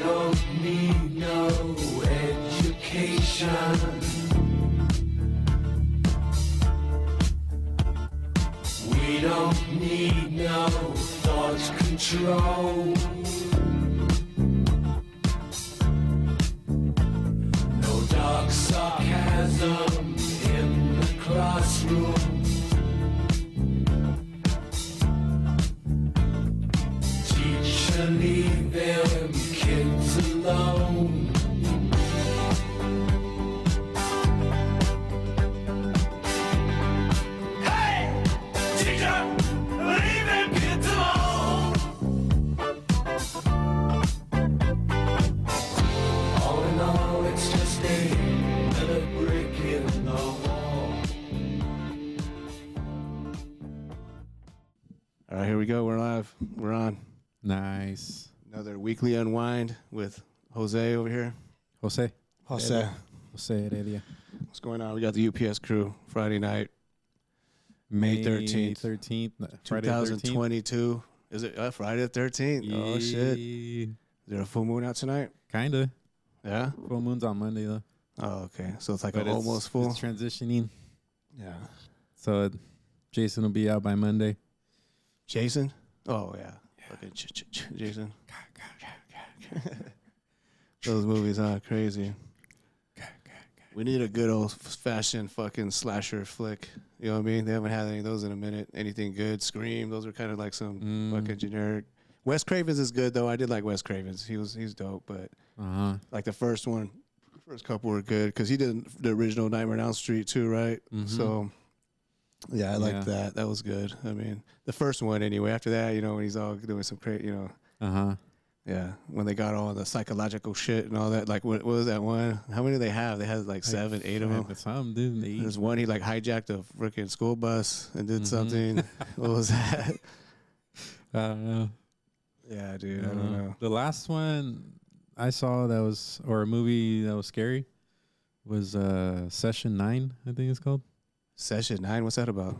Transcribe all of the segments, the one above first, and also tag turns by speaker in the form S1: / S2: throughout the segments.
S1: don't need no education. We don't need no thought control. No dark sarcasm in the classroom. Teacher, leave them kids alone. Hey, teacher, leave them kids alone. All in all, it's just another brick in the wall.
S2: All right, here we go. We're live. We're on
S3: Nice.
S2: another weekly unwind with Jose over here.
S3: Jose.
S2: Jose,
S3: Jose Heredia.
S2: what's going on? We got the UPS crew Friday night, May 13th,
S3: 13th. no, Friday the 13th.
S2: 2022. Is it uh, Friday the 13th? Oh shit! Is
S3: Yeah.
S2: there a full moon out tonight?
S3: Kinda.
S2: Yeah.
S3: Full moon's on Monday though.
S2: Oh, okay. So it's like
S3: But
S2: a
S3: it's-
S2: almost full.
S3: It's transitioning.
S2: yeah.
S3: So it- Jason will be out by Monday.
S2: Jason. Oh yeah. Fucking ch- ch- ch- Jason. Those movies are crazy. We need a good old fashioned fucking slasher flick. You know what I mean? They haven't had any of those in a minute. Anything good? Scream. Those are kind of like some fucking generic. Wes Cravens is good though. I did like Wes Cravens. He was he's dope, but
S3: Uh huh.
S2: like the first one, first couple were good because he did the original Nightmare on Elm Street too, right? So Mm-hmm. yeah, I liked
S3: Yeah.
S2: that. That was good. I mean, the first one anyway. After that, you know, when he's all doing some crazy, you know,
S3: Uh huh.
S2: yeah, when they got all the psychological shit and all that. Like, what, what was that one? How many did they have? They had like seven, eight of them.
S3: That's how I'm doing.
S2: There's one he like hijacked a freaking school bus and did something. what was that?
S3: I don't know. Uh-huh.
S2: Yeah, dude, I don't know.
S3: The last one I saw that was, or a movie that was scary, was uh Session Nine, I think it's called.
S2: Session nine. What's that about?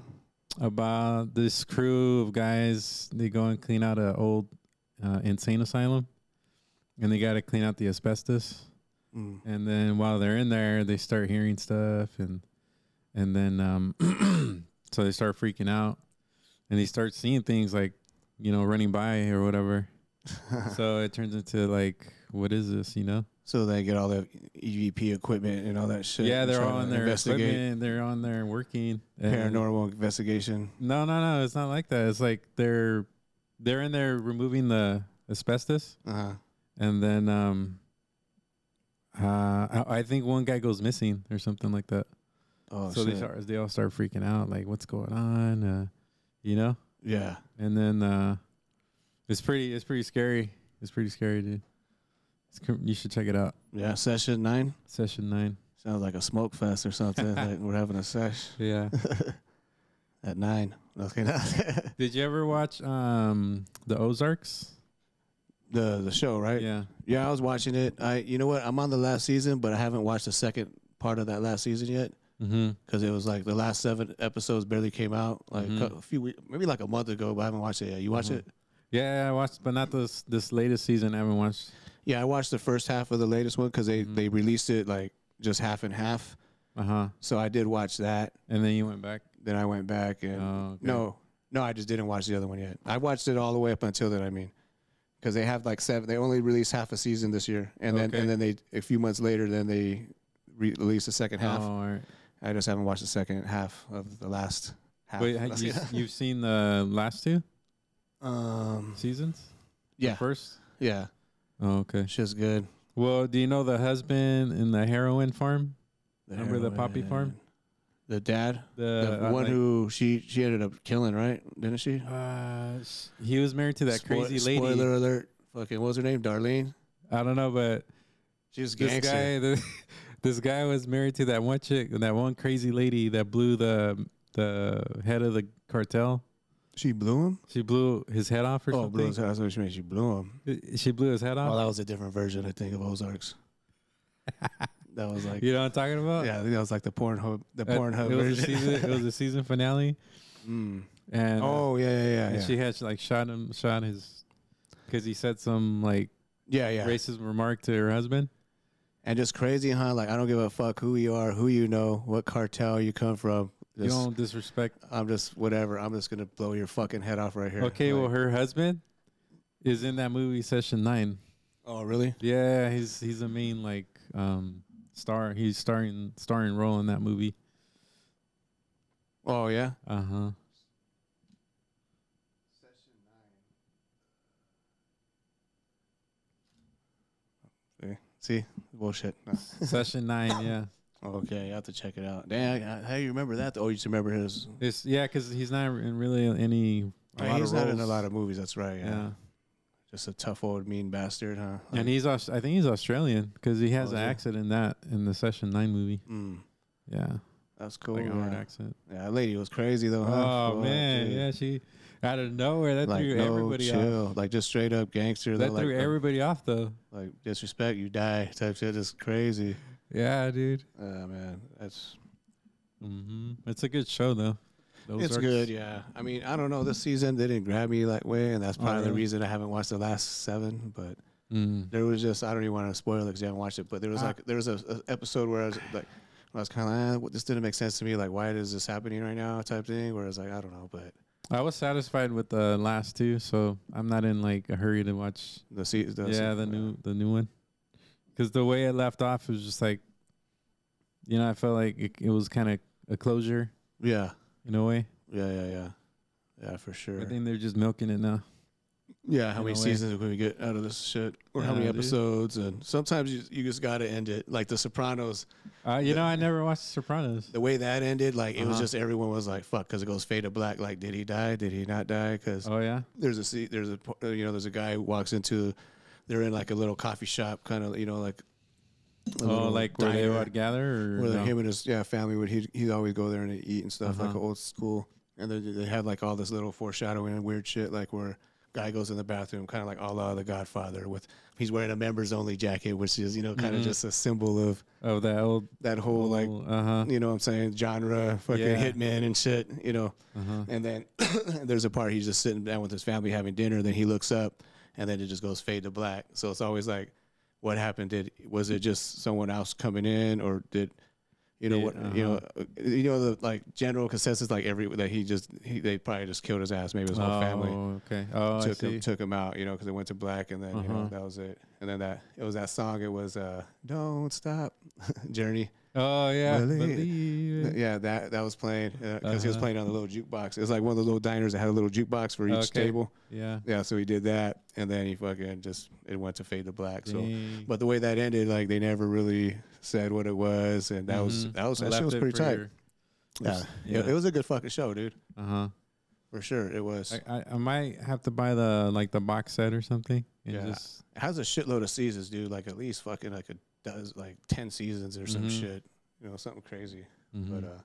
S3: About this crew of guys, they go and clean out a old uh, insane asylum, and they got to clean out the asbestos.
S2: Mm.
S3: And then while they're in there, they start hearing stuff, and and then um, so they start freaking out, and they start seeing things like you know running by or whatever. so it turns into like, what is this? You know?
S2: So they get all the EVP equipment and all that shit.
S3: yeah,
S2: and
S3: they're
S2: try
S3: all
S2: to
S3: in their equipment. They're on there working. and-
S2: paranormal investigation.
S3: No, no, no. It's not like that. It's like they're they're in there removing the asbestos,
S2: Uh-huh.
S3: and then um, uh, I, I think one guy goes missing or something like that.
S2: Oh,
S3: so
S2: shit.
S3: they start, they all start freaking out, like what's going on, uh, you know.
S2: yeah.
S3: And then uh, it's pretty, it's pretty scary. It's pretty scary, dude. It's, cr- you should check it out.
S2: Yeah, session nine.
S3: Session nine.
S2: Sounds like a smoke fest or something. like we're having a sesh
S3: Yeah.
S2: at nine. Okay. no.
S3: Did you ever watch um the Ozarks?
S2: the the show, right?
S3: Yeah.
S2: Yeah, I was watching it. I you know what? I'm on the last season, but I haven't watched the second part of that last season yet
S3: Mm-hmm.
S2: because it was like the last seven episodes barely came out like a
S3: Mm-hmm.
S2: cou- a few weeks, maybe like a month ago, but I haven't watched it yet. You watch it?
S3: Yeah, I watched, but not this this latest season. I haven't watched.
S2: Yeah, I watched the first half of the latest one because they
S3: Mm-hmm.
S2: they released it like just half and half.
S3: Uh huh.
S2: So I did watch that.
S3: And then you went back.
S2: Then I went back and
S3: Oh, okay.
S2: no, no, I just didn't watch the other one yet. I watched it all the way up until then. I mean, because they have like seven. They only released half a season this year, and then
S3: Okay.
S2: and then they a few months later, then they re- released the second half.
S3: Oh, all right.
S2: I just haven't watched the second half of the last half.
S3: Wait, ha- you, you've seen the last two
S2: um,
S3: seasons?
S2: yeah,
S3: First.
S2: yeah,
S3: Oh, okay.
S2: shit's good.
S3: Well, do you know the husband in the heroin farm? Remember the poppy farm?
S2: heroin. The dad,
S3: The,
S2: the
S3: uh,
S2: one
S3: like-
S2: who she she ended up killing, right? Didn't she?
S3: Uh, s- he was married to that
S2: Spo-
S3: crazy lady.
S2: Spoiler alert! Fucking what was her name? Darlene.
S3: I don't know, but
S2: She was
S3: this
S2: gangster.
S3: guy, the, this guy was married to that one chick, that one crazy lady that blew the the head of the cartel.
S2: She blew him.
S3: She blew his head off or
S2: Oh, blew
S3: something.
S2: his head. That's what she meant. She blew him.
S3: She blew his head off.
S2: Oh, that was a different version, I think, of Ozarks. that was like,
S3: you know what I'm talking about?
S2: yeah, I think that was like the Pornhub, the
S3: Uh,
S2: Pornhub
S3: it was, a
S2: version.
S3: season, it was a season finale,
S2: Mm.
S3: and uh,
S2: Oh yeah, yeah, yeah.
S3: and
S2: yeah.
S3: she had like shot him, shot his, because he said some like
S2: Yeah, yeah.
S3: racist remark to her husband.
S2: And just crazy, huh? Like I don't give a fuck who you are, who you know, what cartel you come from.
S3: you
S2: Just,
S3: don't disrespect.
S2: I'm just whatever. I'm just gonna blow your fucking head off right here.
S3: Okay,
S2: Like,
S3: well, her husband is in that movie Session Nine.
S2: Oh, really?
S3: Yeah, he's he's a main like um star. He's starring starring role in that movie.
S2: Oh, yeah.
S3: Uh huh.
S2: See, bullshit. No.
S3: Session Nine. Yeah.
S2: Okay, I have to check it out. Dang, I- how you remember that? Oh, you just remember his.
S3: It's yeah, because he's not in really any. a
S2: Yeah,
S3: lot
S2: Oh, he's
S3: of
S2: not in a
S3: roles.
S2: lot of movies. That's right. Yeah.
S3: Yeah.
S2: just a tough old mean bastard, huh?
S3: And he's Aus- I think he's Australian because he has
S2: Oh,
S3: an
S2: is he?
S3: accent in that in the Session Nine movie.
S2: Mm,
S3: Yeah,
S2: that's cool.
S3: like a hard
S2: Oh, yeah.
S3: accent.
S2: yeah, that lady was crazy though. Huh?
S3: Oh
S2: Fuck,
S3: man,
S2: dude.
S3: yeah, she out of nowhere that
S2: Like
S3: threw
S2: no
S3: everybody off.
S2: chill, like just straight up gangster.
S3: That
S2: though, like,
S3: threw
S2: uh,
S3: everybody off though.
S2: like disrespect, you die type shit. That's crazy.
S3: Yeah, dude.
S2: Oh man, that's
S3: hmm It's a good show though. Those
S2: it's good. Yeah, I mean, I don't know. This season they didn't grab me that way, and that's
S3: Oh,
S2: probably the
S3: really?
S2: reason I haven't watched the last seven. But
S3: Mm.
S2: there was just I don't even want to spoil it because you haven't watched it. But there was
S3: Ah.
S2: like there was a, a episode where I was like. I was kind of like, ah, this didn't make sense to me. Like, why is this happening right now? Type thing. Where I was like, I don't know, but
S3: I was satisfied with the last two, so I'm not in like a hurry to watch.
S2: the season.
S3: yeah, the new the new one, because the way it left off was just like, you know, I felt like it, it was kind of a closure
S2: Yeah,
S3: in a way.
S2: yeah, yeah, yeah, yeah, for sure.
S3: I think they're just milking it now.
S2: Yeah, how
S3: in
S2: many
S3: a way.
S2: seasons can we get out of this shit, or how
S3: Yeah,
S2: many
S3: dude.
S2: episodes? And sometimes you you just gotta end it. Like The Sopranos,
S3: Uh, you know, I never watched Sopranos.
S2: the way that ended, like it was
S3: Uh-huh.
S2: just everyone was like, "Fuck," because it goes fade to black. Like, did he die? Did he not die? Because
S3: Oh yeah,
S2: there's a se- there's a po- uh, you know there's a guy who walks into, they're in like a little coffee shop, kind of you know like. a
S3: oh
S2: little
S3: like where they
S2: diner
S3: would gather or
S2: where
S3: no?
S2: him and his yeah family would he'd, he'd always go there and they'd eat and stuff like
S3: Uh-huh.
S2: old school and they, they had like all this little foreshadowing and weird shit like where guy goes in the bathroom kind of like a la the godfather with he's wearing a members only jacket which is you know kind of
S3: Mhm.
S2: just a symbol of
S3: oh that old
S2: that whole like
S3: uh huh
S2: you know what i'm saying genre fucking
S3: Yeah.
S2: hitman and shit you know
S3: uh huh
S2: and then there's a part he's just sitting down with his family having dinner. Then he looks up, and then it just goes fade to black. So it's always like, what happened? Did was it just someone else coming in, or did you know
S3: Did-
S2: what you know
S3: uh-huh.
S2: uh, you know the like general consensus like every that he just he, they probably just killed his ass. Maybe his whole family
S3: Oh, okay. Oh, I
S2: took
S3: see.
S2: him took him out. You know because it went to black, and then you know
S3: Uh-huh.
S2: that was it. And then that it was that song. It was uh don't stop journey.
S3: oh, yeah.
S2: Believe-
S3: Believe it.
S2: Yeah, that that was playing because he was
S3: Mm. Uh-huh.
S2: playing on the little jukebox. It was like one of those little diners that had a little jukebox for each
S3: Okay.
S2: table.
S3: Yeah.
S2: Yeah, so he did that, and then he fucking just it went to fade to black. So,
S3: Dang.
S2: but the way that ended, like they never really said what it was, and that was
S3: Mhm.
S2: that was
S3: I
S2: that shit
S3: left
S2: was
S3: it
S2: pretty
S3: for
S2: tight.
S3: your-
S2: yeah,
S3: yeah.
S2: It, it was a good fucking show, dude,
S3: Uh-huh.
S2: for sure. It was.
S3: I, I, I might have to buy the like the box set or something. and
S2: Yeah.
S3: just-
S2: it has a shitload of seasons, dude. Like at least fucking like a does like ten seasons or some
S3: Mhm.
S2: shit. You know, something crazy.
S3: mhm.
S2: But uh,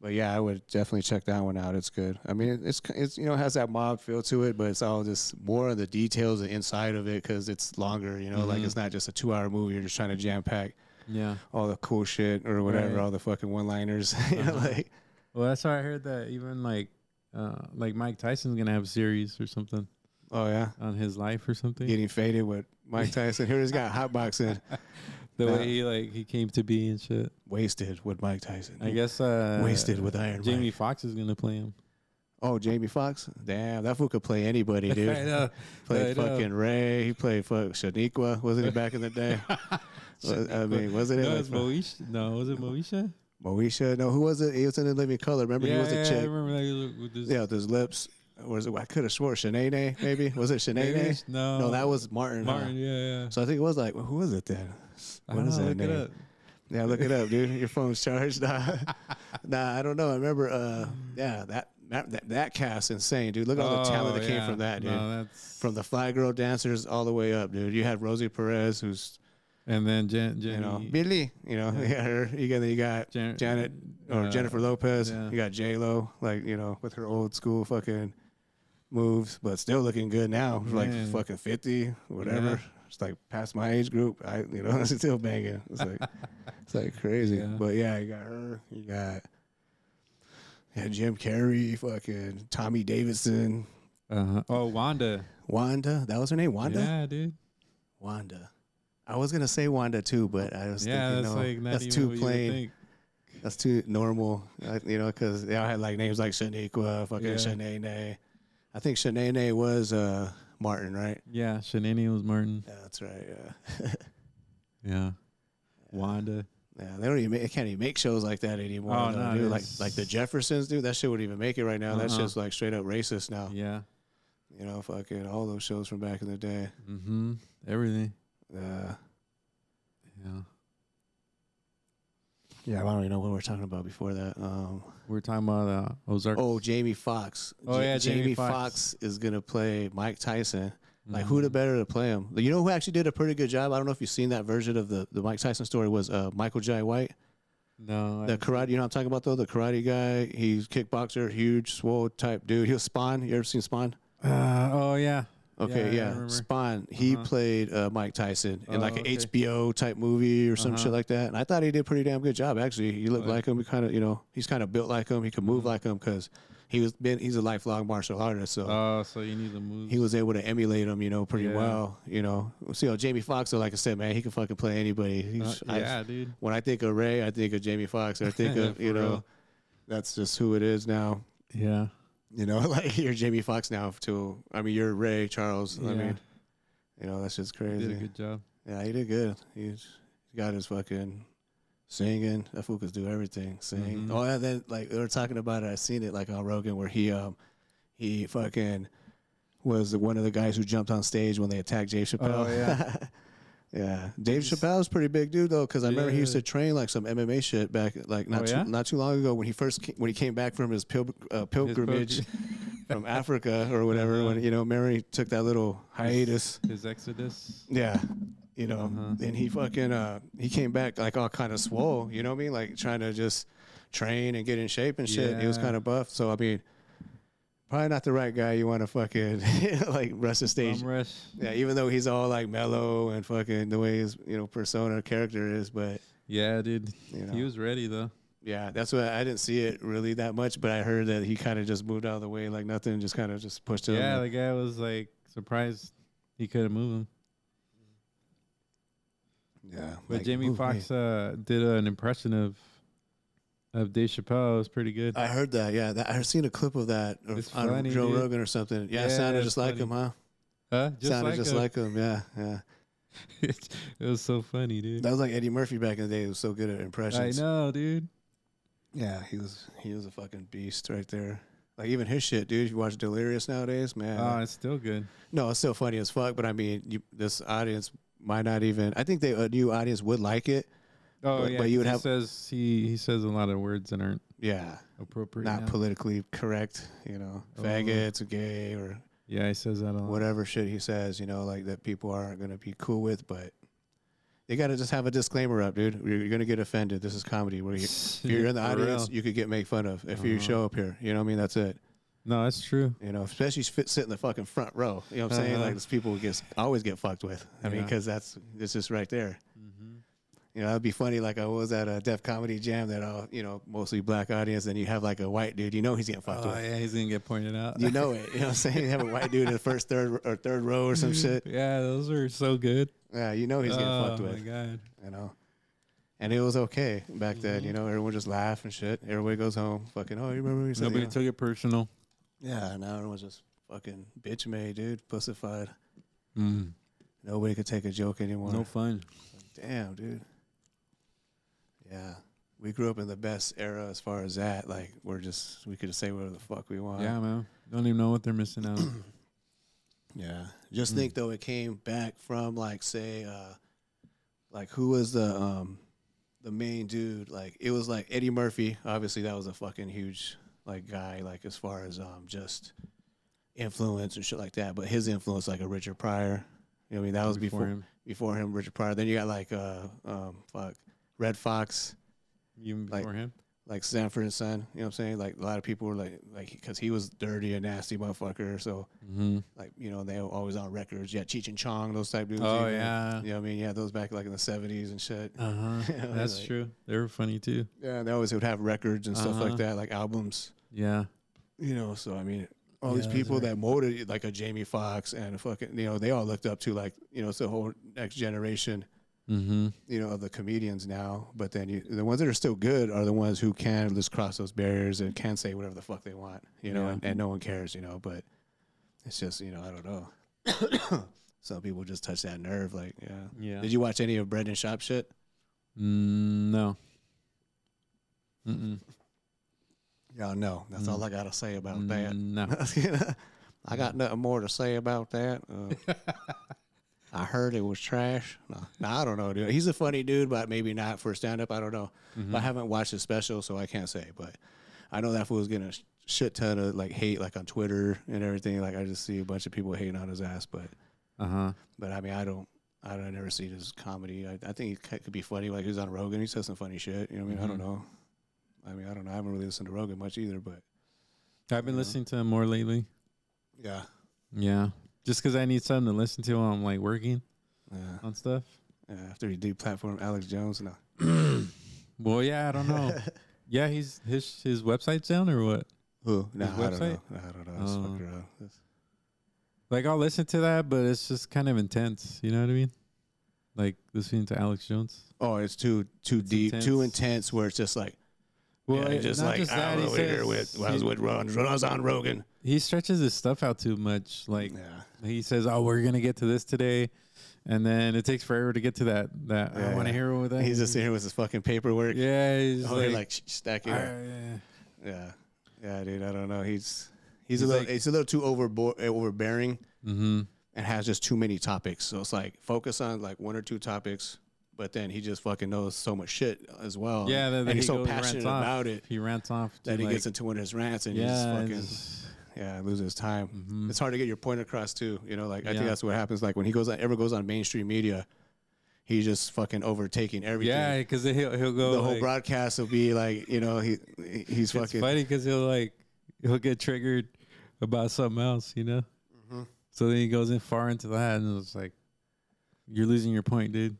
S2: but yeah, I would definitely check that one out. It's good. I mean, it, it's it's you know it has that mob feel to it, but it's all just more of the details and inside of it because it's longer. You know, like
S3: Mhm.
S2: it's not just a two hour movie. You're just trying to jam pack
S3: yeah.
S2: all the cool shit or whatever,
S3: Right.
S2: all the fucking one liners. you know,
S3: Uh-huh.
S2: like
S3: Well, that's why I heard that even like uh like Mike Tyson's gonna have a series or something
S2: oh yeah,
S3: on his life or something.
S2: getting faded with Mike Tyson. Here he's got hotboxing,
S3: the
S2: that-
S3: way he like he came to be and shit.
S2: wasted with Mike Tyson.
S3: I guess uh
S2: wasted with Iron
S3: Jamie
S2: Mike.
S3: Foxx is gonna play him.
S2: Oh, Jamie Foxx. Damn, that fool could play anybody, dude.
S3: I know.
S2: Played
S3: I know.
S2: fucking Ray. He played fuck Shaniqua, wasn't he back in the day? Was- I mean, wasn't it?
S3: No,
S2: like,
S3: it's Moesha. No, was it Moesha?
S2: Moesha? No, who was it? He was in the Living Color. Remember, he was a
S3: I
S2: chick.
S3: remember that. With this
S2: Yeah, with his lips. Was it? I could have swore Shanae. Maybe was it Shanae?
S3: No,
S2: No, that was Martin. huh?
S3: Martin. Yeah, yeah.
S2: So I think it was like, who was it then?
S3: I
S2: What
S3: don't
S2: is
S3: know,
S2: that
S3: look it
S2: name?
S3: up.
S2: Yeah, look it up, dude. Your phone's charged. Nah, nah I don't know. I remember. Uh,
S3: Um.
S2: yeah, that that that, that cast insane, dude. Look at all the talent
S3: Oh,
S2: that
S3: yeah.
S2: came from that, dude.
S3: No, that's
S2: From the Fly Girl dancers all the way up, dude. You had Rosie Perez, who's
S3: and then Jan, Jenny,
S2: you know, Billy, you know, yeah. her, you got, you got
S3: Jan-
S2: Janet or
S3: uh,
S2: Jennifer Lopez,
S3: yeah.
S2: you got J Lo, like you know, with her old school fucking moves, but still looking good now, like
S3: Man.
S2: fucking fifty, whatever.
S3: Yeah.
S2: It's like past my age group, I you know, it's still banging. It's like it's like crazy,
S3: Yeah.
S2: but yeah, you got her, you got. Yeah, Jim Carrey, fucking Tommy Davidson,
S3: Uh-huh. Oh, Wanda.
S2: Wanda. That was her name, Wanda.
S3: Yeah, dude.
S2: Wanda. I was gonna say Wanda too, but I was
S3: yeah,
S2: thinking
S3: that's
S2: no,
S3: like not
S2: that's
S3: even
S2: too
S3: what you would
S2: plain.
S3: think.
S2: That's too normal, I, you know, because they all had like names like Shaniqua, fucking
S3: Yeah.
S2: Shanae. I think Shanae was uh, Martin, right?
S3: Yeah, Shanani was Martin.
S2: Yeah, that's right. Yeah.
S3: Yeah, Wanda.
S2: Yeah, they don't even make, they can't even make shows like that anymore.
S3: Oh,
S2: though,
S3: no,
S2: dude. like
S3: it's-
S2: like the Jeffersons, dude. That shit wouldn't even make it right now. That's
S3: Uh-uh.
S2: just like straight up racist now.
S3: Yeah.
S2: You know, fucking all those shows from back in the day.
S3: Mm-hmm. Everything.
S2: Uh,
S3: Yeah.
S2: yeah, I don't even know what we were talking about before that. Um,
S3: We're talking about uh, Ozark.
S2: oh, Jamie Foxx.
S3: Oh, yeah, Jamie
S2: Foxx
S3: Foxx. Mm-hmm.
S2: is gonna play Mike Tyson. Like who the better to play him? You know who actually did a pretty good job. I don't know if you've seen that version of the, the Mike Tyson story was uh, Michael J. White,
S3: No.
S2: the
S3: I-
S2: karate. You know what I'm talking about though. The karate guy. He's kickboxer, huge, swole type dude. He was Spawn. You ever seen Spawn?
S3: uh, oh yeah.
S2: Okay,
S3: I
S2: yeah.
S3: remember.
S2: Spawn. He
S3: Uh-huh.
S2: played uh, Mike Tyson in like
S3: Oh,
S2: an
S3: okay.
S2: HBO type movie or some
S3: Uh-huh.
S2: shit like that. And I thought he did a pretty damn good job actually. He looked
S3: Right. Mm-hmm.
S2: like him. He kind of, you know, he's kind of built like him. He could move like him because he was been he's a lifelong martial artist. So
S3: Oh, so you need the move.
S2: he was able to emulate him, you know, pretty
S3: Yeah.
S2: well. You know, see, so, Jamie Foxx, though, like I said, man, he can fucking play anybody. He's, I-
S3: Uh, yeah, dude.
S2: when I think of Ray, I think of Jamie Foxx. I think of
S3: For
S2: you know,
S3: real.
S2: that's just who it is now.
S3: Yeah.
S2: You know, like you're Jamie Foxx now too. I mean, you're Ray Charles. I
S3: Yeah.
S2: mean, you know, that's just
S3: He
S2: crazy.
S3: did a good job.
S2: Yeah, he did good. He's he got his fucking singing. That fool could do everything. Sing.
S3: Mhm.
S2: Oh, and then like they were talking about it. I seen it like on Rogan where he um he fucking was one of the guys who jumped on stage when they attacked Dave Chappelle.
S3: Oh, yeah.
S2: Yeah, Dave Chappelle's pretty big dude though, because I remember he used
S3: Yeah.
S2: to train like some MMA shit back, like not
S3: Oh, yeah?
S2: too, not too long ago when he first came, when he came back from his pilgr- uh, pilgrimage from Africa or whatever.
S3: Uh-huh.
S2: When you know Mary took that little hiatus,
S3: His Exodus.
S2: yeah. You know,
S3: Uh-huh.
S2: and he fucking uh he came back like all kind of swole, you know what I mean? Like trying to just train and get in shape and shit. He was
S3: Yeah.
S2: kind of buff. So I mean, probably not the right guy you want to fucking like rest the stage.
S3: Bum rush.
S2: Yeah, even though he's all like mellow and fucking the way his, you know, persona character is, but
S3: Yeah, dude.
S2: you know.
S3: He was ready though.
S2: yeah, that's what I didn't see it really that much, but I heard that he kind of just moved out of the way like nothing, just kind of just pushed him.
S3: yeah, the guy was like surprised he could have moved him.
S2: yeah.
S3: But
S2: like,
S3: Jamie
S2: move me.
S3: Foxx uh, did an impression of of Dave Chappelle. It was pretty good.
S2: I heard that. Yeah, that, I seen a clip of that or-
S3: It's
S2: on
S3: funny,
S2: Joe
S3: dude.
S2: Rogan or something. Yeah, it
S3: Yeah,
S2: sounded
S3: it's
S2: just like
S3: funny.
S2: him, huh?
S3: huh?
S2: sounded just
S3: him.
S2: like him. Yeah, yeah.
S3: it was so funny, dude.
S2: That was like Eddie Murphy back in the day. He was so good at
S3: I
S2: impressions.
S3: know, dude.
S2: Yeah, he was he was a fucking beast right there. Like even his shit, dude. If you watch Delirious nowadays, man.
S3: Oh, it's still good.
S2: no, it's still funny as fuck. But I mean, you, this audience might not even. I think they a new audience would like it.
S3: Oh
S2: But-
S3: yeah,
S2: but you would
S3: 'cause
S2: have-
S3: he says he he says a lot of words that aren't
S2: Yeah,
S3: appropriate.
S2: not
S3: now.
S2: politically correct. You know,
S3: Oh.
S2: faggots, gay, or
S3: yeah, he says that a lot.
S2: whatever shit he says, you know, like that people aren't going to be cool with, but they got to just have a disclaimer up, dude. You're, you're going to get offended. This is comedy. Where you, if you're in the
S3: For real.
S2: audience, you could get made fun of if you
S3: Uh-huh.
S2: show up here. You know what I mean? That's it.
S3: No, that's true.
S2: You know, especially fit, sit in the fucking front row. You know what I'm saying?
S3: Uh-huh.
S2: Like, these people get always get fucked with. I mean,
S3: Yeah.
S2: because that's it's just right there.
S3: Mm-hmm.
S2: You know, that'd be funny. Like I was at a deaf comedy jam that all you know mostly black audience, and you have like a white dude. You know he's getting fucked
S3: Oh
S2: with.
S3: yeah, he's gonna get pointed out.
S2: You know it. You know what I'm saying? You have a white dude in the first third or third row or some shit.
S3: yeah, those are so good.
S2: Yeah, you know he's getting
S3: oh
S2: fucked with.
S3: my god.
S2: you know. And it was okay back then, you know. Everyone just laugh and shit. Everybody goes home, fucking. Oh, you remember when you said
S3: Nobody
S2: you know?
S3: took it personal.
S2: Yeah, now everyone's just fucking bitch made, dude, pussified.
S3: Mm,
S2: Nobody could take a joke anymore.
S3: no fun.
S2: Damn, dude. Yeah, we grew up in the best era as far as that. Like, we're just we could just say whatever the fuck we want.
S3: yeah, man. Don't even know what they're missing out.
S2: Yeah. Just think though it came back from like say uh like who was the um the main dude? Like it was like Eddie Murphy. Obviously that was a fucking huge like guy like as far as um just influence and shit like that. But his influence like a Richard Pryor. You know what I mean? That was before before him,
S3: him.
S2: Richard Pryor. Then you got like uh um fuck Red Fox
S3: Even
S2: Like-
S3: before him.
S2: like Sanford and Son, you know what I'm saying? Like a lot of people were like, like because he was dirty and nasty motherfucker. So
S3: Mm-hmm.
S2: like you know they were always on records. Yeah, Cheech and Chong, those type dudes.
S3: Oh
S2: even.
S3: yeah.
S2: you know what I mean. Yeah, those back like in the seventies and shit.
S3: Uh huh.
S2: Yeah,
S3: That's
S2: like-
S3: true. They were funny too.
S2: Yeah, they always would have records and stuff
S3: Uh-huh.
S2: like that, like albums.
S3: Yeah.
S2: You know, so I mean, all these
S3: Yeah, that's
S2: people
S3: right.
S2: that molded like a Jamie Foxx and a fucking you know they all looked up to like you know it's the whole next generation
S3: Mm-hmm.
S2: you know of the comedians now. But then you, the ones that are still good are the ones who can just cross those barriers and can say whatever the fuck they want, you know,
S3: Yeah.
S2: and, and no one cares, you know. But it's just you know I don't know. Some people just touch that nerve, like yeah.
S3: Yeah.
S2: Did you watch any of Brendan Shop shit?
S3: Mm, no. Mm-mm.
S2: Yeah, no. That's all
S3: Mm.
S2: I gotta say about that.
S3: No.
S2: I got nothing more to say about that. Uh, I heard it was trash. No, no, I don't know, dude. He's a funny dude, but maybe not for stand up. I don't know. I haven't watched his special, so I can't say. But I know that fool was getting a sh- shit ton of like hate, like on Twitter and everything. Like I just see a bunch of people hating on his ass. But
S3: Uh huh.
S2: but I mean, I don't. I don't ever see his comedy. I, I think he c- could be funny. Like he was on Rogan. He says some funny shit. You know what I mean? I don't know. I mean, I don't know. I haven't really listened to Rogan much either. But
S3: I've been listening to him more lately.
S2: yeah,
S3: Yeah. Just because I need something to listen to while I'm like working
S2: yeah.
S3: on stuff.
S2: yeah after he deplatformed Alex Jones, no.
S3: Well, yeah, I don't know. yeah, he's his his website's down or what?
S2: Who? No, I don't know.
S3: website?
S2: I don't know. I was fucking
S3: Oh.
S2: around. That's-
S3: Like I'll listen to that, but it's just kind of intense. You know what I mean? Like listening to Alex Jones.
S2: Oh, it's too too
S3: It's
S2: deep, too
S3: intense.
S2: intense. Where it's just like, yeah,
S3: it-
S2: just
S3: not
S2: like I
S3: he
S2: was over here
S3: says
S2: with when I was
S3: he-
S2: with Ron. When I was on Rogan.
S3: he stretches his stuff out too much. Like
S2: Yeah.
S3: he says, "Oh, we're gonna get to this today," and then it takes forever to get to that. That I
S2: Yeah.
S3: want to hear what that.
S2: He's just here with his fucking paperwork. Yeah.
S3: yeah, he's
S2: Oh,
S3: like,
S2: like, like sh- stacking.
S3: "Ah,
S2: up.
S3: yeah.
S2: Yeah. Yeah, dude. I don't know. He's he's,
S3: He's
S2: a little
S3: like-
S2: he's a little too overboard, overbearing
S3: Mm-hmm.
S2: and has just too many topics. So it's like focus on like one or two topics, but then he just fucking knows so much shit as well.
S3: yeah, then,
S2: Oh, and
S3: then
S2: he's
S3: he
S2: so
S3: goes and rants
S2: passionate
S3: off.
S2: about it
S3: He rants off. to,
S2: that he
S3: like,
S2: gets into one of his rants and he just
S3: yeah,
S2: fucking
S3: it's- Mm-hmm.
S2: yeah loses time it's hard to get your point across too you know like i
S3: Yeah.
S2: think that's what happens like when he goes on ever goes on mainstream media he's just fucking overtaking everything
S3: yeah, because he'll he'll go
S2: the whole
S3: like,
S2: broadcast will be like you know he he- he's
S3: It's
S2: fucking
S3: funny because he'll like he'll get triggered about something else, you know. So then he goes in far into that, and it's like, "You're losing your point, dude."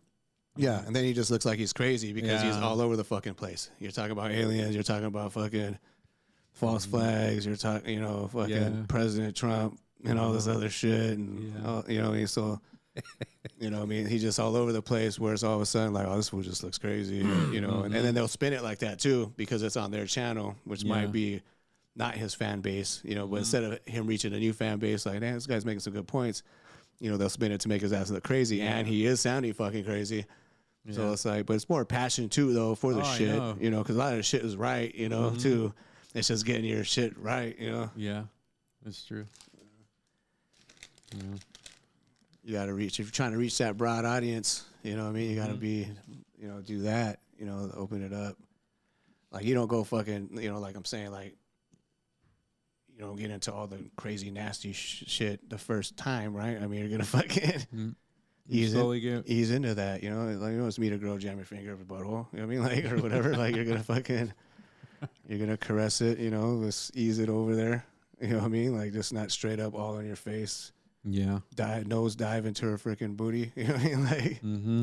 S2: yeah and then he just looks like he's crazy because he's
S3: Yeah.
S2: all over the fucking place you're talking about aliens you're talking about fucking false flags you're talking you know fucking
S3: Mm-hmm. Yeah. Uh-huh.
S2: president trump and all this other shit and
S3: Yeah.
S2: all, you know he's so you know, what I mean, he's just all over the place. Where it's all of a sudden like, oh, this fool just looks crazy, you know. And, and then they'll spin it like that too because it's on their channel, which
S3: Mm-hmm. Yeah. Mm-hmm.
S2: might be not his fan base, you know. But instead of him reaching a new fan base, like, damn, this guy's making some good points, you know, they'll spin it to make his ass look crazy, and he is sounding fucking crazy. So it's like, but it's more passion too, though, for the
S3: Oh, I
S2: shit,
S3: know. Mm-hmm.
S2: you know, because a lot of the shit is right, you know, too. It's just getting your shit right, you know.
S3: Yeah, that's true.
S2: you got to reach if you're trying to reach that broad audience you know what i mean you got to
S3: Mm-hmm.
S2: be you know do that you know open it up like you don't go fucking you know like i'm saying like you don't get into all the crazy nasty sh- shit the first time right i mean you're gonna fucking ease, in-
S3: Mm-hmm. slowly get-
S2: ease into that you know like you know it's me to grow jam your finger up your butthole you know what i mean like or whatever like you're gonna fucking you're gonna caress it you know just ease it over there you know what i mean like just not straight up all in your face
S3: Yeah.
S2: dive, nose dive into her freaking booty. You know what I mean? Like,
S3: Mm-hmm.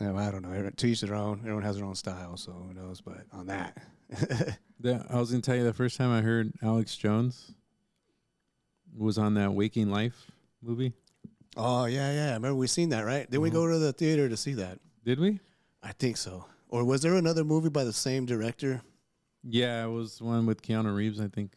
S2: yeah, well, I don't know. Everyone- To each their own. Everyone has their own style, so who knows? But on that,
S3: That, I was gonna tell you the first time I heard Alex Jones was on that Waking Life movie.
S2: oh yeah, yeah. I remember we seen that, right? Did we
S3: Mm-hmm.
S2: go to the theater to see that?
S3: Did we?
S2: I think so. Or was there another movie by the same director?
S3: Yeah, it was one with Keanu Reeves, I think.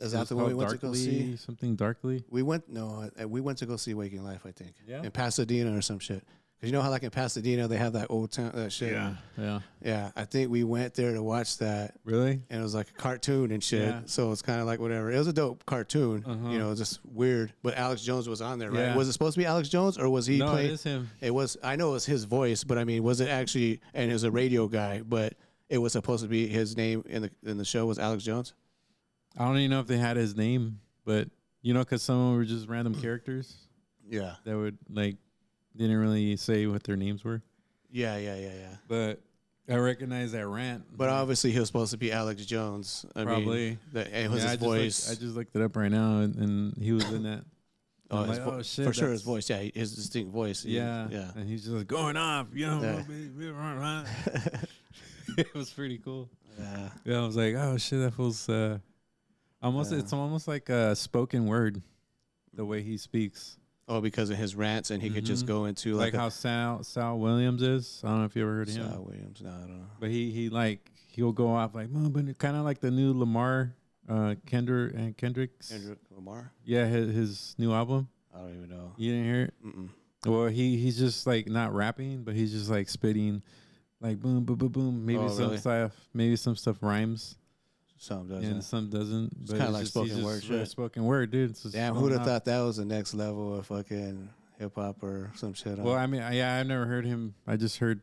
S2: Is
S3: It
S2: that
S3: was
S2: the one we
S3: called
S2: went to go see?
S3: Something darkly.
S2: We went no, uh, we went to go see Waking Life, I think,
S3: Yeah.
S2: in Pasadena or some shit. Cause you know how like in Pasadena they have that old town that shit.
S3: Yeah.
S2: yeah. I think we went there to watch that,
S3: Really?
S2: and it was like a cartoon and shit.
S3: Yeah. Uh-huh.
S2: So it's kind of like whatever. It was a dope cartoon, you know, just weird. But Alex Jones was on there, right?
S3: Yeah.
S2: Was it supposed to be Alex Jones or was he
S3: no,
S2: playing?
S3: it is him.
S2: It was. I know it was his voice, but I mean, was it actually? And it was a radio guy, but it was supposed to be his name in the in the show was Alex Jones.
S3: I don't even know if they had his name, but you know, because some of them were just random characters
S2: Yeah.
S3: that would like didn't really say what their names were.
S2: Yeah. Yeah. Yeah. Yeah.
S3: But I recognize that rant.
S2: But uh, obviously, he was supposed to be Alex Jones. I
S3: Probably.
S2: Mean, the, it was
S3: Yeah,
S2: his
S3: I
S2: voice.
S3: Just looked, I just looked it up right now, and, and he was in that.
S2: oh,
S3: I'm
S2: his
S3: like,
S2: vo-
S3: oh, shit,
S2: for sure, his
S3: that's-
S2: voice. Yeah, his distinct voice. he-
S3: Yeah,
S2: Yeah.
S3: And he's just like going off, you know.
S2: Yeah.
S3: we- we- rah, rah. it was pretty cool.
S2: Yeah.
S3: Yeah, I was like, oh shit, that feels. Uh, Almost,
S2: Yeah.
S3: it's almost like a spoken word, the way he speaks.
S2: Oh, because of his rants, and he could just
S3: Mhm.
S2: go into
S3: Like,
S2: like,
S3: how
S2: a,
S3: Sal Sal Williams is. I don't know if you ever heard of him,
S2: Cy Williams. No, I don't know.
S3: but he he like he'll go off like, "Mm, but kind of like the new Lamar, uh, Kendrick and Kendricks.
S2: Kendrick Lamar.
S3: Yeah, his, his new album.
S2: I don't even know.
S3: You didn't hear it?
S2: Mm-mm.
S3: Well, he he's just like not rapping, but he's just like spitting, like boom, boom, boom, boom. Maybe
S2: Oh,
S3: some
S2: really?
S3: stuff, maybe some stuff rhymes
S2: Some doesn't.
S3: and some doesn't.
S2: It's
S3: but
S2: kinda like
S3: just-
S2: spoken
S3: he's just
S2: word
S3: real
S2: shit.
S3: Spoken word, dude. It's just
S2: Damn,
S3: flowing
S2: who'd have
S3: out.
S2: thought that was the next level of fucking hip hop or some shit?
S3: Well, I mean, I, yeah, I've never heard him. I just heard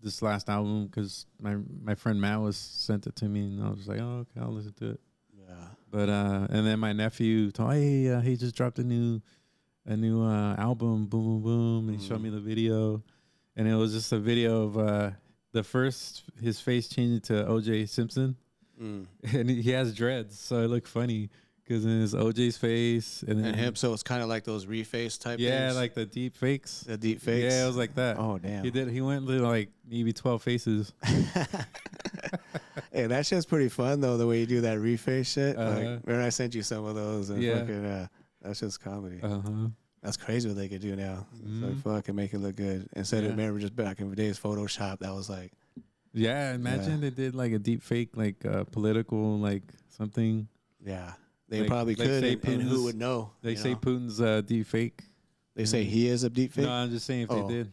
S3: this last album because my my friend Matt was sent it to me, and I was like, oh, okay, I'll listen to it.
S2: yeah.
S3: But uh, and then my nephew told, hey, uh, he just dropped a new, a new uh, album, boom, boom, boom, and he showed
S2: Mhm.
S3: me the video, and it was just a video of uh, the first his face changing to O.J. Simpson,
S2: Mm.
S3: and he has dreads, so it looked funny because then it's O.J.'s face and then
S2: And him, so it's kind of like those reface type.
S3: yeah,
S2: things,
S3: like the deep fakes,
S2: the deep fakes.
S3: yeah, it was like that.
S2: oh damn.
S3: He did. He went to like maybe twelve faces.
S2: hey, that shit's pretty fun though. The way you do that reface shit. Like,
S3: Uh-huh.
S2: remember I sent you some of those. And
S3: Yeah.
S2: Fucking, uh, that's just comedy.
S3: Uh huh.
S2: That's crazy what they could do now.
S3: Mhm.
S2: It's like fucking make it look good instead
S3: Yeah.
S2: of remember just back in the days Photoshop. That was like
S3: Yeah. Imagine they did like a deep fake, like uh, political, like something.
S2: yeah. They
S3: Like-
S2: probably
S3: like
S2: could,
S3: say
S2: and, and
S3: Putin's-
S2: who would know?
S3: They
S2: you
S3: say
S2: know?
S3: Putin's uh, deep fake.
S2: they say he is a deep fake.
S3: No, I'm just saying if
S2: Oh.
S3: they did,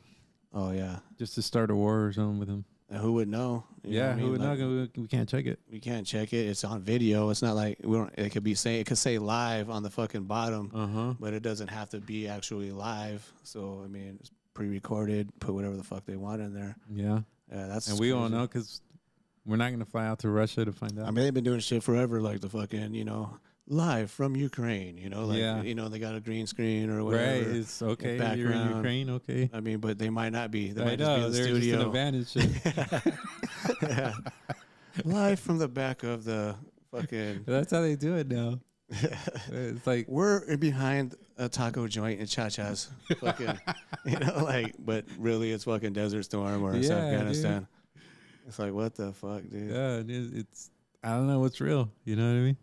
S2: Oh yeah,
S3: just to start a war or something with him.
S2: And who would know? You know
S3: yeah.
S2: what I
S3: who
S2: mean?
S3: would
S2: Like,
S3: know? We, we can't check it.
S2: We can't check it. It's on video. It's not like we don't. It could be saying it could say live on the fucking bottom,
S3: Uh huh.
S2: but it doesn't have to be actually live. So I mean, it's pre-recorded. Put whatever the fuck they want in there.
S3: Yeah.
S2: Yeah, that's
S3: And we
S2: crazy.
S3: all know because we're not gonna fly out to Russia to find out.
S2: I mean, they've been doing shit forever, like the fucking you know live from Ukraine. You know, like
S3: Yeah.
S2: you know they got a green screen or
S3: right?
S2: whatever.
S3: It's okay. You're in
S2: background.
S3: Ukraine. Okay.
S2: I mean, but they might not be. They
S3: I
S2: might
S3: know.
S2: just
S3: There's
S2: be in the
S3: just an
S2: studio.
S3: advantage. to-
S2: Yeah. live from the back of the fucking.
S3: That's how they do it now. It's like
S2: we're behind a taco joint in Cha Cha's. Fucking, you know, like, but really it's fucking Desert Storm or it's
S3: Yeah,
S2: Afghanistan. It's like, what the fuck, dude? Yeah,
S3: Yeah, it is, it's I don't know what's real. You know what I mean?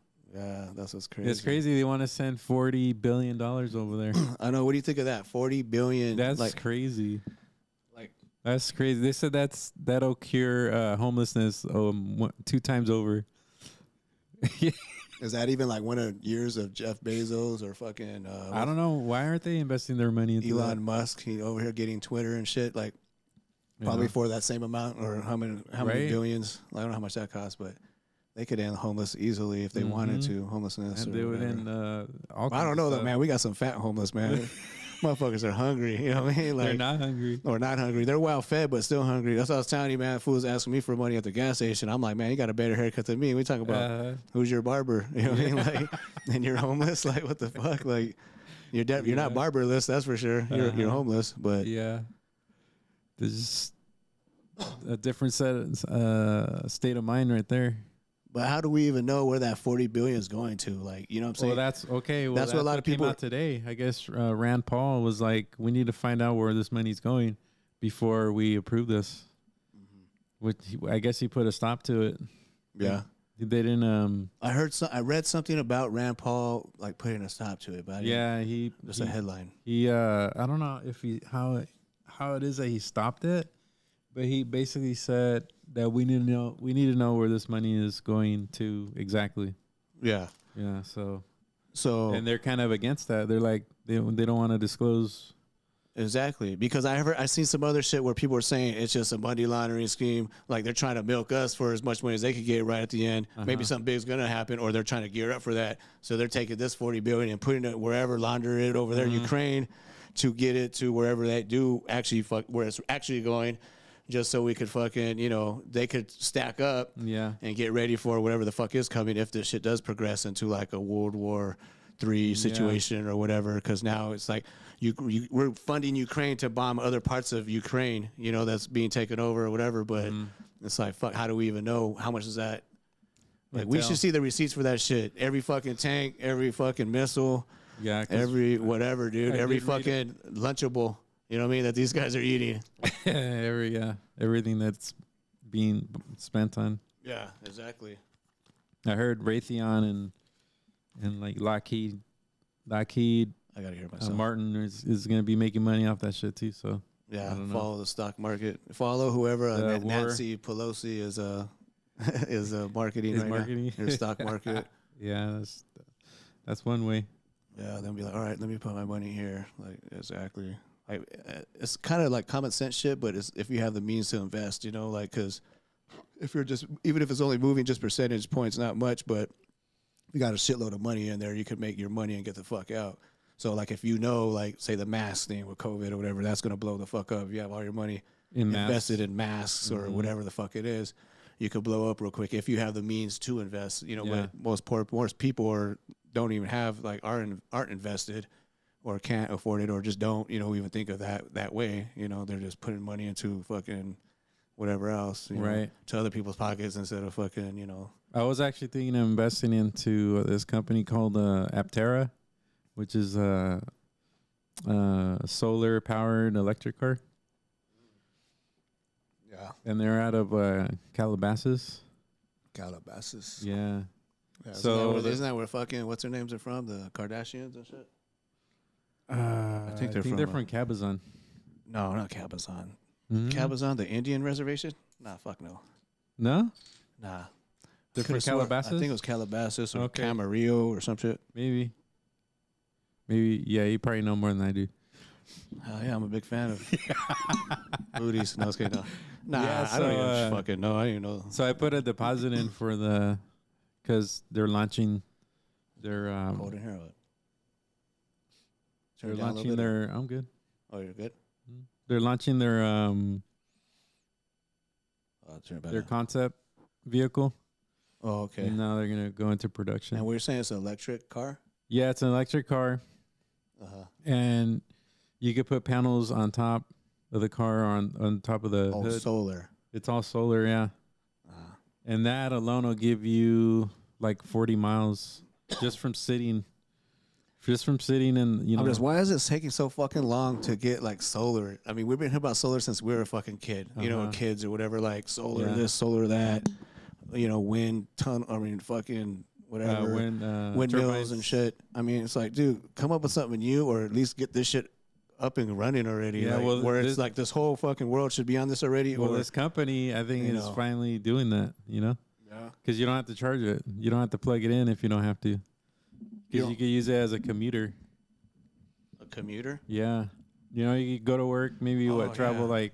S2: that's what's crazy.
S3: It's crazy. They want to send forty billion dollars over there.
S2: I know. What do you think of that? 40 billion.
S3: That's
S2: like,
S3: crazy.
S2: like,
S3: That's crazy. They said that's that'll cure uh, homelessness um, one, two times over.
S2: is that even like one of years of Jeff Bezos or fucking uh,
S3: I don't know why aren't they investing their money into
S2: Elon
S3: that?
S2: Musk? He over here getting Twitter and shit. Like, probably
S3: Yeah.
S2: for that same amount or how many how
S3: Right.
S2: many billions. I don't know how much that costs, but they could end homeless easily if they wanted
S3: Mhm.
S2: to. Homelessness.
S3: And
S2: or
S3: they would
S2: whatever.
S3: end, uh, all
S2: I
S3: kinds
S2: don't
S3: of
S2: know though,
S3: stuff.
S2: man. We got some fat homeless man. Motherfuckers are hungry. You know what I mean? Like,
S3: They're not hungry.
S2: or not hungry. They're well fed, but still hungry. That's what I was telling you, man. Fools asking me for money at the gas station. I'm like, man, you got a better haircut than me. We talking about
S3: Uh,
S2: who's your barber? You know what I mean? Like, and you're homeless. Like, what the fuck? Like, you're de- you're not
S3: Yeah.
S2: barberless. That's for sure. You're you're
S3: Uh-huh.
S2: homeless, but
S3: yeah, there's just a different set of, uh, state of mind right there.
S2: but how do we even know where that forty billion is going to? Like, you know what I'm saying?
S3: Well, that's okay. Well,
S2: That's what a lot of
S3: came
S2: people-
S3: out today. I guess uh, Rand Paul was like, "We need to find out where this money's going before we approve this."
S2: Mm-hmm.
S3: Which he, I guess he put a stop to it.
S2: yeah.
S3: They didn't. Um,
S2: I heard some, I read something about Rand Paul like putting a stop to it, but I didn't-
S3: yeah, he
S2: just
S3: he,
S2: a headline.
S3: he, uh, I don't know if he how it- how it is that he stopped it, but he basically said that we need to know we need to know where this money is going to exactly.
S2: Yeah.
S3: Yeah. So
S2: So
S3: and they're kind of against that. They're like they they don't want to disclose.
S2: exactly because I heard I seen some other shit where people are saying it's just a money laundering scheme. Like they're trying to milk us for as much money as they could get right at the end. Maybe something big's gonna happen, or they're trying to gear up for that. So they're taking this forty billion and putting it wherever, launder it over there, in Ukraine, to get it to wherever they do actually fuck where it's actually going, just so we could fucking you know they could stack up.
S3: Yeah.
S2: and get ready for whatever the fuck is coming if this shit does progress into like a World War Three situation or whatever. Because now it's like you, you we're funding Ukraine to bomb other parts of Ukraine, you know, that's being taken over or whatever. But
S3: Mm-hmm.
S2: it's like fuck, how do we even know how much is that? Like we
S3: tell.
S2: should see the receipts for that shit. Every fucking tank, every fucking missile,
S3: Yeah. 'cause-
S2: every whatever, dude.
S3: I
S2: every
S3: did read
S2: fucking lunchable. You know what I mean? That these guys are eating.
S3: every yeah, everything that's being b- spent on.
S2: Yeah, exactly.
S3: I heard Raytheon and and like Lockheed, Lockheed
S2: I gotta hear
S3: uh,
S2: myself.
S3: Martin is, is gonna be making money off that shit too. So I
S2: yeah,
S3: don't know.
S2: follow the stock market. Follow whoever uh,
S3: The
S2: Na-
S3: war.
S2: Nancy Pelosi is uh is uh, marketing
S3: Is
S2: right
S3: marketing.
S2: now. Your stock market.
S3: yeah, that's that's one way.
S2: Yeah, then be like, all right, let me put my money here. Like exactly. Like uh, it's kind of like common sense shit, but it's if you have the means to invest, you know, like because if you're just even if it's only moving just percentage points, not much, but you got a shitload of money in there, you could make your money and get the fuck out. So like if you know, like say the mask thing with COVID or whatever, that's gonna blow the fuck up. You have all your money
S3: In mass.
S2: invested in masks or
S3: Mhm.
S2: whatever the fuck it is, you could blow up real quick if you have the means to invest. You know,
S3: Yeah.
S2: but most poor, most people are don't even have like aren't aren't invested, or can't afford it, or just don't you know even think of that that way. You know, they're just putting money into fucking whatever else, you know,
S3: Right.
S2: to other people's pockets instead of fucking you know.
S3: I was actually thinking of investing into this company called uh, Aptera, which is a, a solar powered electric car,
S2: Yeah,
S3: and they're out of uh, Calabasas.
S2: Calabasas.
S3: Yeah,
S2: so isn't that,
S3: So
S2: where,
S3: the-
S2: isn't that where fucking what's their names are from? The Kardashians and shit.
S3: uh, I
S2: think they're
S3: they're
S2: from, uh,
S3: from Cabazon.
S2: No, not Cabazon.
S3: Mhm.
S2: Cabazon, the Indian reservation. Nah, fuck no.
S3: no,
S2: Nah. I
S3: They're from
S2: could've swore-
S3: Calabasas?
S2: I think it was Calabasas or
S3: Okay.
S2: Camarillo or some shit.
S3: maybe, maybe. Yeah, you probably know more than I do.
S2: Oh, yeah, I'm a big fan of booties. No, I was kidding. No. Nah,
S3: Yeah,
S2: I don't
S3: so,
S2: even
S3: uh,
S2: fucking know. I don't even know.
S3: So I put a deposit in for the because they're launching their
S2: Cold
S3: um,
S2: in here. What? Turn it down a
S3: they're
S2: little
S3: launching
S2: bit.
S3: their. I'm good.
S2: Oh, you're good.
S3: They're launching their um
S2: Oh, turn it back.
S3: their
S2: on.
S3: concept vehicle.
S2: oh, okay.
S3: And now they're gonna go into production.
S2: And we were saying it's an electric car.
S3: yeah, it's an electric car,
S2: Uh huh.
S3: and you could put panels on top of the car on on top of the
S2: Oh,
S3: hood.
S2: solar.
S3: it's all solar, yeah.
S2: Ah.
S3: And that alone will give you like 40 miles just from sitting, just from sitting and you know. uh,
S2: I'm just. Why is it taking so fucking long to get like solar? I mean, we've been hearing about solar since we were a fucking kid. You know,
S3: Uh-huh.
S2: kids or whatever, like solar
S3: Yeah.
S2: this, solar that. You know, wind ton. I mean, fucking
S3: uh,
S2: whatever.
S3: wind, uh,
S2: windmills
S3: turbines.
S2: and shit. I mean, it's like, dude, come up with something new, or at least get this shit up and running already.
S3: Yeah,
S2: like,
S3: well,
S2: where
S3: this-
S2: it's like this whole fucking world should be on this already.
S3: Well,
S2: or
S3: this company, I think,
S2: you
S3: is
S2: know.
S3: finally doing that. You know,
S2: yeah.
S3: because you don't have to charge it. You don't have to plug it in if you don't have to. Because
S2: don't-
S3: you could use it as a commuter.
S2: a commuter.
S3: Yeah. You know, you could go to work, maybe
S2: Oh,
S3: what travel
S2: yeah.
S3: like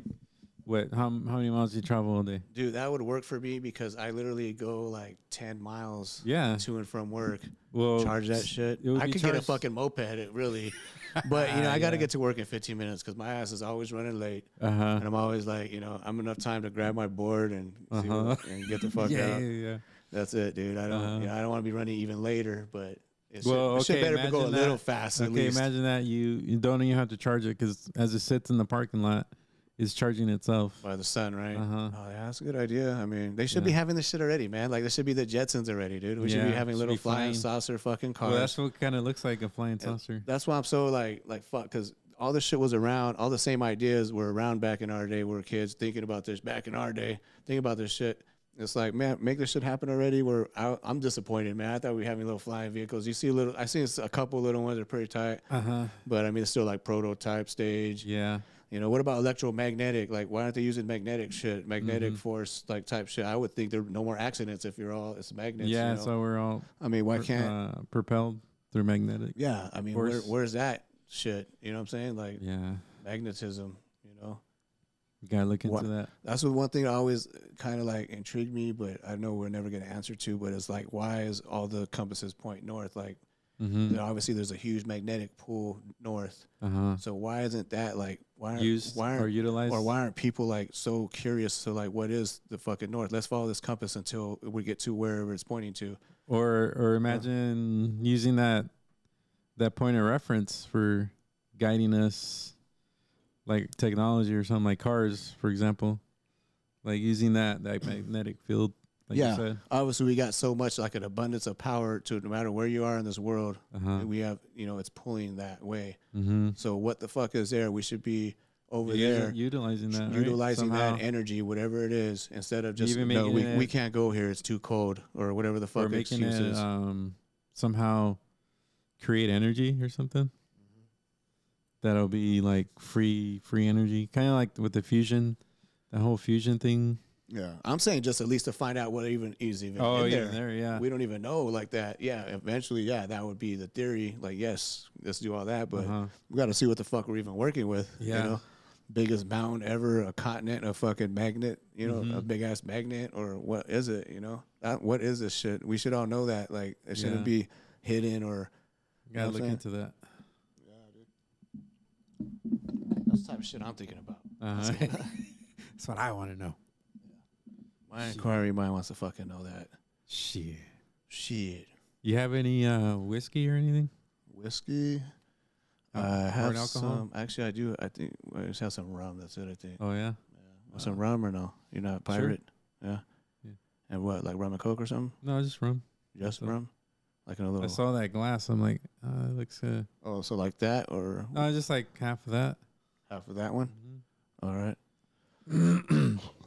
S3: what how how many miles do you travel a day?
S2: Dude, that would work for me because I literally go like ten miles
S3: Yeah.
S2: to and from work.
S3: Well
S2: charge that shit.
S3: it would
S2: I
S3: be
S2: could get a
S3: charged-
S2: fucking moped, it really. But you know, I got to
S3: Yeah.
S2: get to work in 15 minutes because my ass is always running late,
S3: Uh huh.
S2: and I'm always like, you know, I'm enough time to grab my board and see
S3: Uh-huh.
S2: what- and get the fuck
S3: yeah,
S2: out.
S3: yeah, yeah.
S2: That's it, dude. I don't,
S3: Uh-huh.
S2: you know, I don't want to be running even later, but it's
S3: Well,
S2: it should
S3: okay,
S2: better be go a
S3: imagine
S2: little
S3: that.
S2: fast at
S3: Okay,
S2: least.
S3: imagine that you, you don't even have to charge it because as it sits in the parking lot, it's charging itself.
S2: By the sun, right?
S3: Uh-huh.
S2: Oh yeah, that's a good idea. I mean, they should be
S3: Yeah.
S2: having this shit already, man. Like, this should be the Jetsons already, dude. We should
S3: Yeah,
S2: be having
S3: should
S2: little
S3: be
S2: flying
S3: flying.
S2: saucer fucking cars.
S3: Well, that's what kind of looks like a flying
S2: And
S3: saucer.
S2: That's why I'm so like like fuck because all this shit was around. All the same ideas were around back in our day. We were kids thinking about this back in our day. Thinking about this shit. It's like man, make this shit happen already. We're I, I'm disappointed, man. I thought we were having little flying vehicles. You see little. I seen a couple little ones that are pretty tight,
S3: Uh huh.
S2: but I mean it's still like prototype stage.
S3: Yeah.
S2: You know what about electromagnetic? Like why aren't they using magnetic shit, magnetic
S3: Mm-hmm.
S2: force like type shit? I would think there no more accidents if you're all it's magnets.
S3: yeah.
S2: you know?
S3: So we're all
S2: I mean why can't
S3: uh, propelled through magnetic.
S2: yeah, I mean, where,
S3: Force.
S2: where's that shit? You know what I'm saying? Like
S3: Yeah.
S2: magnetism, you know?
S3: You gotta look into
S2: What-
S3: that.
S2: That's the one thing that always kind of like intrigued me, but I know we're never going to answer to, but it's like, why is all the compasses point north? Like,
S3: Mm-hmm.
S2: there- obviously there's a huge magnetic pull north.
S3: Uh huh.
S2: So why isn't that like, why aren't,
S3: Used
S2: why
S3: or
S2: aren't,
S3: utilized.
S2: or why aren't people like so curious to like, what is the fucking north? Let's follow this compass until we get to wherever it's pointing to.
S3: or or imagine using that that point of reference for guiding us like technology or something like cars for example like using that that magnetic field like
S2: Yeah.
S3: you said
S2: Obviously, we got so much like an abundance of power to no matter where you are in this world,
S3: uh-huh
S2: we have you know it's pulling that way
S3: mm-hmm.
S2: so what the fuck is there we should be over there
S3: utilizing that right?
S2: utilizing
S3: Somehow.
S2: that energy whatever it is instead of just
S3: Even
S2: no
S3: making
S2: we,
S3: it-
S2: we can't go here it's too cold or whatever the
S3: or
S2: fuck
S3: making
S2: excuse
S3: it
S2: is
S3: um somehow create energy or something
S2: Mm-hmm.
S3: that'll be like free free energy, kind of like with the fusion, that whole fusion thing.
S2: Yeah, I'm saying just at least to find out what even is even
S3: Oh
S2: in
S3: yeah,
S2: there.
S3: there, yeah.
S2: We don't even know like that. Yeah, eventually, yeah, that would be the theory. Like, yes, let's do all that, but
S3: Uh-huh.
S2: we got to see what the fuck we're even working with.
S3: Yeah.
S2: You know? Biggest mound ever, a continent, a fucking magnet, you know,
S3: Mm-hmm.
S2: a big ass magnet, or what is it, you know? Uh, what is this shit? We should all know that. Like, it shouldn't
S3: Yeah.
S2: be hidden or what
S3: Gotta
S2: I'm
S3: look
S2: saying?
S3: into that.
S2: that's the type of shit I'm thinking about.
S3: Uh-huh. That's what I want to know.
S2: My inquiry mind wants to fucking know that.
S3: Shit.
S2: Shit.
S3: You have any uh, whiskey or anything?
S2: Whiskey. I
S3: Hard
S2: have
S3: Uh, alcohol?
S2: some. Actually, I do. I think I just have some rum. That's it, I think.
S3: Oh yeah.
S2: Some rum or no? You're not a pirate? Yeah.
S3: Yeah.
S2: And what, like rum and coke or something?
S3: No, just rum.
S2: Just
S3: So-
S2: rum? Like in a little.
S3: I saw that glass. I'm like, uh, it looks. Uh,
S2: oh, so like that or
S3: no, just like half of that.
S2: half of that one?
S3: mm-hmm.
S2: All right.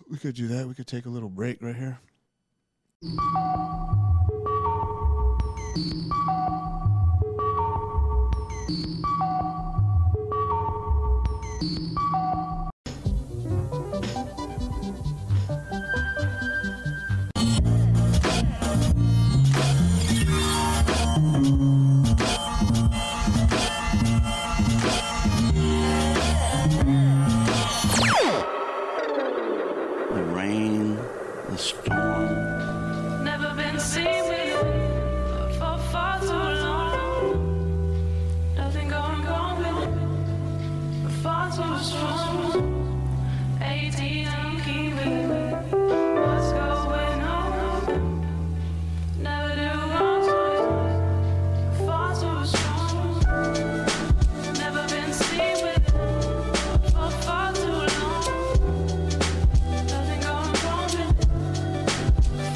S2: we could do that. We could take a little break right here.
S4: the rain, the storm.
S5: Never been seen with for far too long. Nothing going on, but far too strong. 18 and keeping what's going on. Never do wrong, but far too strong. Never been seen with for far too long. Nothing going on, but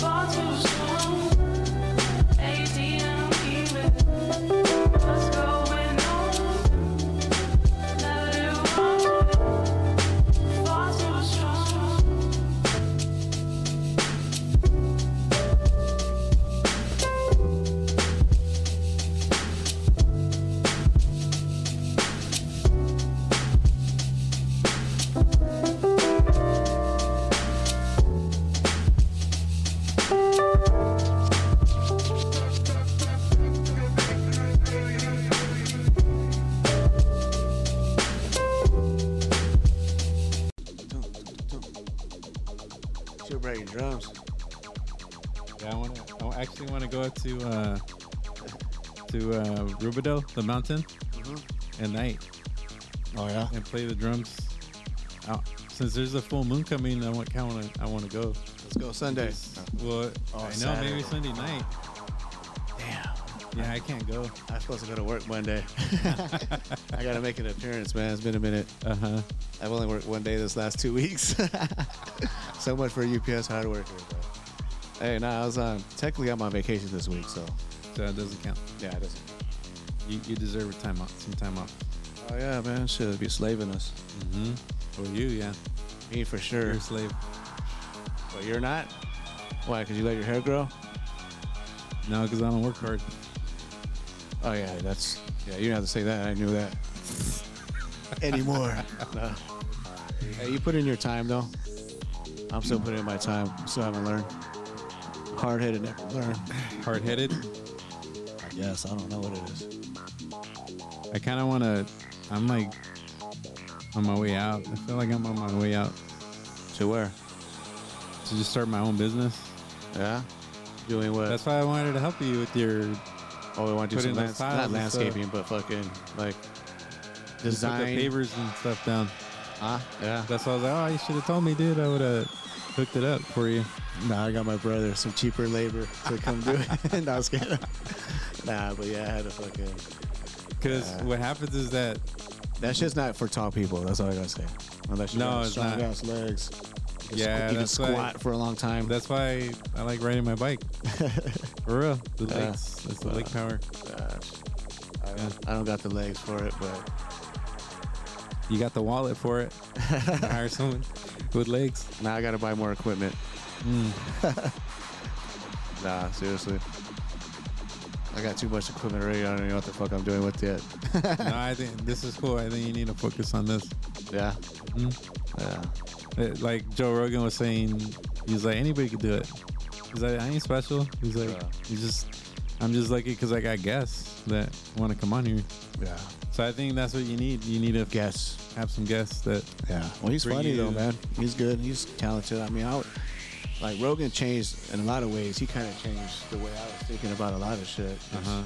S5: Far too strong. 18 and even. What's going on? Never do wrong. Far too strong.
S2: Still breaking drums.
S3: Yeah, I want to. I actually want to go up to uh, to uh, Rubido, the mountain,
S2: Mm-hmm.
S3: at night
S2: Oh, yeah?
S3: and play the drums. Out. Since there's a full moon coming, I want kind of I want to go.
S2: Let's go Sunday. Oh,
S3: Well, I know
S2: Saturday.
S3: maybe Sunday night.
S2: Damn.
S3: Yeah, I can't go.
S2: I'm supposed to go to work one day. I got to make an appearance, man. It's been a minute.
S3: Uh huh.
S2: I've only worked one day this last two weeks. so much for a UPS hard worker, bro. Hey, nah, I was on. Technically, I'm on vacation this week, so
S3: So it doesn't count.
S2: yeah, it doesn't.
S3: You, you deserve a time off. Some time off.
S2: Oh yeah, man, should be slaving us.
S3: Mm-hmm.
S2: Oh,
S3: For you, yeah.
S2: Me for sure.
S3: You're a slave.
S2: But you're not. Why? Cause you let your hair grow?
S3: No, because I don't work hard.
S2: Oh yeah, that's yeah. You didn't have to say that. I knew that. Anymore. no. Hey, you put in your time though. I'm still putting in my time. Still haven't learned. Hard headed, never learn.
S3: Hard headed.
S2: I guess I don't know what it is.
S3: I kind of want to. I'm like on my way out. I feel like I'm on my way out
S2: To where?
S3: to just start my own business.
S2: Yeah. Doing what?
S3: That's why I wanted to help you with your
S2: Oh, we want to do
S3: Put
S2: some
S3: in those
S2: lands-
S3: tiles
S2: not
S3: and stuff.
S2: landscaping, but fucking like
S3: put
S2: design.
S3: the pavers and stuff down.
S2: Huh? Yeah.
S3: That's why I was like, oh, you should have told me, dude. I would have hooked it up for you.
S2: Nah, I got my brother some cheaper labor to come do it. nah, I was kidding. Nah, but yeah, I had to fucking.
S3: Because
S2: Yeah.
S3: what happens is that
S2: That shit's not for tall people. That's all I gotta say. Unless you
S3: No,
S2: got
S3: it's
S2: strong
S3: not.
S2: ass legs. You can
S3: Yeah,
S2: squ- you can
S3: that's why-
S2: squat for a long time.
S3: that's why I like riding my bike. for real, the legs. That's the leg power.
S2: I, don't, I don't got the legs for it, but
S3: You got the wallet for it. hire someone with legs.
S2: now I gotta buy more
S3: Hmm.
S2: equipment. nah, seriously. I got too much equipment already. I don't know what the fuck I'm doing with it.
S3: no, I think this is cool. I think you need to focus on this.
S2: yeah.
S3: Mhm.
S2: Yeah.
S3: Uh, Like Joe Rogan was saying, he's like anybody could do it. He's like I ain't special. He's like
S2: Yeah.
S3: you just I'm just lucky because I got guests that want to come on here.
S2: Yeah.
S3: So I think that's what you need. You need to
S2: Guess.
S3: have some guests that
S2: Yeah. Well, he's
S3: Bring
S2: funny though,
S3: you-
S2: man. He's good. He's talented. I mean, I would, like Rogan changed in a lot of ways. He kind of changed the way I was thinking about a lot of shit. Just,
S3: Uh-huh.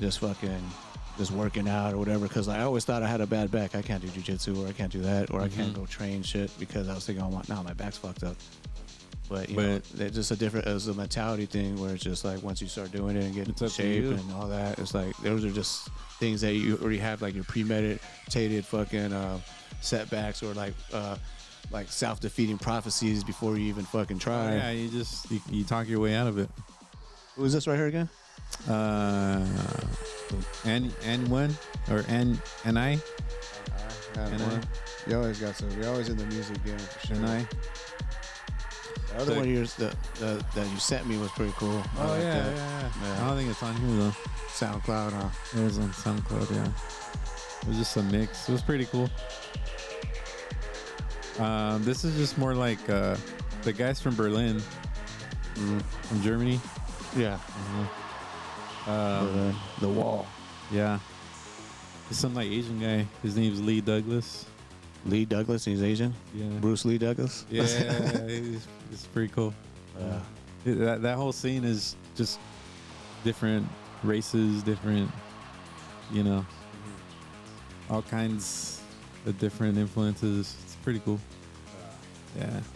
S2: just fucking, just working out or whatever. Because I always thought I had a bad back. I can't do jujitsu or I can't do that or I can't
S3: Mm-hmm.
S2: go train shit because I was thinking, oh my, now my back's fucked up. But you know,
S3: But-
S2: it's just a different. It was a mentality thing where it's just like once you start doing it and getting
S3: It's
S2: in
S3: up to
S2: shape
S3: you.
S2: and all that, it's like those are just things that you already have like your premeditated fucking uh, setbacks or like uh, like self defeating prophecies before you even fucking try.
S3: Oh, yeah you just you, you talk your way out of it.
S2: Who is this right here again?
S3: Uh, and and one or and and I And I.
S2: You always got some. You're always in the music game. For sure.
S3: and I.
S2: The other
S3: So-
S2: one of yours that that that you sent me was pretty cool. I
S3: Oh
S2: like
S3: yeah,
S2: that.
S3: yeah, yeah.
S2: Yeah.
S3: I don't think it's on here though.
S2: SoundCloud, huh?
S3: It was on SoundCloud, yeah. It was just a mix. It was pretty cool. Um, this is just more like uh, the guys from Berlin, from Germany.
S2: Yeah. The-
S3: Um,
S2: Mm-hmm. the wall.
S3: yeah. There's some like Asian guy. His name's Lee Douglas.
S2: Lee Douglas, he's Asian.
S3: Yeah.
S2: Bruce Lee Douglas.
S3: Yeah, it's, it's pretty cool.
S2: Yeah.
S3: It- that, that whole scene is just different races, different, you know,
S2: Mm-hmm.
S3: all kinds of different influences. It's pretty cool. Yeah.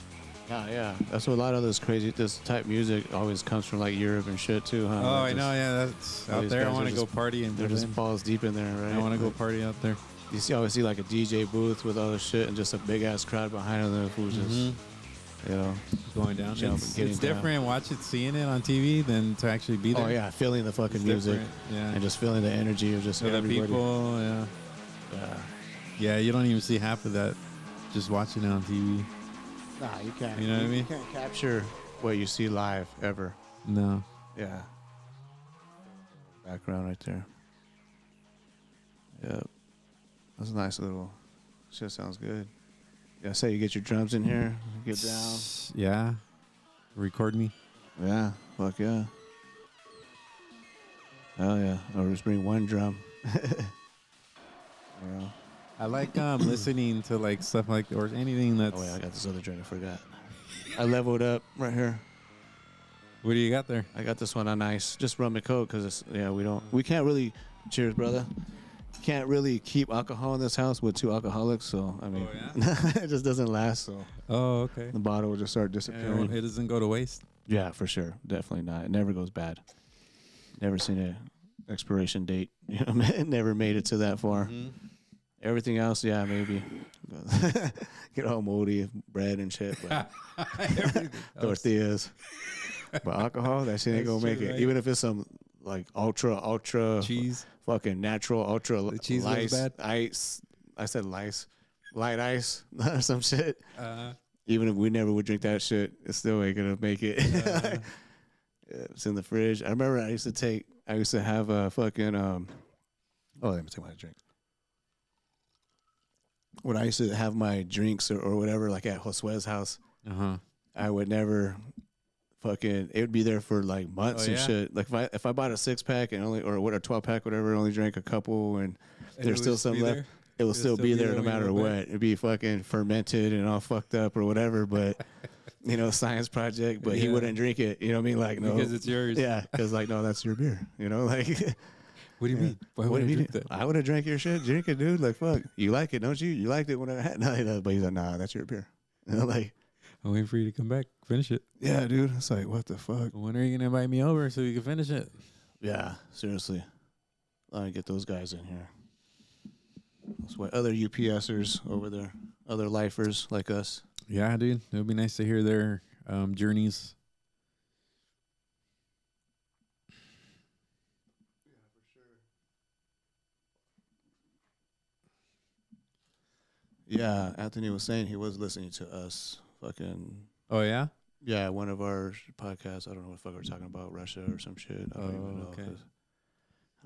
S2: Yeah, yeah. That's what a lot of this crazy, this type music always comes from like Europe and shit too, huh?
S3: Oh,
S2: Like,
S3: I
S2: just-
S3: know. Yeah, that's
S2: all
S3: out
S2: these
S3: there. I
S2: guys are
S3: want to go
S2: just-
S3: party in
S2: They're just
S3: Berlin.
S2: balls deep in there, right?
S3: I want to go
S2: Like,
S3: party out there.
S2: You see, always see like a DJ booth with all this shit and just a big ass crowd behind them who's
S3: Mhm.
S2: just, you know.
S3: Going down.
S2: Jump
S3: It's,
S2: and getting
S3: it's
S2: down.
S3: different. Watch it, seeing it on TV, than to actually be there.
S2: Oh yeah, feeling the
S3: It's
S2: fucking music
S3: different. Yeah.
S2: and just feeling the energy of just
S3: So the
S2: everybody.
S3: people. Yeah.
S2: Yeah.
S3: Yeah. You don't even see half of that. Just watching it on TV.
S2: Nah, you can't.
S3: You know what I mean?
S2: You can't capture what you see live ever.
S3: No.
S2: Yeah. Background right there. Yep. That's a nice little. Shit sounds good. Yeah, say you get your drums in here, get down.
S3: Yeah. Record me.
S2: Yeah, fuck yeah. Hell yeah. Or just bring one drum. you know?
S3: I like um listening to like stuff like or anything that's.
S2: Oh, wait, I got this other joint I forgot. I leveled up right here.
S3: What do you got there?
S2: I got this one on ice. Just rum and coke because it's yeah we don't we can't really cheers brother. Can't really keep alcohol in this house with two alcoholics, so I mean it just doesn't last. So
S3: Oh, okay.
S2: the bottle will just start
S3: Yeah,
S2: disappearing. Yeah,
S3: It doesn't go to waste.
S2: for sure, definitely not. It never goes bad. Never seen a expiration date. You know, it never made it to that far. Everything else, yeah, maybe get all moldy, bread and shit, but tortillas. But alcohol, that shit ain't
S3: That's
S2: gonna make
S3: true,
S2: it.
S3: right?
S2: Even if it's some like ultra, ultra
S3: Cheese.
S2: fucking natural, ultra li-
S3: cheese was
S2: lice,
S3: bad?
S2: ice. I said lice, light ice, or some shit.
S3: Uh,
S2: Even if we never would drink that shit, it still ain't gonna make it.
S3: Uh-huh.
S2: Yeah, it's in the fridge. I remember I used to take, I used to have a fucking, um, oh, let me take my drink. When I used to have my drinks or, or whatever, like at Josue's house,
S3: huh.
S2: I would never fucking it would be there for like months
S3: Oh,
S2: and
S3: yeah?
S2: shit. Like if I if I bought a six pack and only or what a twelve pack whatever and only drank a couple and,
S3: And
S2: there's
S3: it
S2: still
S3: would
S2: some
S3: be
S2: left,
S3: there?
S2: it will
S3: It'll
S2: still, be there, no
S3: when you
S2: matter
S3: go
S2: what.
S3: back?
S2: It'd be fucking fermented and all fucked up or whatever, but you know, science project, but he
S3: Yeah.
S2: wouldn't drink it. You know what I mean? Like no
S3: Because it's yours.
S2: Yeah, because like no, that's your beer. You know, like
S3: What do you mean? Why
S2: What
S3: would I
S2: do you
S3: drink
S2: mean?
S3: that?
S2: I would have drank your shit. Drink it, dude. Like, fuck. You like it, don't you? You liked it when I had. No, he does. But he's like, nah, that's your beer. You know, like,
S3: I'm waiting for you to come back. Finish it.
S2: yeah, dude. It's like, what the fuck?
S3: When are you gonna invite me over so we can finish it?
S2: Yeah, seriously. I get those guys in here. That's why other UPSers over there, other lifers like us.
S3: Yeah, dude. It would be nice to hear their um, journeys.
S2: Yeah, Anthony was saying he was listening to us. Fucking
S3: Oh yeah.
S2: yeah, one of our podcasts. I don't know what the fuck we're talking about, Russia or some shit. I don't even
S3: Oh,
S2: know.
S3: okay.
S2: 'cause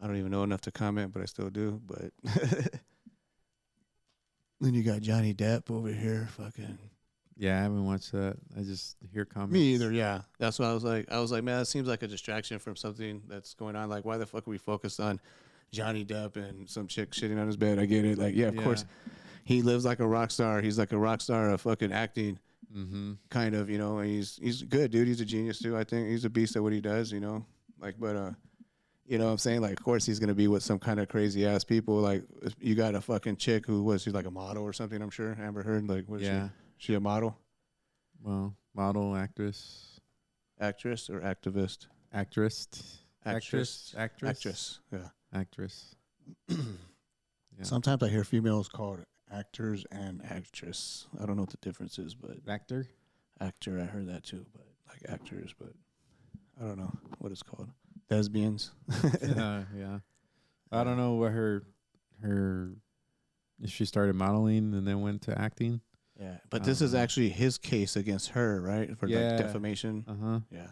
S2: I don't even know enough to comment, but I still do. But then you got Johnny Depp over here, fucking
S3: Yeah, I haven't watched that. I just hear comments.
S2: me either. Yeah, that's why I was like, I was like, man, that seems like a distraction from something that's going on. Like, why the fuck are we focused on Johnny Depp and some chick shitting on his bed? I get it. Like, yeah, of course, he lives like a rock star. He's like a rock star of fucking acting.
S3: Mm-hmm.
S2: kind of, you know, and he's he's good, dude. He's a genius too. I think he's a beast at what he does, you know. Like, but uh, you know, what I'm saying, like, of course he's gonna be with some kind of crazy ass people. Like, if you got a fucking chick who was she's like a model or something. I'm sure Amber Heard. Like, what is
S3: Yeah.
S2: she? She a model,
S3: Well, model, actress,
S2: actress, or activist?
S3: actress,
S2: Actress.
S3: actress,
S2: Actress. Yeah.
S3: actress. Yeah.
S2: Sometimes I hear females called actors and actress. I don't know what the difference is, but
S3: actor.
S2: actor. I heard that too, but like actors, but I don't know what it's called. Lesbians.
S3: uh, yeah, I don't know what her her if she started modeling and then went to acting.
S2: Yeah, but this is
S3: Um,
S2: actually his case against her, right? For
S3: Yeah.
S2: like defamation.
S3: Uh huh.
S2: Yeah.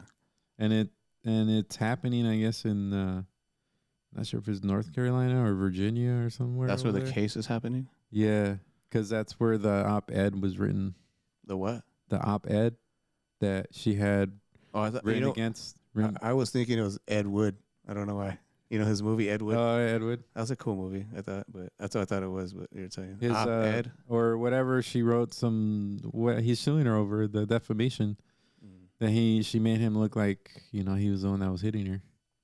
S3: And it and it's happening, I guess, in uh, not sure if it's North Carolina or Virginia or somewhere.
S2: That's where
S3: over
S2: the
S3: there.
S2: case is happening.
S3: Yeah, because that's where the op-ed was written.
S2: The what?
S3: The op-ed that she had
S2: Oh, I thought you
S3: written
S2: know,
S3: against.
S2: I,
S3: Written,
S2: I was thinking it was Ed Wood. I don't know why. You know his movie Ed Wood.
S3: uh, Edward.
S2: that was a cool movie. I thought, but that's what I thought it was. But you're telling Ah,
S3: his uh,
S2: Ed.
S3: or whatever she wrote some what he's suing her over the defamation that he she made him look like you know he was the one that was hitting her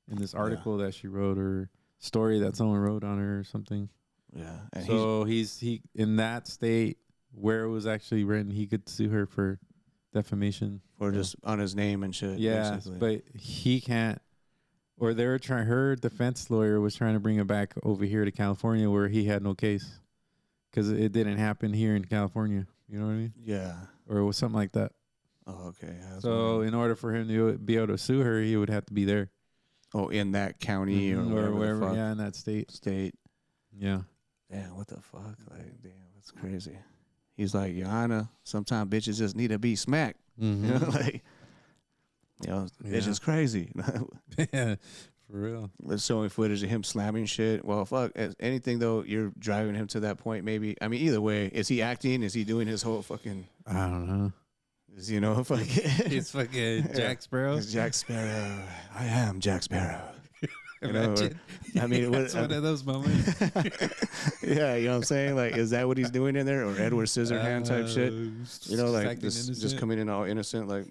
S3: in this article that she wrote or story that someone wrote on her or something
S2: Yeah. And he's,
S3: so he's he in that state where it was actually written he could sue her for defamation
S2: or just on his name and shit.
S3: yeah
S2: basically.
S3: but he can't or they were trying her defense lawyer was trying to bring it back over here to california where he had no case because it didn't happen here in california you know what i mean
S2: yeah.
S3: or it was something like that
S2: Oh, okay. I was
S3: so
S2: wondering.
S3: in order for him to be able to sue her he would have to be there
S2: oh, in that county
S3: Mhm,
S2: or wherever, the fuck,
S3: yeah in that state
S2: state.
S3: yeah
S2: Damn, what the fuck? Like, damn, that's crazy. He's like, Yana, sometimes bitches just need to be smacked. You know, like, you know, it's
S3: Mm-hmm. Yeah.
S2: just crazy.
S3: yeah for real
S2: Let's showing footage of him slamming shit. Well, fuck, as- anything though, you're driving him to that point. Maybe I mean, either way, is he acting? Is he doing his whole fucking?
S3: i don't know
S2: Is you know fucking?
S3: it's fucking jack sparrow
S2: It's Jack Sparrow. I am Jack Sparrow. You know, or- I mean, uh, it
S3: that's
S2: would-
S3: one of those moments
S2: yeah, you know what I'm saying? Like, is that what he's doing in there, or Edward Scissorhand
S3: Uh,
S2: type shit? You know, like this, just coming in all innocent, like,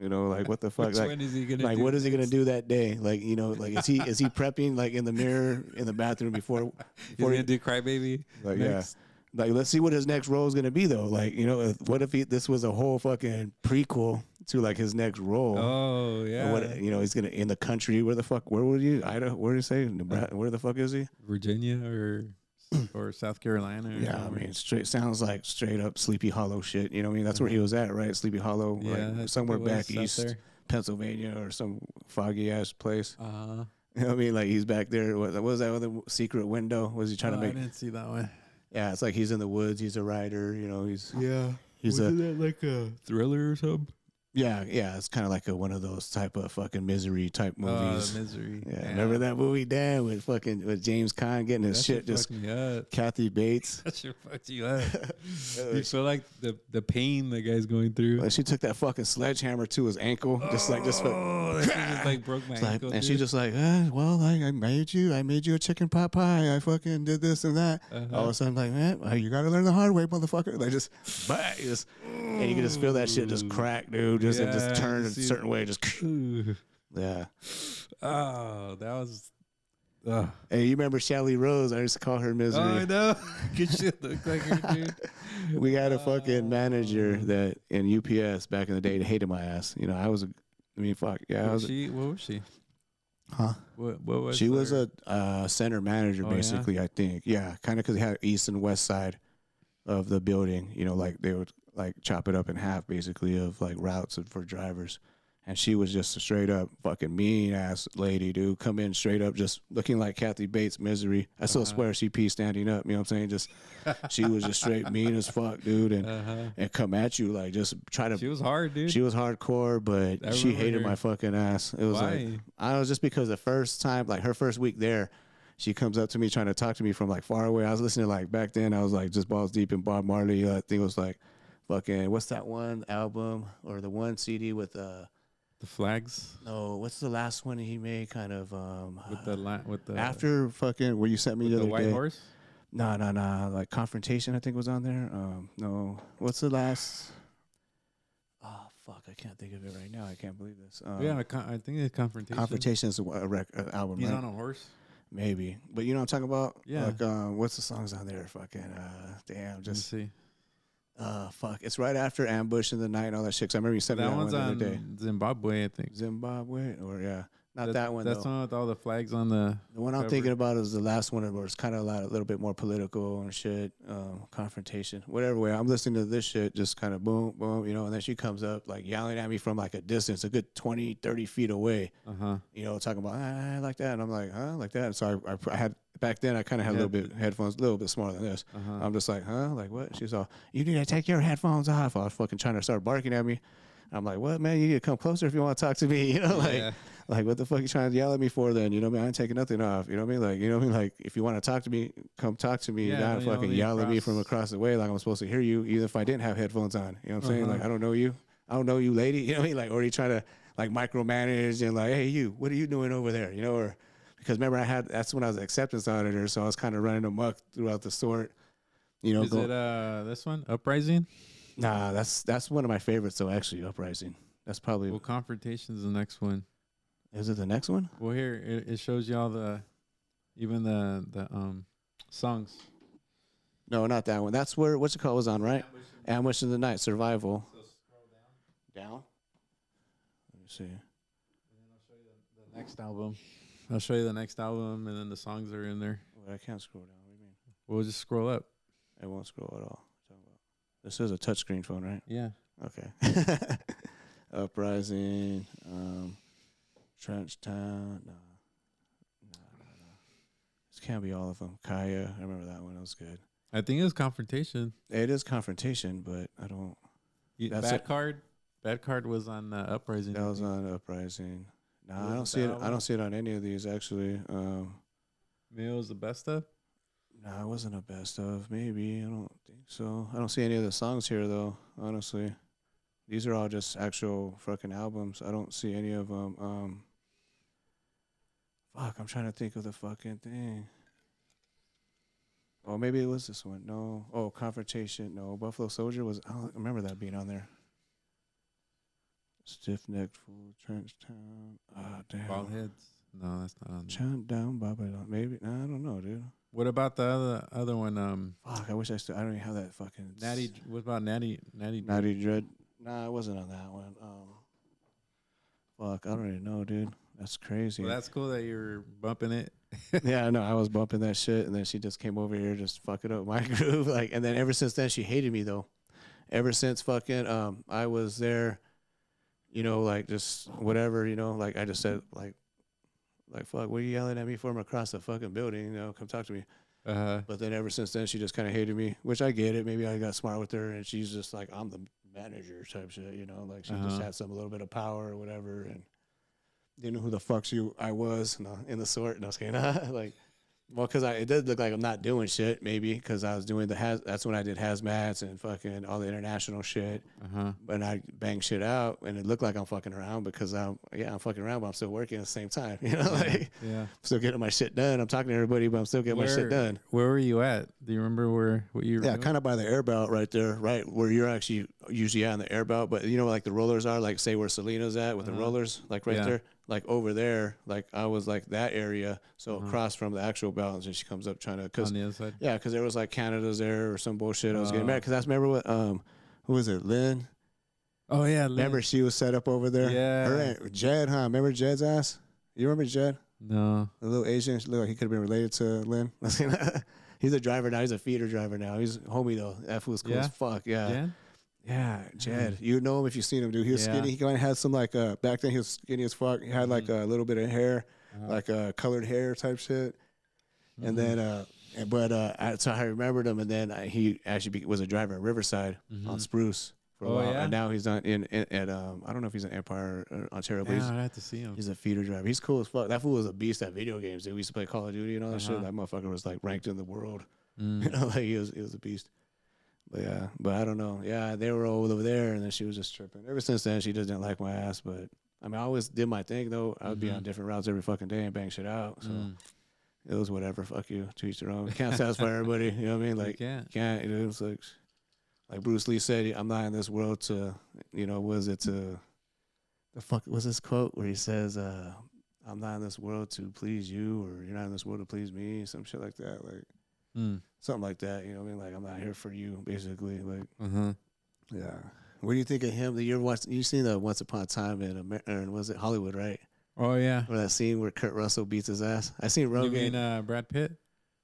S2: you know, like what the fuck? like,
S3: is he gonna
S2: like what is he gonna do that day like you know like is he is he prepping like in the mirror in the bathroom before
S3: He's
S2: before
S3: gonna
S2: he,
S3: do crybaby.
S2: like
S3: next?
S2: yeah like let's see what his next role is gonna be though like you know if, what if he, this was a whole fucking prequel to like his next role
S3: Oh yeah,
S2: And What you know, he's gonna in the country. Where the fuck? Where would you? Idaho. Where do you say? Nebraska. Where the fuck is he?
S3: Virginia or or South Carolina. Or
S2: Yeah, I
S3: somewhere.
S2: mean, straight sounds like straight up Sleepy Hollow shit. You know, what I mean, that's where he was at, right? Sleepy Hollow,
S3: Yeah, I
S2: like,
S3: think it
S2: somewhere
S3: was
S2: back
S3: up
S2: east,
S3: there.
S2: Pennsylvania, or some foggy ass place.
S3: Uh,
S2: You know what I mean? Like he's back there. What, what was that other secret window? Was he trying
S3: oh,
S2: to
S3: I
S2: make?
S3: didn't see that one.
S2: Yeah, it's like he's in the woods. He's a writer. You know, he's
S3: Yeah,
S2: he's a
S3: that like a thriller or something?
S2: yeah yeah. It's kind of like a one of those type of fucking misery type movies.
S3: Oh, misery.
S2: yeah, remember that movie, Dan, with fucking with James Caan getting his
S3: That
S2: shit
S3: shit
S2: just
S3: fucked me up.
S2: Kathy Bates.
S3: That shit fucked you up. you
S2: was-
S3: feel like the the pain the guy's going through.
S2: Like, she took that fucking sledgehammer to his ankle, just like just. Like,
S3: oh, that shit just like broke my
S2: It's like-
S3: ankle.
S2: and she
S3: dude.
S2: just like, eh, well, I, I made you, I made you a chicken pot pie. I fucking did this and that.
S3: Uh-huh.
S2: All of a sudden, like, man, well, you gotta learn the hard way, motherfucker. Like just, but just, and you can just feel that shit just crack, dude. Just it
S3: Yeah,
S2: just turn
S3: you
S2: a
S3: see-
S2: certain way, just
S3: Ooh.
S2: yeah.
S3: Oh, that was. Ugh.
S2: Hey, you remember Shelly Rose? I used to call her misery.
S3: Oh, I know. Good shit look like her, dude.
S2: we had a fucking manager that in UPS back in the day that hated my ass. You know, I was a, I mean, fuck, yeah, I was.
S3: she, what was she?
S2: Huh?
S3: What, what was
S2: She was
S3: her-
S2: a uh, center manager,
S3: Oh, yeah?
S2: basically. I think, yeah, kind of because they had east and west side of the building. You know, like they would like chop it up in half, basically, of like routes and for drivers. and she was just a straight up fucking mean ass lady, dude. Come in straight up, just looking like Kathy Bates misery. I
S3: Uh-huh.
S2: still swear she peed standing up. You know what I'm saying? Just she was just straight mean as fuck, dude, and and come at you like just try to
S3: Uh-huh. She was hard, dude.
S2: she was hardcore, but
S3: I
S2: she
S3: remember
S2: hated
S3: her.
S2: my fucking ass. It was
S3: Why?
S2: like I was just because the first time, like her first week there, she comes up to me trying to talk to me from like far away. I was listening like back then. I was like just balls deep in Bob Marley. Uh, I think it was like fucking what's that one album or the one CD with uh
S3: the flags
S2: no what's the last one he made kind of um
S3: with the la- with the
S2: after fucking where you sent me the
S3: with
S2: other
S3: the white
S2: day.
S3: horse.
S2: No, no, no. Like confrontation, I think was on there. Um, no, what's the last? Oh fuck, I can't think of it right now. I can't believe this. Um,
S3: yeah, con- I think it's confrontation.
S2: confrontation is a, a rec- uh, album,
S3: He's
S2: right?
S3: on a horse.
S2: Maybe, but you know what I'm talking about.
S3: Yeah.
S2: Like, um, what's the songs on there? Fucking, uh, damn,
S3: Let me
S2: just
S3: see.
S2: uh, fuck. It's right after ambush in the night and all that shit. 'cause I remember you sent me
S3: That
S2: that
S3: one's
S2: one the
S3: on
S2: other day.
S3: Zimbabwe, I think.
S2: Zimbabwe, or yeah, not that,
S3: That's-
S2: one.
S3: That's
S2: though.
S3: the one with all the flags on the.
S2: The one I'm
S3: Cover.
S2: thinking about is the last one where it's kind of a, lot, a little bit more political and shit, um, confrontation, whatever way. I'm listening to this shit, just kind of boom, boom, you know, and then she comes up like yelling at me from like a distance, a good 20, 30 feet away,
S3: Uh huh.
S2: you know, talking about, ah, like that. And I'm like, huh, like that. And so I, I, pr- I had, back then, I kind of had a little bit headphones, a little bit smaller than this.
S3: Uh-huh.
S2: I'm just like, huh, like what? She's all, you need to take your headphones off. I was fucking trying to start barking at me. I'm like, what, man? You need to come closer if you want to talk to me. You know, like,
S3: Yeah.
S2: like what the fuck you trying to yell at me for? Then you know what I mean. I ain't taking nothing off. You know what I mean? Like, you know what I mean? Like, if you want to talk to me, come talk to me.
S3: Yeah,
S2: not
S3: you know,
S2: fucking
S3: the
S2: yell at me
S3: across-
S2: from across the way like I'm supposed to hear you, even if I didn't have headphones on. You know what I'm saying? Like,
S3: Uh-huh.
S2: I don't know you. I don't know you, lady. You know what I mean? Like, or you trying to like micromanage and like, hey, you, what are you doing over there? You know, or because remember I had that's when I was an acceptance auditor, so I was kind of running amok throughout the sort. You know,
S3: Is
S2: go-
S3: it uh this one uprising?
S2: nah, that's that's one of my favorites. So actually, uprising. That's probably
S3: Well, confrontation's the next one.
S2: is it the next one?
S3: Well, here it, it shows you all the, even the the um songs.
S2: No, not that one. That's where what's it called was on, right? Ambush in the night, survival. down. Let me see.
S3: The next album. I'll show you the next album, and then the songs are in there.
S2: Wait, I can't scroll down. What do you mean?
S3: We'll just scroll up.
S2: It won't scroll at all. What are you talking about? This is a touchscreen phone, right?
S3: Yeah.
S2: Okay. Uprising. Um, Trench Town. No. No, no, no. This can't be all of them. Kaya. I remember that one. That was good.
S3: I think it was confrontation.
S2: It is confrontation, but I don't.
S3: You-
S2: That's
S3: bad
S2: it.
S3: card. Bad card was on uh, uprising.
S2: That
S3: I
S2: was
S3: think.
S2: on Uprising. No,
S3: Was
S2: I
S3: it
S2: don't see
S3: that
S2: it. I
S3: one?
S2: don't see it on any of these actually. Um,
S3: Maybe it was the best of.
S2: No, it wasn't a best of. Maybe I don't think so. I don't see any of the songs here though. Honestly, these are all just actual fucking albums. I don't see any of them. Um, fuck, I'm trying to think of the fucking thing. Oh, maybe it was this one. No. Oh, confrontation. No, Buffalo Soldier was. I don't remember that being on there. Stiff necked fool, trench town. Ah, damn.
S3: Bald heads. No, that's not on. There.
S2: Chant down Babylon. Maybe. Nah, I don't know, dude.
S3: What about the other other one? Um,
S2: Fuck, I wish I still. I don't even have that fucking s-
S3: Natty. Dr- What about Natty? Natty. Dr-
S2: Natty Dread. Nah, I wasn't on that one. Um, fuck, I don't even know, dude. That's crazy.
S3: Well, that's cool that you're bumping it.
S2: yeah, I know. I was bumping that shit, and then she just came over here, just fucking up my groove. Like, and then ever since then, she hated me though. Ever since fucking, um, I was there, you know, like just whatever, you know, like I just said, like, like fuck, what are you yelling at me for? I'm across the fucking building, you know, come talk to me.
S3: Uh,
S2: But then ever since then, she just kind of hated me, which I get it. Maybe I got smart with her, and she's just like, I'm the manager type shit, you know, like she just
S3: Uh-huh.
S2: had some little bit of power or whatever, and didn't know who the fuck she I was no, in the sort. And I was kidding. like, well, because I it does look like I'm not doing shit, maybe because I was doing the haz- that's when I did hazmats and fucking all the international shit,
S3: uh huh.
S2: and I bang shit out, and it looked like I'm fucking around because I'm yeah I'm fucking around, but I'm still working at the same time, you know, like
S3: Yeah.
S2: still getting my shit done. I'm talking to everybody, but I'm still getting my shit done.
S3: Where were you at? Do you remember where what you? Were
S2: Yeah, kind of by the air belt right there, right where you're actually usually on the air belt. But you know, like the rollers are, like say where Selena's at with the rollers, like right
S3: Uh-huh. Yeah.
S2: there, like over there, like I was like that area. So across from the actual balance, and she comes up trying to, cause
S3: Uh-huh. on the other side.
S2: yeah, cause there was like Canada's there or some bullshit. I was getting
S3: Uh.
S2: mad cause that's remember what um who was it Lynn?
S3: Oh yeah. Lynn.
S2: Remember she was set up over there. her
S3: Yeah.
S2: aunt, Jed, huh? Remember Jed's ass? You remember Jed?
S3: No.
S2: The little Asian, look, he could have been related to Lynn. he's a driver now. He's a feeder driver now. He's homie though. That fool's cool
S3: Yeah?
S2: as fuck. Yeah.
S3: Jan.
S2: Yeah, Jed. You know him if you've seen him, dude. He was
S3: Yeah.
S2: skinny. He kind of had some like uh back then he was skinny as fuck. He had like
S3: Mm-hmm.
S2: a little bit of hair,
S3: Uh-huh.
S2: like uh, colored hair type shit.
S3: Mm-hmm.
S2: And then, uh, and- but uh, I, so I remembered him. And then I, he actually be, was a driver at Riverside on Spruce for a
S3: Mm-hmm. Oh,
S2: while.
S3: yeah?
S2: And now he's on in, in at um I don't know if he's an Empire or Ontario, but
S3: Yeah,
S2: he's,
S3: I'd have to see him.
S2: he's a feeder driver. He's cool as fuck. That fool was a beast at video games. Dude. We used to play Call of Duty and all that shit.
S3: Uh-huh.
S2: That motherfucker was like ranked in the world.
S3: Mm.
S2: You know, like he was, he was a beast. But yeah, but I don't know. Yeah, they were all over there, and then she was just tripping. Ever since then, she just didn't like my ass. But I mean, I always did my thing though. I would be on different routes every fucking day and bang shit out. So
S3: Mm-hmm. Mm.
S2: it was whatever. Fuck you. To each their own. Can't satisfy everybody. You know what I mean?
S3: You
S2: Like
S3: can't.
S2: can't. You know, it's like like Bruce Lee said, I'm not in this world to you know. Was it to the fuck was this quote where he says, uh, "I'm not in this world to please you," or "You're not in this world to please me," some shit like that. Like
S3: Mm.
S2: something like that. You know what I mean? Like I'm not here for you, basically. Like
S3: Uh-huh.
S2: yeah. What do you think of him? That you ever watched? You seen the Once Upon a Time in America? Was it Hollywood? Right?
S3: Oh yeah.
S2: Or that scene where Kurt Russell beats his ass? I seen
S3: You
S2: Rogan.
S3: mean uh, Brad Pitt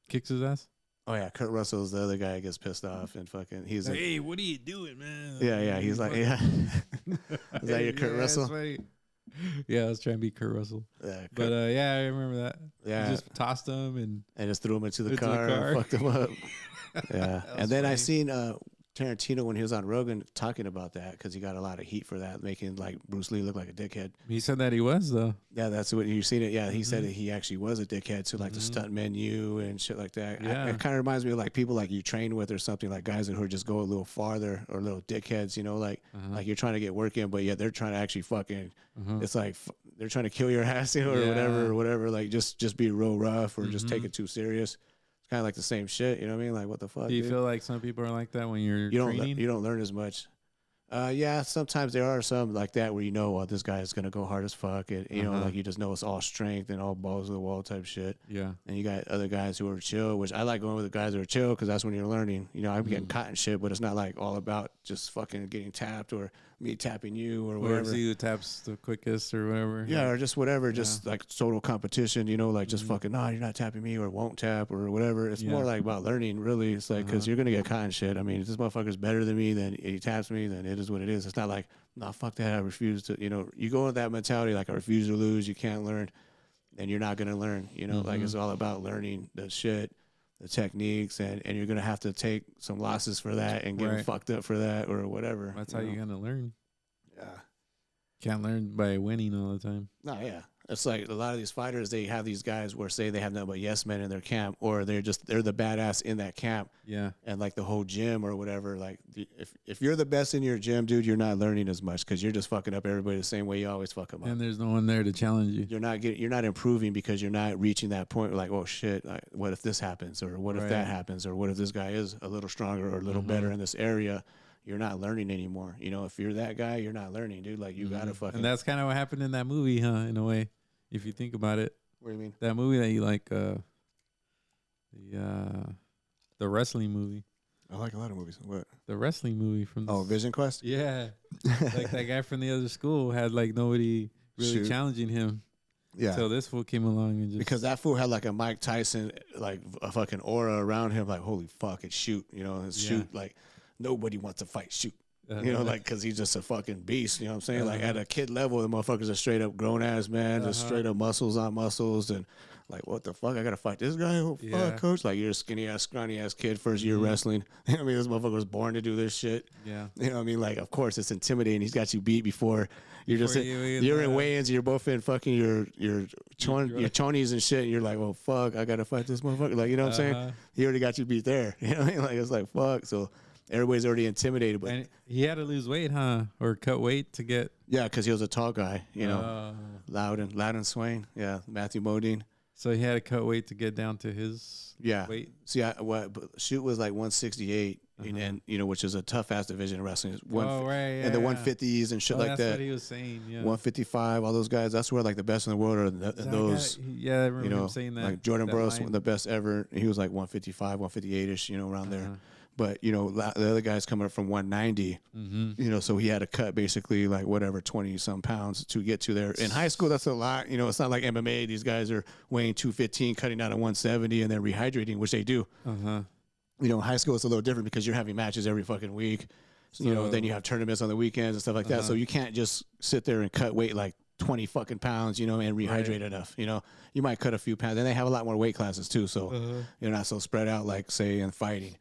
S3: kicks his ass?
S2: oh yeah, Kurt Russell's the other guy that gets pissed off and fucking. He's like,
S3: hey, what are you doing, man?
S2: yeah, yeah. He's like, yeah. Is that your Kurt
S3: Yeah,
S2: Russell?
S3: that's right. Yeah, I was trying to be Kurt Russell,
S2: yeah, Kurt-
S3: but uh, yeah, I remember that. He
S2: yeah.
S3: just tossed him and
S2: and just threw him into the,
S3: Into the
S2: car,
S3: car.
S2: and fucked him up. yeah.
S3: was
S2: And then I
S3: funny.
S2: seen uh, Tarantino when he was on Rogan talking about that because he got a lot of heat for that, making like Bruce Lee look like a dickhead.
S3: he said that he was though.
S2: Yeah, that's what you seen it. Yeah, he
S3: Mm-hmm.
S2: said that he actually was a dickhead to like the stunt menu and shit like that. I-
S3: Yeah.
S2: it kind of reminds me of like people like you train with or something like guys who are just go a little farther or little dickheads. You know, like
S3: Uh-huh.
S2: like you're trying to get work in, but yeah, they're trying to actually fucking. It's like f- they're trying to kill your ass you know, or whatever
S3: Yeah. Mm-hmm.
S2: or whatever. Like just just be real rough or just take it too serious. It's kind of like the same shit. You know what I mean? Like what the fuck?
S3: Do you
S2: dude?
S3: feel like some people are like that when you're
S2: you don't le-
S3: training?
S2: you don't learn as much. Uh, yeah, sometimes there are some like that where you know, well, this guy is gonna go hard as fuck, and you know,
S3: Uh-huh.
S2: like you just know it's all strength and all balls to the wall type shit.
S3: yeah.
S2: And you got other guys who are chill, which I like going with the guys that are chill because that's when you're learning. You know, I'm
S3: Mm-hmm.
S2: getting caught in shit, but it's not like all about just fucking getting tapped or me tapping you or
S3: Or
S2: whatever.
S3: see who taps the quickest or whatever.
S2: Yeah, or just whatever, just like total competition, you know, like just fucking, nah, you're not tapping me or won't tap or whatever. It's more
S3: Mm-hmm. Yeah. Uh-huh.
S2: like about learning, really. It's like, because you're going to get caught in shit. I mean, if this motherfucker's better than me, then he taps me, then it is what it is. It's not like, nah, fuck that. I refuse to, you know, you go with that mentality, like, I refuse to lose. You can't learn. And you're not going to learn, you know, like
S3: Mm-hmm.
S2: it's all about learning the shit, the techniques, and, and you're going to have to take some losses for that and get
S3: Right.
S2: fucked up for that or whatever.
S3: That's how
S2: know?
S3: you're gonna learn.
S2: Yeah.
S3: Can't learn by winning all the time.
S2: No, Oh, yeah. It's like a lot of these fighters, they have these guys where say they have nothing but yes men in their camp, or they're just they're the badass in that camp,
S3: Yeah.
S2: and like the whole gym or whatever. Like the, if if you're the best in your gym, dude, you're not learning as much because you're just fucking up everybody the same way you always fuck them up.
S3: And there's no one there to challenge you.
S2: you're not getting, you're not improving because you're not reaching that point. Where like, oh shit, like, what if this happens, or what if
S3: Right.
S2: that happens, or what if this guy is a little stronger or a little better in this area? You're not learning anymore. You know, if you're that guy, you're not learning, dude. Like you gotta fucking.
S3: Mm-hmm. And that's kind of what happened in that movie, huh? In a way, if you think about it,
S2: what do you mean?
S3: that movie that you like, uh, the uh, the wrestling movie,
S2: I like a lot of movies. What?
S3: the wrestling movie from the
S2: Oh, Vision Quest.
S3: yeah, like that guy from the other school had like nobody really
S2: Shoot.
S3: challenging him
S2: Yeah.
S3: until this fool came along and just
S2: because that fool had like a Mike Tyson like a fucking aura around him, like holy fuck, it's shoot, you know, it's
S3: Yeah.
S2: shoot, like nobody wants to fight shoot,
S3: uh,
S2: you know, like because he's just a fucking beast, you know what I'm saying?
S3: Uh-huh.
S2: Like at a kid level, the motherfuckers are straight up grown ass man, just straight up muscles on muscles, and like what the fuck, I gotta fight this guy? Oh fuck,
S3: Yeah. Mm-hmm.
S2: coach, like you're a skinny ass, scrawny ass kid, first year wrestling. You know what I mean, this motherfucker was born to do this shit.
S3: yeah,
S2: You know what I mean? Like, of course, it's intimidating. He's got you beat before you're just
S3: Before
S2: in,
S3: you even,
S2: you are in
S3: uh,
S2: weigh-ins. and You're both in fucking your your chon,
S3: drug-
S2: your chonies and shit. And you're like, well, fuck, I gotta fight this motherfucker. Like, you know what I'm
S3: Uh-huh.
S2: saying? He already got you beat there. You know what I mean? Like, it's like fuck. So everybody's already intimidated. But yeah, 'cause
S3: and he had to lose weight, huh, or cut weight to get
S2: yeah, because he was a tall guy. You know,
S3: uh,
S2: Loudon, Loudon Swain. Yeah, Matthew Modine.
S3: so he had to cut weight to get down to his
S2: Yeah.
S3: weight.
S2: See, I, what but shoot was like 168, and then you know, which is a tough ass division in wrestling. It's One,
S3: Uh-huh. Oh, right,
S2: and the
S3: yeah, yeah.
S2: 150s and shit
S3: Oh,
S2: like
S3: that's
S2: that.
S3: what he was saying. Yeah,
S2: 155, all those guys. That's where like the best in the world are th-
S3: That guy-
S2: those.
S3: yeah, I remember
S2: You know,
S3: him saying that.
S2: like Jordan
S3: that
S2: Burroughs,
S3: line.
S2: one of the best ever. He was like 155, 158 ish, you know, around
S3: Uh-huh.
S2: there. But you know, la- the other guy's coming up from 190.
S3: Mm-hmm.
S2: You know, so he had to cut basically like whatever 20 some pounds to get to there. In high school, that's a lot. You know, it's not like MMA. These guys are weighing 215, cutting down to 170, and then rehydrating, which they do.
S3: Uh huh.
S2: You know, in high school it's a little different because you're having matches every fucking week. you know, then
S3: So-
S2: you have tournaments on the weekends and stuff like that. So
S3: Uh-huh.
S2: you can't just sit there and cut weight like 20 fucking pounds, you know, and rehydrate
S3: Right.
S2: enough. You know, you might cut a few pounds. And they have a lot more weight classes too. So
S3: Uh-huh.
S2: you're not so spread out like, say, in fighting.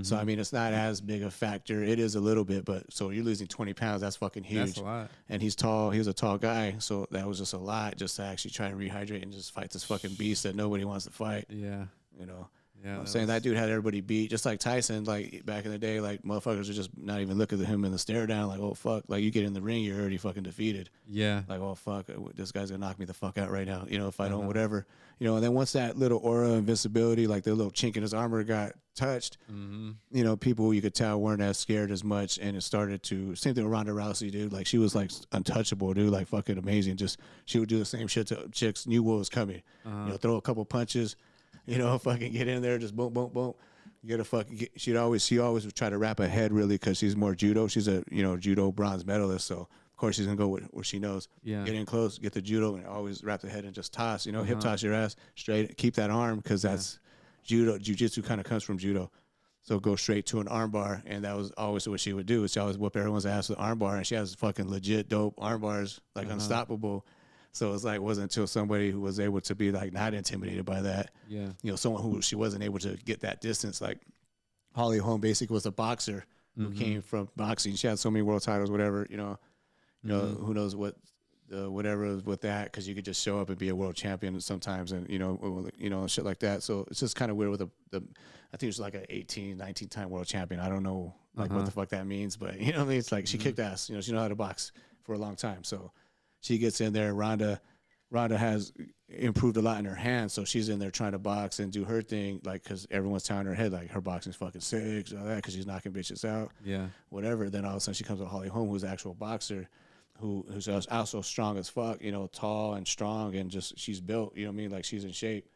S2: So,
S3: Mm-hmm.
S2: I mean, it's not as big a factor. It is a little bit, but so you're losing 20 pounds. That's fucking huge.
S3: That's a lot.
S2: And he's tall. He was a tall guy. So that was just a lot just to actually try and rehydrate and just fight this fucking beast that nobody wants to fight,
S3: Yeah.
S2: you know.
S3: Yeah.
S2: I'm saying that dude had everybody beat, just like Tyson. Like back in the day, like motherfuckers would just not even look at him in the stare down. Like, oh fuck! Like you get in the ring, you're already fucking defeated.
S3: Yeah.
S2: Like, oh fuck, this guy's gonna knock me the fuck out right now. You know, if I don't, whatever. You know, and then once that little aura of invincibility, like the little chink in his armor, got touched, you know, people you could tell weren't as scared as much, and it started to same thing with Ronda Rousey, dude. Like she was like untouchable, dude. Like fucking amazing. Just she would do the same shit to chicks. Knew what was coming. You know, throw a couple punches. You know, fucking get in there, just boom, boom, boom. Get a fucking. Get, she'd always she always would try to wrap ahead really because she's more judo. She's a you know judo bronze medalist, so. Of course, she's gonna go with where she knows.
S3: Yeah.
S2: Get in close, get the judo, and always wrap the head and just toss. You know, hip toss your ass straight. Keep that arm because that's judo. Jujitsu kind of comes from judo. So go straight to an armbar, and that was always what she would do. Is she always whoop everyone's ass with an armbar, and she has fucking legit dope armbars, like unstoppable. So it's like wasn't until somebody who was able to be like not intimidated by that,
S3: Yeah.
S2: you know, someone who she wasn't able to get that distance. Like Holly Holm, basically was a boxer who came from boxing. She had so many world titles, whatever, you know, you know, who knows what. Uh, whatever is with that, because you could just show up and be a world champion sometimes, and you know, or, you know, shit like that. So it's just kind of weird with the, the, I think it's like a 18, 19 time world champion. I don't know like what the fuck that means, but you know, what I mean, it's like she kicked ass. You know, she know how to box for a long time, so she gets in there. Rhonda, Rhonda has improved a lot in her hands, so she's in there trying to box and do her thing, like because everyone's telling her head like her boxing's fucking sick, all that, because she's knocking bitches out,
S3: Yeah.
S2: whatever. Then all of a sudden she comes with Holly Holm, who's an actual boxer, who who's als- also strong as fuck, you know, tall and strong, and just she's built, you know what I mean, like she's in shape,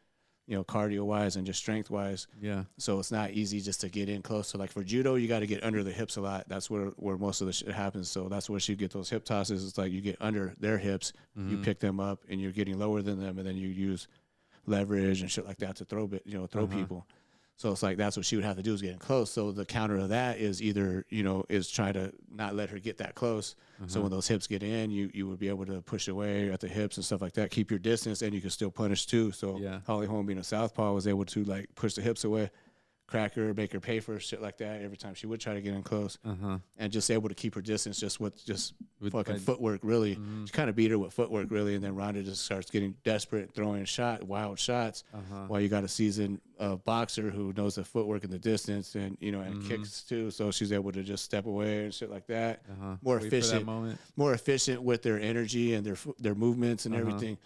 S2: you know, cardio wise and just strength wise.
S3: Yeah.
S2: So it's not easy just to get in close. So like for judo, you got to get under the hips a lot. That's where where most of the shit happens. So that's where she get those hip tosses. It's like you get under their hips, you pick them up, and you're getting lower than them, and then you use leverage and shit like that to throw bit, you know, throw people. So it's like that's what she would have to do is getting close. So the counter of that is either you know is try to not let her get that close. So when those hips get in, you you would be able to push away at the hips and stuff like that. Keep your distance, and you can still punish too. So
S3: Yeah.
S2: Holly Holm being a southpaw was able to like push the hips away, crack her, make her pay for shit like that. Every time she would try to get in close,
S3: Uh huh.
S2: and just able to keep her distance just with just
S3: With- Mm-hmm.
S2: fucking
S3: by-
S2: footwork really. She kind of beat her with footwork really, and then Ronda just starts getting desperate, throwing shot wild shots.
S3: Uh-huh.
S2: While you got a seasoned uh, boxer who knows the footwork and the distance, and you know, and
S3: Mm-hmm.
S2: kicks too, so she's able to just step away and shit like that.
S3: Uh-huh.
S2: More
S3: Wait for that
S2: efficient,
S3: moment.
S2: more efficient with their energy and their fo- their movements
S3: Uh-huh.
S2: and everything.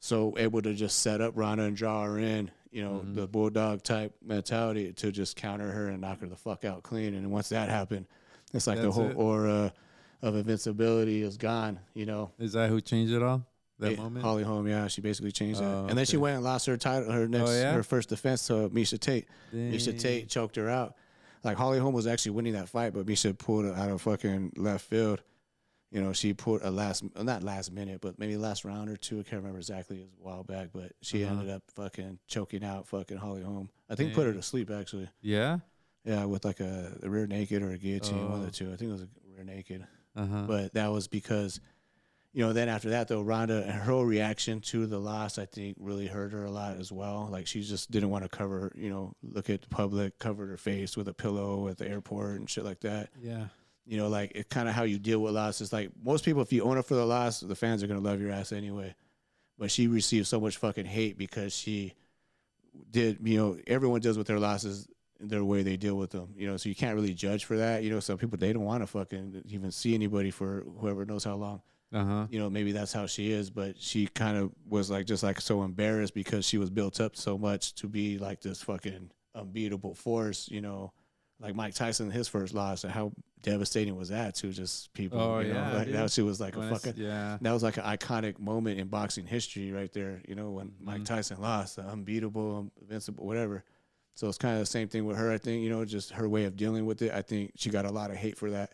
S2: So able to just set up Ronda and draw her in, you know,
S3: Mm-hmm.
S2: the bulldog type mentality to just counter her and knock her the fuck out clean. And once that happened, it's like the
S3: That's
S2: whole
S3: it.
S2: aura of invincibility is gone. You know,
S3: Is that who changed it all? That
S2: Yeah,
S3: moment.
S2: Holly Holm, yeah, she basically changed that.
S3: Oh,
S2: And then she
S3: okay. Oh,
S2: went and lost her title, her next,
S3: yeah?
S2: her first defense to Misha Tate. Misha
S3: Dang.
S2: Tate choked her out. Like Holly Holm was actually winning that fight, but Misha pulled her out of fucking left field. You know, she pulled a last, not last minute, but maybe last round or two. I can't remember exactly. It was a while back, but she
S3: Uh-huh.
S2: ended up fucking choking out fucking Holly Holm. I think put her to sleep actually.
S3: yeah.
S2: Yeah, with like a, a rear naked or a guillotine, one of
S3: Oh.
S2: the two. I think it was a rear naked
S3: Uh huh.
S2: but that was because you know then after that though Rhonda and her whole reaction to the loss I think really hurt her a lot as well like she just didn't want to cover you know look at the public covered her face with a pillow at the airport and shit like that
S3: Yeah.
S2: you know like it kind of how you deal with loss it's like most people if you own up for the loss the fans are going to love your ass anyway but she received so much fucking hate because she did you know everyone deals with their losses their way they deal with them you know so you can't really judge for that you know some people they don't want to fucking even see anybody for whoever knows how long
S3: Uh huh.
S2: you know maybe that's how she is but she kind of was like just like so embarrassed because she was built up so much to be like this fucking unbeatable force you know like Mike Tyson his first loss and how devastating was that to just people
S3: Oh,
S2: you
S3: yeah,
S2: know like
S3: dude.
S2: that she was like
S3: When I
S2: a
S3: s-
S2: fucking
S3: yeah.
S2: that was like an iconic moment in boxing history right there. You know, when
S3: Mm-hmm.
S2: Mike Tyson lost, the unbeatable, invincible, whatever. So it's kind of the same thing with her. I think, you know, just her way of dealing with it. I think she got a lot of hate for that.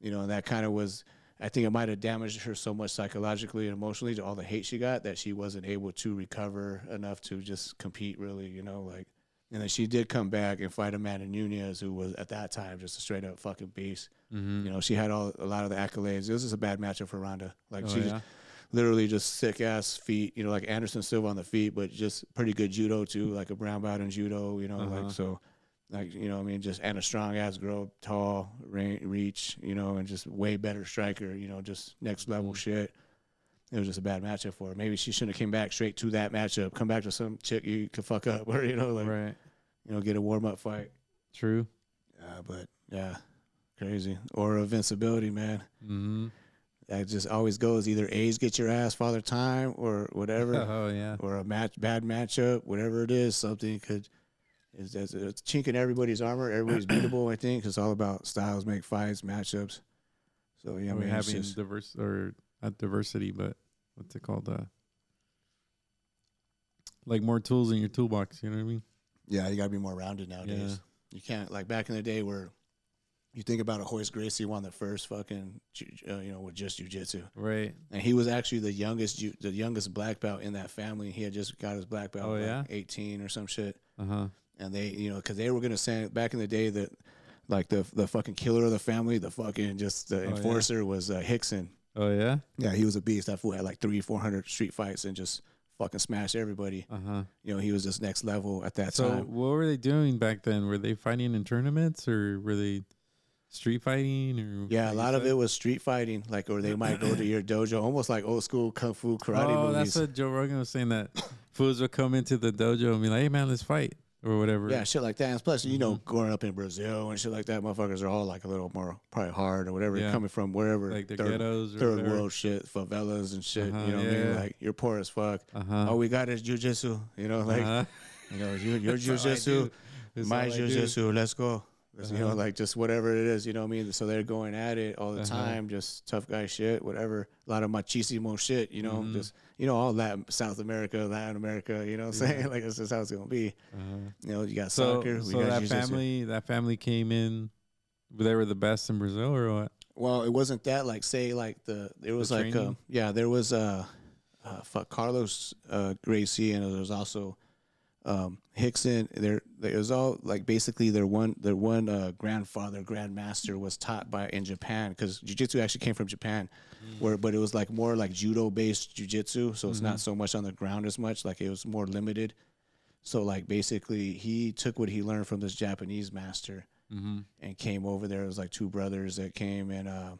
S2: You know, and that kind of was, I think it might have damaged her so much psychologically and emotionally to all the hate she got that she wasn't able to recover enough to just compete really, you know, like And then she did come back and fight Amanda Nunez, who was at that time just a straight up fucking beast.
S3: Mm-hmm.
S2: You know, she had all a lot of the accolades. It was just a bad matchup for Ronda. Like
S3: Oh,
S2: she's
S3: yeah?
S2: literally just sick ass feet. You know, like Anderson Silva on the feet, but just pretty good judo too, like a brown belt in judo. You know,
S3: Uh-huh.
S2: like so, like you know, what I mean, just and a strong ass girl, tall, re- reach. You know, and just way better striker. You know, just next level
S3: Mm-hmm.
S2: shit. It was just a bad matchup for her. Maybe she shouldn't have came back straight to that matchup. Come back to some chick you could fuck up, or you know, like
S3: Right.
S2: you know, get a warm up fight.
S3: True.
S2: Uh, but yeah, crazy or invincibility, man.
S3: Mm-hmm.
S2: That just always goes either A's get your ass, father time, or whatever,
S3: Oh yeah.
S2: or a match bad matchup, whatever it is. Something could is it's, it's a chink in everybody's armor. Everybody's beatable, I think. 'cause It's all about styles make fights, matchups. So yeah,
S3: We're
S2: man, it's
S3: having
S2: just-
S3: diverse or not diversity, but what's it called? Uh, like more tools in your toolbox. You know what I mean?
S2: yeah, you gotta be more rounded nowadays. You can't like back in the day where you think about a Hoist Gracie won the first fucking ju- uh, you know with just jujitsu.
S3: Right.
S2: and he was actually the youngest ju- the youngest black belt in that family. He had just got his black belt,
S3: Oh,
S2: like
S3: yeah?
S2: eighteen or some shit.
S3: Uh huh.
S2: And they, you know, because they were gonna send back in the day that, like the the fucking killer of the family, the fucking just the
S3: Oh, yeah.
S2: enforcer was uh, Hickson.
S3: Oh yeah.
S2: Yeah, he was a beast. That fool had like three, four hundred street fights and just fucking smashed everybody.
S3: Uh huh.
S2: You know, he was just next level at that
S3: So
S2: time.
S3: what were they doing back then? Were they fighting in tournaments or were they street fighting or?
S2: Yeah, a
S3: like you
S2: lot of
S3: said?
S2: it was street fighting, like or they might go to your dojo, almost like old school kung fu karate
S3: oh,
S2: movies.
S3: that's what Joe Rogan was saying that fools would come into the dojo and be like, "Hey man, let's fight." Or whatever. Mm-hmm.
S2: Yeah, shit like that. And plus, you know, growing up in Brazil and shit like that, motherfuckers are all like a little more probably hard or whatever.
S3: Yeah.
S2: Coming from wherever,
S3: Like the
S2: third,
S3: ghettos or
S2: third
S3: whatever.
S2: world shit, favelas and shit.
S3: Uh-huh,
S2: you know what I mean?
S3: yeah.
S2: Like you're poor as fuck.
S3: Uh-huh.
S2: All we got is jujitsu. You know, like
S3: Uh-huh.
S2: you know, you, your
S3: That's all I do.
S2: jujitsu,
S3: That's
S2: my
S3: all I do. Uh-huh.
S2: jujitsu. Let's go. That's, You know, like just whatever it is. You know what I mean? So they're going at it all the time. Just tough guy shit, whatever. A lot of machismo shit. You know,
S3: Mm-hmm.
S2: just you know all that South America, Latin America. You know what I'm saying? Like that's just how it's gonna be. You know, you got
S3: Uh-huh. So,
S2: soccer. we
S3: so
S2: got
S3: that
S2: jujitsu.
S3: family, that family came in. They were the best in Brazil, or what?
S2: Well, it wasn't that like say like the there was like
S3: training?
S2: um, yeah there was uh, uh fuck Carlos uh Gracie and there was also um Hickson there it was all like basically their one their one uh grandfather grandmaster was taught by in Japan cuz jiu-jitsu actually came from Japan where but it was like more like judo based jiu-jitsu so it's not so much on the ground as much like it was more limited so like basically he took what he learned from this Japanese master
S3: Mm-hmm.
S2: and came over there. It was like two brothers that came and uh,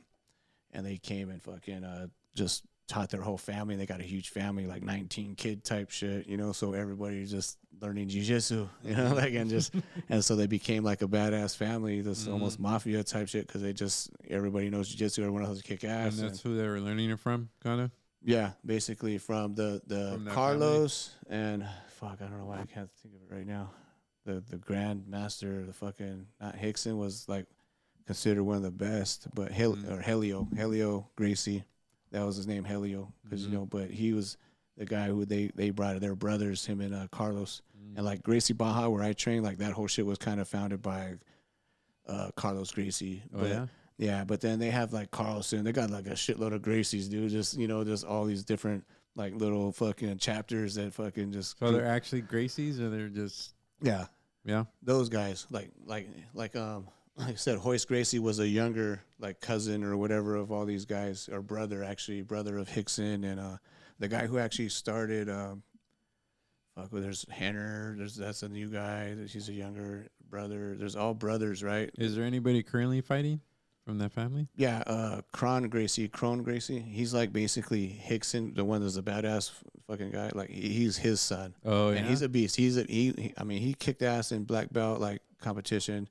S2: and they came and fucking uh, just taught their whole family. They got a huge family, like nineteen kid type shit, you know. So everybody's just learning jujitsu, you know, like and just and so they became like a badass family, this
S3: Mm-hmm.
S2: almost mafia type shit because they just everybody knows jujitsu, everyone else kick
S3: And
S2: ass.
S3: that's
S2: And
S3: who they were learning it from, kind of.
S2: yeah, basically from the the
S3: From that
S2: Carlos and fuck, I don't know why I can't think of it right now. The the Grand Master, the fucking not Hickson was like considered one of the best, but Hel-
S3: Mm.
S2: or Helio, Helio Gracie, that was his name, Helio, because
S3: Mm-hmm.
S2: you know, but he was the guy who they they brought their brothers, him and uh, Carlos,
S3: Mm.
S2: and like Gracie Baja, where I trained, like that whole shit was kind of founded by uh, Carlos Gracie.
S3: Oh,
S2: but-
S3: yeah?
S2: yeah, but then they have like Carlson. They got like a shitload of Gracies, dude. Just you know, just all these different like little fucking chapters that fucking just
S3: So they're actually Gracies, or they're just
S2: yeah,
S3: yeah.
S2: those guys. Like like like um like I said, Hoist Gracie was a younger like cousin or whatever of all these guys or brother actually brother of Hickson and uh the guy who actually started um fuck well, there's Hanner there's that's a new guy he's a younger brother there's all brothers right
S3: Is there anybody currently fighting from that family?
S2: Yeah, uh, Kron Gracie, Kron Gracie. He's like basically Hickson, the one that's a badass f- fucking guy. Like he, he's his son,
S3: Oh, yeah.
S2: and he's a beast. He's a he, he- I mean, he kicked ass in black belt like competition.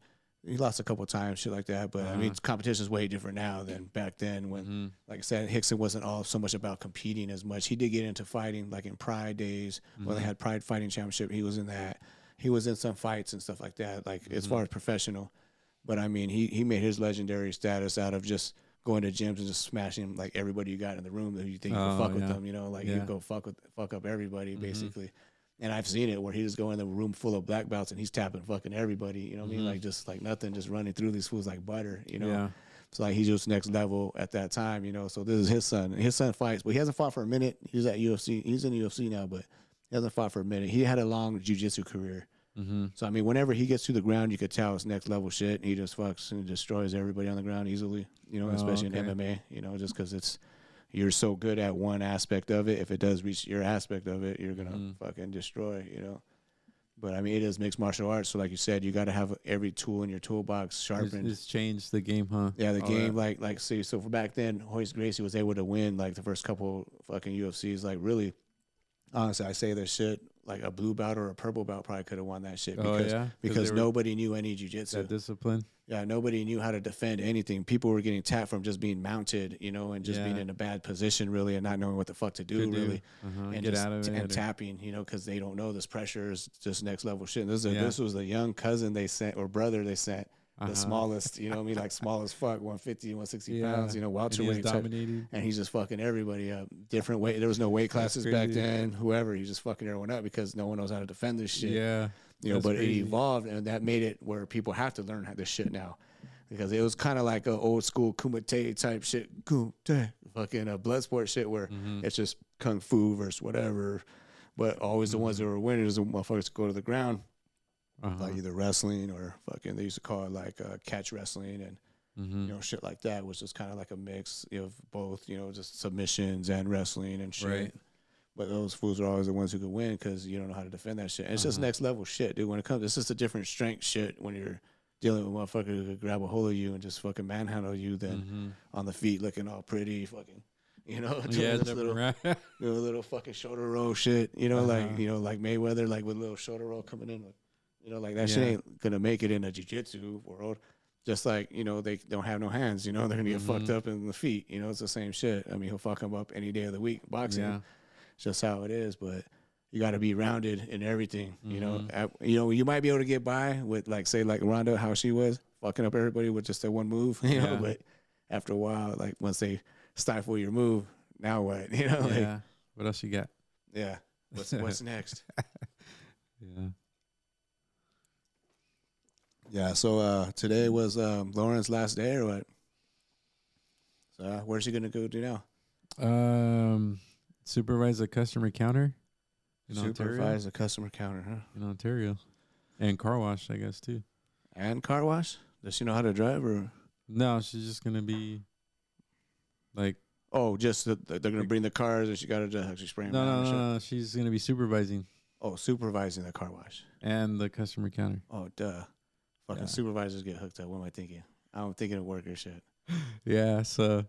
S2: He lost a couple times, shit like that. But I
S3: Uh-huh.
S2: mean, competition's way different now than back then.
S3: Mm-hmm.
S2: When, like I said, Hickson wasn't all so much about competing as much. He did get into fighting, like in Pride days when they
S3: Mm-hmm.
S2: had Pride Fighting Championship. He was in that. He was in some fights and stuff like that. Like as
S3: Mm-hmm.
S2: far as professional. But I mean, he he made his legendary status out of just going to gyms and just smashing like everybody you got in the room that you think you
S3: Oh,
S2: can fuck
S3: yeah.
S2: with them. You know, like you
S3: Yeah. Mm-hmm.
S2: go fuck with fuck up everybody basically. And I've seen it where he just go in the room full of black belts and he's tapping fucking everybody. You know what I
S3: Mm-hmm.
S2: mean? Like just like nothing, just running through these fools like butter. You know.
S3: Yeah.
S2: So like he's just next level at that time, you know. So this is his son. His son fights, but he hasn't fought for a minute. He's at UFC. He's in UFC now, but he hasn't fought for a minute. He had a long jujitsu career.
S3: Mm-hmm.
S2: So I mean, whenever he gets to the ground, you could tell it's next level shit. He just fucks and destroys everybody on the ground easily. You know,
S3: Oh,
S2: especially
S3: okay.
S2: in MMA. You know, just because it's you're so good at one aspect of it. If it does reach your aspect of it, you're gonna
S3: Mhm.
S2: fucking destroy. You know. But I mean, it is mixed martial arts. So like you said, you got to have every tool in your toolbox
S3: It's,
S2: sharpened.
S3: it's changed the game, huh?
S2: yeah, the
S3: All
S2: game,
S3: that.
S2: like, like, see, so for back then, Hoist Gracie was able to win like the first couple fucking UFCs. Like, really, honestly, I say this shit like a blue belt or a purple belt probably could have won that shit
S3: oh
S2: because
S3: yeah,
S2: because
S3: they were
S2: nobody knew any
S3: that
S2: jujitsu.
S3: discipline.
S2: yeah, nobody knew how to defend anything. People were getting tapped from just being mounted, you know, and just being
S3: Yeah.
S2: in a bad position, really, and not knowing what the fuck to do,
S3: Could do.
S2: really,
S3: Uh-huh.
S2: and
S3: Get
S2: just
S3: out of
S2: t-
S3: it.
S2: and
S3: or-
S2: tapping, you know, because they don't know this pressure is just next level shit. This is a,
S3: Yeah.
S2: this was a young cousin they sent or brother they sent,
S3: uh-huh.
S2: the smallest, you know, what I mean, like small as fuck, 150, 160
S3: Yeah.
S2: pounds, you know,
S3: And he was
S2: welterweight. type.
S3: dominated.
S2: And he's just fucking everybody up. Different weight. There was no weight
S3: That's
S2: classes back
S3: crazy.
S2: then. Whoever, he's just fucking everyone up because no one knows how to defend this shit
S3: Yeah,
S2: you know,
S3: That's
S2: but
S3: crazy.
S2: it evolved, and that made it where people have to learn how this shit now, because it was kind of like a old school kumite type shit, kumite, fucking uh, blood sport shit, where
S3: Mm-hmm.
S2: it's just kung fu versus whatever, but always the ones that were winners, the motherfuckers go to the ground,
S3: Mm-hmm. uh-huh.
S2: like either wrestling or fucking they used to call it like uh, catch wrestling and
S3: Mhm.
S2: you know shit like that, which is kind of like a mix of both, you know, just submissions and wrestling and shit.
S3: Right.
S2: But those fools are always the ones who could win because you don't know how to defend that shit. And it's just
S3: Uh-huh.
S2: next level shit, dude. When it comes, it's just a different strength shit when you're dealing with motherfuckers who could grab a hold of you and just fucking manhandle you, then
S3: Mhm.
S2: on the feet looking all pretty, fucking, you know, doing
S3: yeah,
S2: this
S3: different,
S2: little,
S3: right?
S2: doing little fucking shoulder roll shit, you know,
S3: Uh-huh.
S2: like you know, like Mayweather, like with little shoulder roll coming in, like, you know, like that shit
S3: Yeah.
S2: ain't gonna make it in a jiu-jitsu world. Just like you know, they don't have no hands, you know, they're gonna get fucked
S3: Mhm.
S2: up in the feet. You know, it's the same shit. I mean, he'll fuck him up any day of the week boxing.
S3: yeah,
S2: It's just how it is. But you got to be rounded in everything. You know,
S3: Mhm.
S2: At- you know, you might be able to get by with like say like Ronda, how she was fucking up everybody with just that one move. You know,
S3: Yeah.
S2: but after a while, like once they stifle your move, now what? You know, like,
S3: yeah. What else you got?
S2: yeah. What's what's next?
S3: yeah.
S2: Yeah. So uh, today was um, Lauren's last day, or what? So uh, where's she gonna go to now?
S3: Um, supervise a customer counter in Ontario.
S2: Supervise the customer counter, huh?
S3: In Ontario, and car wash, I guess too.
S2: And car wash. Does she know how to drive, or
S3: No, she's just gonna be like
S2: oh, just that that they're gonna bring the cars, and she got to actually spray
S3: no,
S2: 'em down
S3: no,
S2: and
S3: no,
S2: shit?
S3: no. She's gonna be supervising
S2: Oh, supervising the car wash.
S3: and the customer counter.
S2: Oh, duh. Fucking
S3: Yeah.
S2: supervisors get hooked up. What am I thinking? I'm thinking of worker shit.
S3: Yeah, so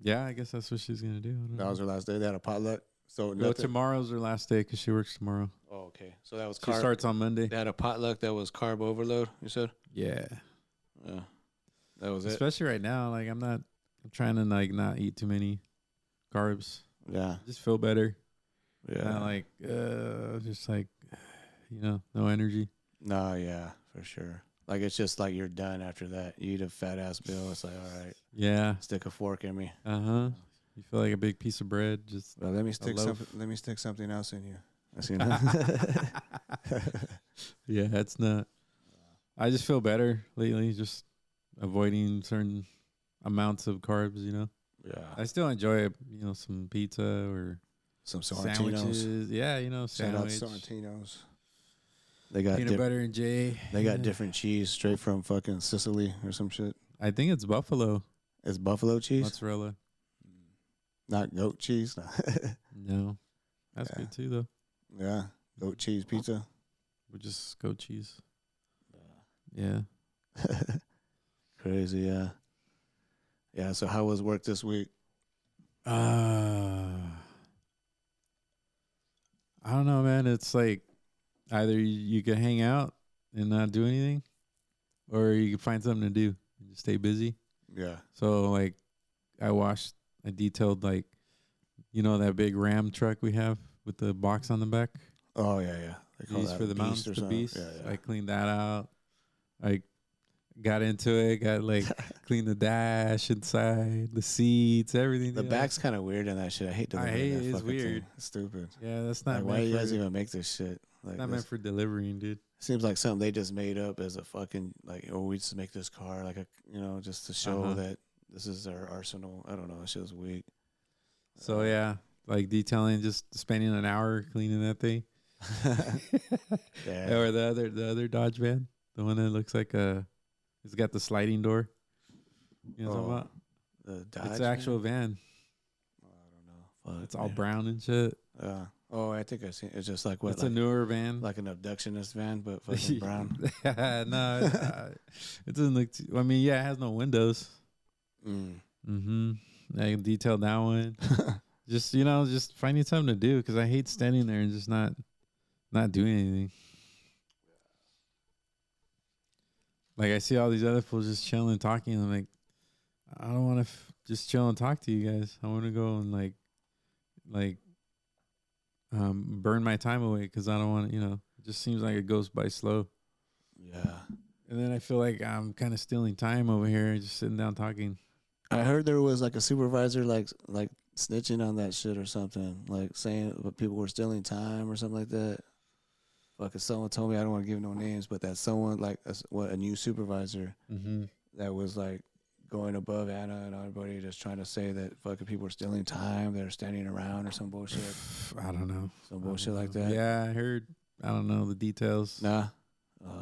S3: yeah, I guess that's what she's gonna do. I don't
S2: That was
S3: know.
S2: her last day. They had a potluck. So
S3: no,
S2: nothing.
S3: tomorrow's her last day because she works tomorrow.
S2: Oh, okay. So that was
S3: She
S2: carb.
S3: starts on Monday.
S2: they had a potluck that was carb overload. You said.
S3: Yeah,
S2: Yeah. That was it.
S3: especially right now. Like I'm not, I'm trying to like not eat too many carbs.
S2: Yeah.
S3: Just feel better.
S2: Yeah.
S3: Not like uh, just like you know, no energy.
S2: no. Yeah. For sure. Like it's just like you're done after that. You eat a fat ass bill. It's like all right,
S3: Yeah.
S2: stick a fork in me.
S3: Uh huh. You feel like a big piece of bread. Just
S2: Well, let me
S3: stick
S2: stick
S3: loaf.
S2: something.
S3: something-
S2: Let me stick something else in you. I see.
S3: yeah, that's not. I just feel better lately. Just avoiding certain amounts of carbs. You know,
S2: yeah.
S3: I still enjoy you know some pizza or
S2: Some Sorrentinos.
S3: sandwiches. Yeah, you know,
S2: Shout out
S3: sandwich,
S2: Sorrentinos. They got
S3: peanut
S2: dip-
S3: butter and J.
S2: they got
S3: Yeah.
S2: different cheese straight from fucking Sicily or some shit.
S3: I think it's buffalo
S2: It's buffalo cheese,
S3: mozzarella.
S2: not goat cheese. No.
S3: No, that's
S2: Yeah.
S3: good too though.
S2: yeah, goat cheese pizza.
S3: We just goat cheese. Yeah.
S2: Crazy, yeah. Yeah. So how was work this week?
S3: Uh, I don't know, man. It's like either you, you can hang out and not do anything, or you can find something to do and just stay busy.
S2: Yeah.
S3: So, like, I washed, I detailed, like, you know, that big Ram truck we have with the box on the back.
S2: Oh yeah, yeah. They call
S3: Beast
S2: that
S3: for the
S2: beast
S3: mountains,
S2: or
S3: the
S2: something.
S3: beast.
S2: Yeah, yeah.
S3: I cleaned that out. I got into it, got like cleaned the dash inside, the seats, everything.
S2: the
S3: you know?
S2: back's kind of weird in that shit. I hate delivering
S3: hate
S2: that
S3: it. It's
S2: fucking
S3: weird.
S2: Thing. It's stupid.
S3: Yeah, that's not
S2: Like, why
S3: meant
S2: you
S3: for-
S2: guys even make this shit? Like,
S3: not
S2: this-
S3: meant for delivering, dude.
S2: Seems like something they just made up as a fucking like, oh, we just make this car like a you know just to show
S3: Uh-huh.
S2: that this is our arsenal. I don't know. That shit was weak. Uh.
S3: So yeah, like detailing, just spending an hour cleaning that thing,
S2: Yeah.
S3: Or the other the other Dodge van, the one that looks like a, it's got the sliding door. You know what I'm
S2: Oh,
S3: talking about?
S2: The Dodge
S3: it's an
S2: van?
S3: actual van.
S2: I don't know. Fuck,
S3: It's all
S2: man.
S3: brown and shit.
S2: Yeah. Oh, I think I seen. It's just like what,
S3: it's
S2: like,
S3: a newer van.
S2: like an abductionist van, but fucking brown.
S3: no, it's, uh, it doesn't look. Too, I mean, yeah, it has no windows.
S2: Mm.
S3: Mm-hmm. I can detail that one. just you know, just finding something to do because I hate standing there and just not, not doing anything. Like I see all these other fools just chilling, talking. I'm like, I don't want to f- just chill and talk to you guys. I want to go and like, like, um, burn my time away because I don't want to. You know, it just seems like it goes by slow.
S2: Yeah.
S3: And then I feel like I'm kind of stealing time over here, just sitting down talking.
S2: I heard there was like a supervisor like like snitching on that shit or something, like saying that people were stealing time or something like that. Fucking someone told me I don't want to give no names, but that someone like a, s- what a new supervisor
S3: Mm-hmm.
S2: that was like going above Anna and everybody, just trying to say that fucking people are stealing time, they're standing around or some bullshit,
S3: I don't know.
S2: some
S3: I don't
S2: bullshit like
S3: know.
S2: that.
S3: Yeah, I heard. I don't know the details.
S2: Nah. Uh,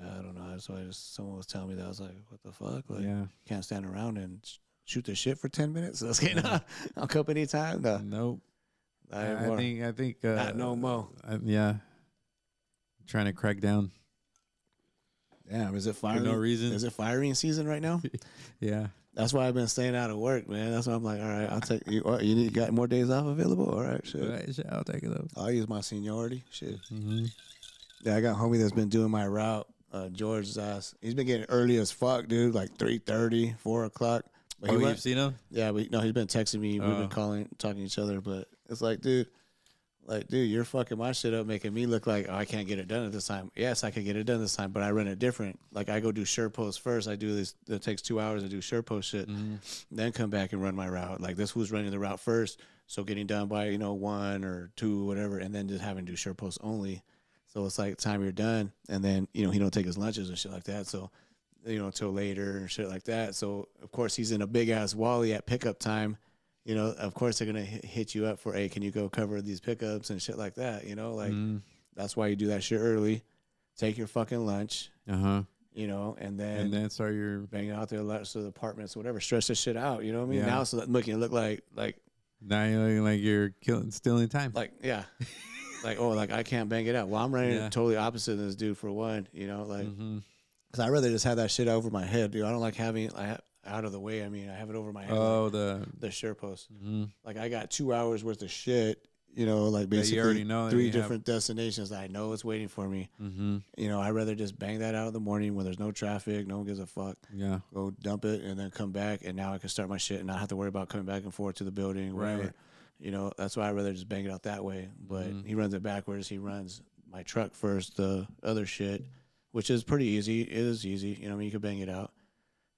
S2: yeah, I don't know. That's why I just someone was telling me that I was like, what the fuck? Like,
S3: yeah.
S2: can't stand around and sh- shoot the shit for ten minutes. Let's get on company time. No.
S3: nope.
S2: I,
S3: I, I
S2: want-
S3: think. I think. Uh,
S2: Not no mo.
S3: I, yeah. Trying to crack down
S2: Damn, is it
S3: for
S2: firing?
S3: no reason.
S2: Is it firing season right now?
S3: yeah.
S2: That's why I've been staying out of work, man. That's why I'm like, all right, I'll take you. What, you need got more days off available? All right, shit.
S3: Right, shit, I'll take it up.
S2: I'll use my seniority. Shit.
S3: Mm-hmm.
S2: Yeah, I got a homie that's been doing my route. Uh, George's ass. He's been getting early as fuck, dude. Like 3.30, 4 o'clock. But he
S3: Oh,
S2: went-
S3: you've seen him?
S2: Yeah, but no, he's been texting me. We've
S3: Oh.
S2: been calling, talking to each other, but it's like, dude, like, dude, you're fucking my shit up, making me look like oh, I can't get it done at this time. Yes, I could get it done this time, but I run it different. Like, I go do shirt posts first. I do this. It takes two hours to do shirt post shit, then come back and run my route. Like, this who's running the route first. So getting done by you know one or two, whatever, and then just having to do shirt posts only. So it's like time you're done, and then you know he don't take his lunches and shit like that. So you know, till later and shit like that. So of course he's in a big ass Wally at pickup time. You know, of course they're gonna hi- hit you up for, hey, can you go cover these pickups and shit like that. You know, like
S3: Mm-hmm.
S2: that's why you do that shit early. Take your fucking lunch.
S3: Uh huh.
S2: You know, and then.
S3: And then start your.
S2: Bang out their lunch to the apartments, whatever. Stretch this shit out. You know what I mean?
S3: Yeah.
S2: Now, so that looking look like like
S3: Now you're looking like you're killing, stealing time.
S2: like yeah, like oh, like I can't bang it out. Well, I'm running
S3: Yeah.
S2: totally opposite of this dude for one. You know, like
S3: mm-hmm.
S2: because I rather just have that shit over my head, dude. I don't like having it I ha- out of the way. I mean, I have it over my head. like,
S3: Oh, the.
S2: the share post.
S3: mhm.
S2: Like I got two hours worth of shit, you know, like
S3: you
S2: basically
S3: already know that
S2: three
S3: you have-
S2: different destinations. I know it's waiting for me.
S3: Mhm.
S2: You know, I'd rather just bang that out in the morning when there's no traffic, no one gives a fuck.
S3: Yeah.
S2: Go dump it and then come back and now I can start my shit and not have to worry about coming back and forth to the building, whatever.
S3: Right.
S2: You know, that's why I'd rather just bang it out that way. But
S3: Mhm.
S2: he runs it backwards, he runs my truck first, the other shit, which is pretty easy. It is easy. You know, I mean you can bang it out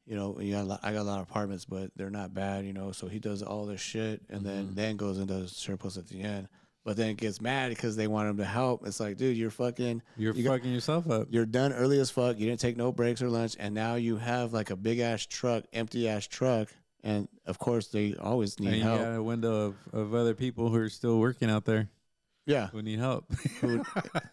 S2: you know, you got a lot, I got a lot of apartments, but they're not bad, you know. So he does all this shit, and then then goes and does surplus at the end. But then gets mad because they want him to help. It's like, dude, you're fucking,
S3: You're
S2: You got-
S3: fucking yourself up.
S2: you're done early as fuck. You didn't take no breaks or lunch, and now you have like a big ass truck, empty ass truck, and of course they always need
S3: and you
S2: help.
S3: got a window of, of other people who are still working out there
S2: Yeah,
S3: who need help.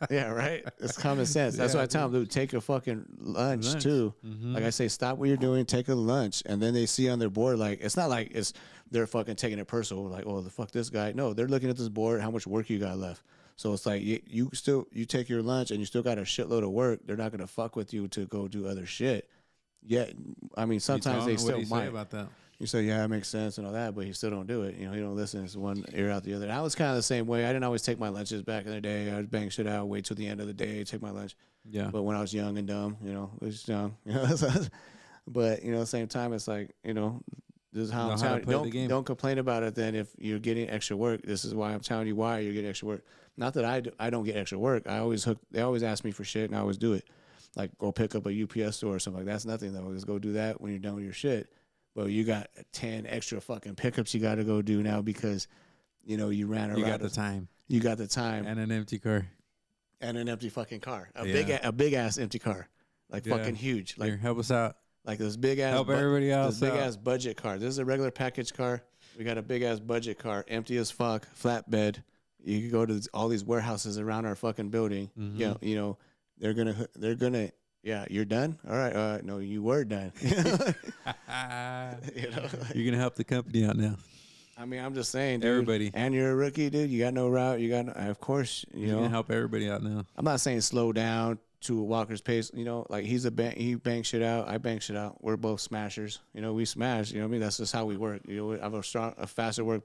S2: yeah, right. It's common sense. That's
S3: Yeah,
S2: why I tell them, dude, take a fucking lunch,
S3: Lunch.
S2: too.
S3: Mhm.
S2: Like I say, stop what you're doing, take a lunch, and then they see on their board like it's not like it's they're fucking taking it personal, like oh the fuck this guy. No, they're looking at this board, how much work you got left. So it's like you, you still you take your lunch and you still got a shitload of work. They're not gonna fuck with you to go do other shit. Yet, I mean,
S3: You tell
S2: sometimes they
S3: him, what
S2: still
S3: do you
S2: might.
S3: say about that?
S2: You say, yeah, it makes sense and all that, but you still don't do it. You know, you don't listen. It's one ear out the other. And I was kind of the same way. I didn't always take my lunches back in the day. I would bang shit out, wait till the end of the day, take my lunch.
S3: Yeah.
S2: But when I was young and dumb, you know, I was just young. You know, so- but you know, same time, it's like you know, this is how
S3: Know
S2: I'm
S3: how to
S2: telling. you.
S3: play the
S2: Don't
S3: game.
S2: don't complain about it. Then if you're getting extra work, this is why I'm telling you why you're getting extra work. Not that I do, I don't get extra work. I always hook. They always ask me for shit, and I always do it. Like go pick up a UPS store or something. like That's nothing though. Just go do that when you're done with your shit. But you got ten extra fucking pickups you got to go do now because you know you ran around.
S3: You got the time
S2: you got the time
S3: and an empty car.
S2: and an empty fucking car, a
S3: Yeah.
S2: big a, a big ass empty car, like
S3: Yeah.
S2: fucking huge, like
S3: Here, help us out.
S2: like this big ass
S3: Help everybody else
S2: this big
S3: out.
S2: ass budget car. This is a regular package car. We got a big ass budget car, empty as fuck, flatbed. you could go to th- all these warehouses around our fucking building.
S3: Mm-hmm.
S2: You know, you know, they're gonna, h- they're gonna, yeah, you're done. All right, uh, no, you were done. you know,
S3: You're gonna help the company out now.
S2: I mean, I'm just saying, dude,
S3: Everybody.
S2: and you're a rookie, dude. You got no route. You got, no, of course, you
S3: You're
S2: know,
S3: gonna help everybody out now.
S2: I'm not saying slow down to Walker's pace. You know, like he's a bang, he bangs shit out. I bang shit out. We're both smashers. You know, we smash. You know what I mean? That's just how we work. You know, I have a strong, a faster work.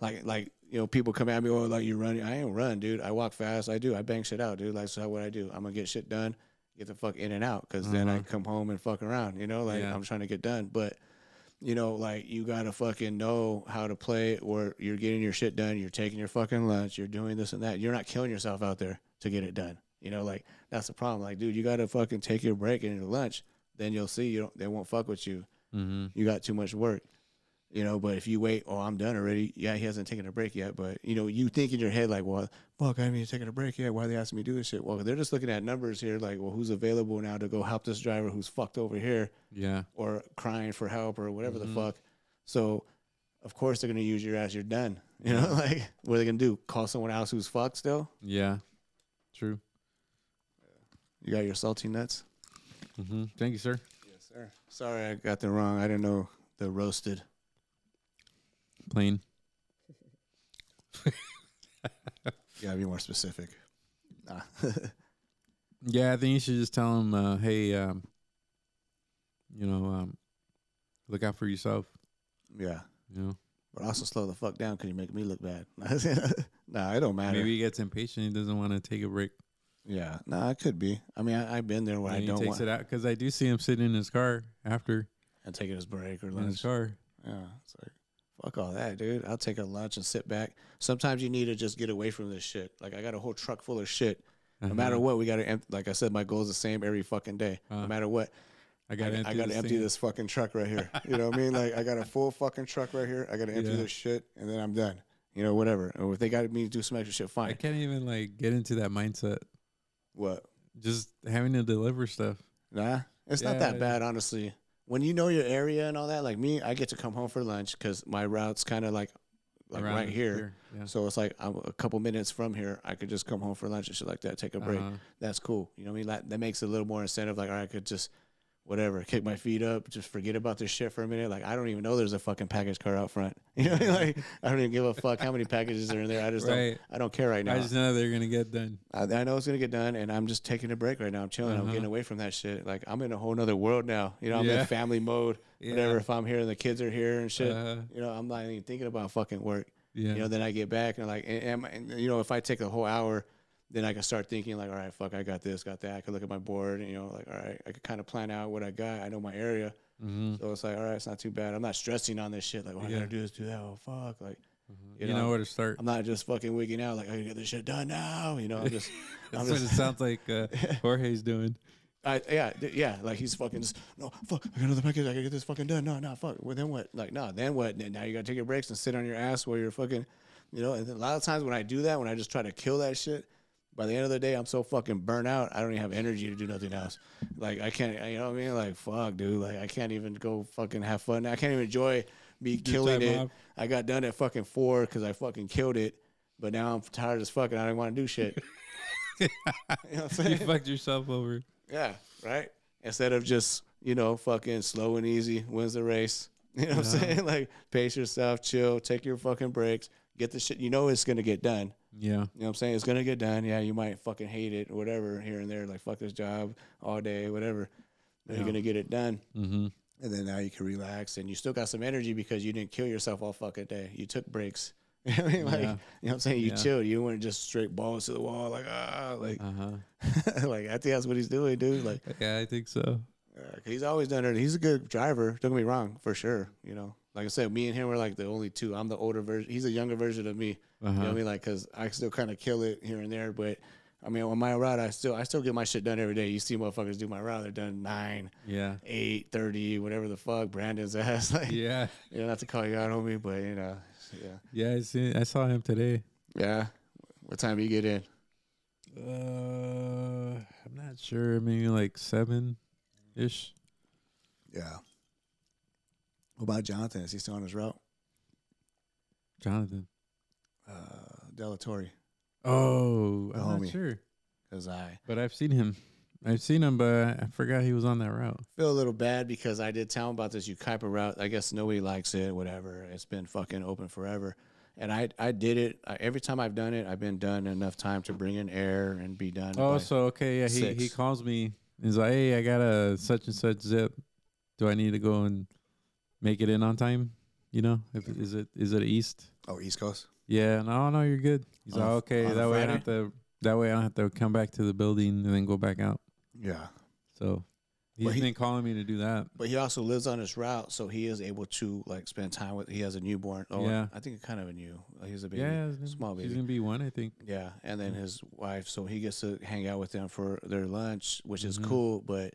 S2: Like, like you know, people come at me, oh, like you running. I ain't run, dude. I walk fast. I do. I bang shit out, dude. Like, so what I do? I'm gonna get shit done, get the fuck in and out, because then I come home and fuck around. You know, like
S3: Yeah.
S2: I'm trying to get done, but you know, like you gotta fucking know how to play where you're getting your shit done, you're taking your fucking lunch, you're doing this and that. You're not killing yourself out there to get it done. You know, like that's the problem. Like, dude, you gotta fucking take your break and your lunch, then you'll see you don't they won't fuck with you.
S3: Mm-hmm.
S2: You got too much work. You know, but if you wait, oh, I'm done already. Yeah, he hasn't taken a break yet. But you know, you think in your head like, well, fuck, I haven't even taken a break yet. Why are they asking me to do this shit? Well, they're just looking at numbers here, like, well, who's available now to go help this driver who's fucked over here
S3: Yeah.
S2: or crying for help or whatever the fuck. So, of course, they're gonna use your ass. You're done. You know, like what are they gonna do? Call someone else who's fucked still?
S3: Yeah. True.
S2: You got your salty nuts.
S3: Mm-hmm. Thank you, sir.
S2: Yes, sir. Sorry, I got the wrong. I didn't know the roasted.
S3: Plain.
S2: Yeah, be more specific. Nah.
S3: Yeah, I think you should just tell him, uh, hey, um, you know, um, look out for yourself.
S2: yeah,
S3: You know,
S2: but also slow the fuck down because you make me look bad. nah, it don't matter.
S3: maybe he gets impatient. He doesn't want to take a break.
S2: Yeah, nah, it could be. I mean, I, I've been there where
S3: and
S2: I
S3: he
S2: don't
S3: takes
S2: want
S3: it out because I do see him sitting in his car after
S2: and taking his break or
S3: in his
S2: lunch.
S3: car.
S2: Yeah, it's like fuck all that, dude. I'll take a lunch and sit back. Sometimes you need to just get away from this shit. Like I got a whole truck full of shit.
S3: Uh-huh.
S2: No matter what, we got to. Like I said, my goal is the same every fucking day.
S3: Uh,
S2: no matter what,
S3: I
S2: I,
S3: got
S2: I got to empty this fucking truck right here. You know what I mean? Like I got a full fucking truck right here. I got to empty
S3: Yeah.
S2: this shit, and then I'm done. You know, whatever. Or if they got me to do some extra shit,
S3: I
S2: fine.
S3: can't even like get into that mindset.
S2: What?
S3: Just having to deliver stuff.
S2: Nah, it's not
S3: Yeah.
S2: that bad, honestly. When you know your area and all that, like me, I get to come home for lunch because my route's kind of like, like
S3: around
S2: right here.
S3: Yeah.
S2: So it's like I'm a couple minutes from here. I could just come home for lunch and shit like that. Take a break.
S3: Uh-huh.
S2: That's cool. You know what I mean? That, that makes it a little more incentive. Like, all right, I could just whatever, kick my feet up, just forget about this shit for a minute. Like, I don't even know there's a fucking package car out front. You know, what I mean? like I don't even give a fuck how many packages are in there. I just
S3: Right.
S2: don't. I don't care right now.
S3: I just know they're gonna get done.
S2: I, I know it's gonna get done, and I'm just taking a break right now. I'm chilling. I'm getting away from that shit. Like I'm in a whole nother world now. You know, I'm
S3: Uh-huh. Yeah.
S2: in family mode. Whatever.
S3: Yeah.
S2: If I'm here and the kids are here and shit,
S3: Uh-huh.
S2: you know, I'm not even thinking about fucking work.
S3: Yeah.
S2: You know, then I get back and I'm like, and, and my- and, you know, if I take a whole hour, then I can start thinking like, all right, fuck, I got this, got that. I could look at my board, and, you know, like, all right, I could kind of plan out what I got. I know my area, so it's like, all right, it's not too bad. I'm not stressing on this shit. Like, oh, I
S3: Mm-hmm. Yeah. Mm-hmm.
S2: gotta do this, do that. Oh fuck, like,
S3: You, know, where to start.
S2: I'm not just fucking wigging out like I gotta get this shit done now. You know, I'm just, I'm
S3: That's what it
S2: just,
S3: sounds like uh, Jorge's doing.
S2: I, yeah, d- yeah. Like he's fucking just no fuck. I got another package. I gotta get this fucking done. No, no, fuck. Well, then what? Like no, then what? Then Now you gotta take your breaks and sit on your ass while you're fucking, you know. And then a lot of times when I do that, when I just try to kill that shit, by the end of the day, I'm so fucking burnt out. I don't even have energy to do nothing else. Like I can't. You know what I mean? Like fuck, dude. Like I can't even go fucking have fun. I can't even enjoy me killing
S3: time
S2: it.
S3: off.
S2: I got done at fucking four because I fucking killed it. But now I'm tired as fuck and I don't want to do shit. you know what I'm saying?
S3: You fucked yourself over.
S2: Yeah, right. Instead of just you know fucking slow and easy wins the race. You know what I'm saying? Like pace yourself, chill, take your fucking breaks, get the shit. You know it's gonna get done.
S3: Yeah.
S2: You know what I'm saying? It's gonna get done. Yeah, you might fucking hate it, whatever, here and there. Like fuck this job all day, whatever. But you're gonna get it done.
S3: Mm-hmm.
S2: And then now you can relax and you still got some energy because you didn't kill yourself all fucking day. You took breaks. You know what I mean? Like,
S3: Yeah.
S2: you know what I'm saying? You
S3: Yeah.
S2: chilled. You weren't just straight balls to the wall, like, ah, like,
S3: Uh huh.
S2: like, I think that's what he's doing, dude. Like,
S3: Yeah, I think so.
S2: uh, he's always done it. He's a good driver. Don't get me wrong, for sure. You know, like I said, me and him were like the only two. I'm the older version. He's a younger version of me. You know what I mean? Like, cause I still kind of kill it here and there, but I mean, on my route, I still I still get my shit done every day. You see motherfuckers do my route; they're done nine,
S3: Yeah.
S2: eight, thirty, whatever the fuck. Brandon's ass, like,
S3: Yeah.
S2: you know, not to call you out, homie, but you know, yeah,
S3: Yeah. I see. I saw him today.
S2: yeah. What time do you get in?
S3: Uh, I'm not sure. Maybe like seven ish.
S2: Yeah. What about Jonathan? Is he still on his route?
S3: Jonathan.
S2: Uh, Della Torre
S3: Oh,
S2: The
S3: I'm not
S2: homie.
S3: sure,
S2: because I
S3: but I've seen him. I've seen him, but I forgot he was on that route.
S2: feel a little bad because I did tell him about this Ukaipa route. I guess nobody likes it, whatever. It's been fucking open forever. And I, I did it. I, every time I've done it, I've been done enough time to bring in air and be done.
S3: Oh,
S2: by-
S3: so okay, yeah. He, he
S2: six.
S3: calls me. He's like, "Hey, I got a such and such zip. Do I need to go and make it in on time? You know, if, is it is it east?
S2: oh, East Coast.
S3: Yeah. No, no, you're good. He's
S2: On a
S3: like,
S2: f-
S3: okay.
S2: on a
S3: That way I don't have
S2: Friday?
S3: to. That way I don't have to come back to the building and then go back out.
S2: Yeah.
S3: So he's
S2: Well, he-
S3: been calling me to do that.
S2: But he also lives on this route, so he is able to like spend time with. He has a newborn. Oh,
S3: Yeah.
S2: I think kind of a new. He's a baby.
S3: Yeah, yeah,
S2: small
S3: He's
S2: baby.
S3: gonna be one, I think.
S2: Yeah, and then his wife, so he gets to hang out with them for their lunch, which is cool. But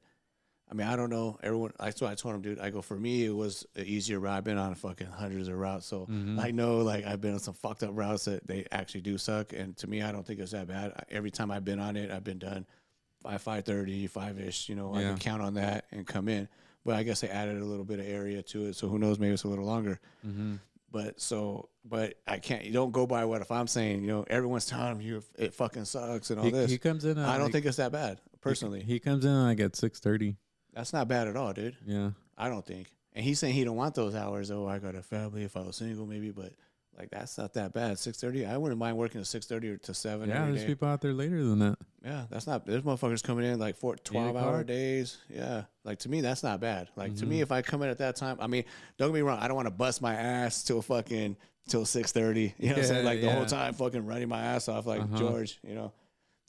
S2: I mean, I don't know. Everyone, that's what I told him, dude. I go for me, it was an easier route. I've been on fucking hundreds of routes, so I know like I've been on some fucked up routes that they actually do suck. And to me, I don't think it's that bad. I- Every time I've been on it, I've been done by five thirty, five ish. You know, I
S3: Yeah.
S2: can count on that and come in. But I guess they added a little bit of area to it, so who knows? Maybe it's a little longer. Mm-hmm. But so, but I can't. You don't go by what if I'm saying. You know, everyone's telling me you it fucking sucks and all
S3: He,
S2: this.
S3: he comes in. at,
S2: I don't
S3: like-
S2: think it's that bad
S3: he-
S2: personally.
S3: he comes in like at six thirty.
S2: That's not bad at all, dude.
S3: Yeah.
S2: I don't think. And he's saying he don't want those hours. Oh, I got a family. If I was single, maybe. But like that's not that bad. Six thirty. I wouldn't mind working at six thirty or to seven.
S3: Yeah,
S2: every
S3: there's
S2: day.
S3: people out there later than that.
S2: Yeah, that's not. There's motherfuckers coming in like four, 12 hour
S3: o'clock?
S2: days. Yeah, like to me, that's not bad. Like to
S3: Mm-hmm.
S2: me, if I come in at that time, I mean, don't get me wrong, I don't want to bust my ass till fucking till six thirty. You know what I'm saying?
S3: Yeah,
S2: Like the
S3: yeah.
S2: whole time, fucking running my ass off, like
S3: Uh-huh.
S2: George. You know,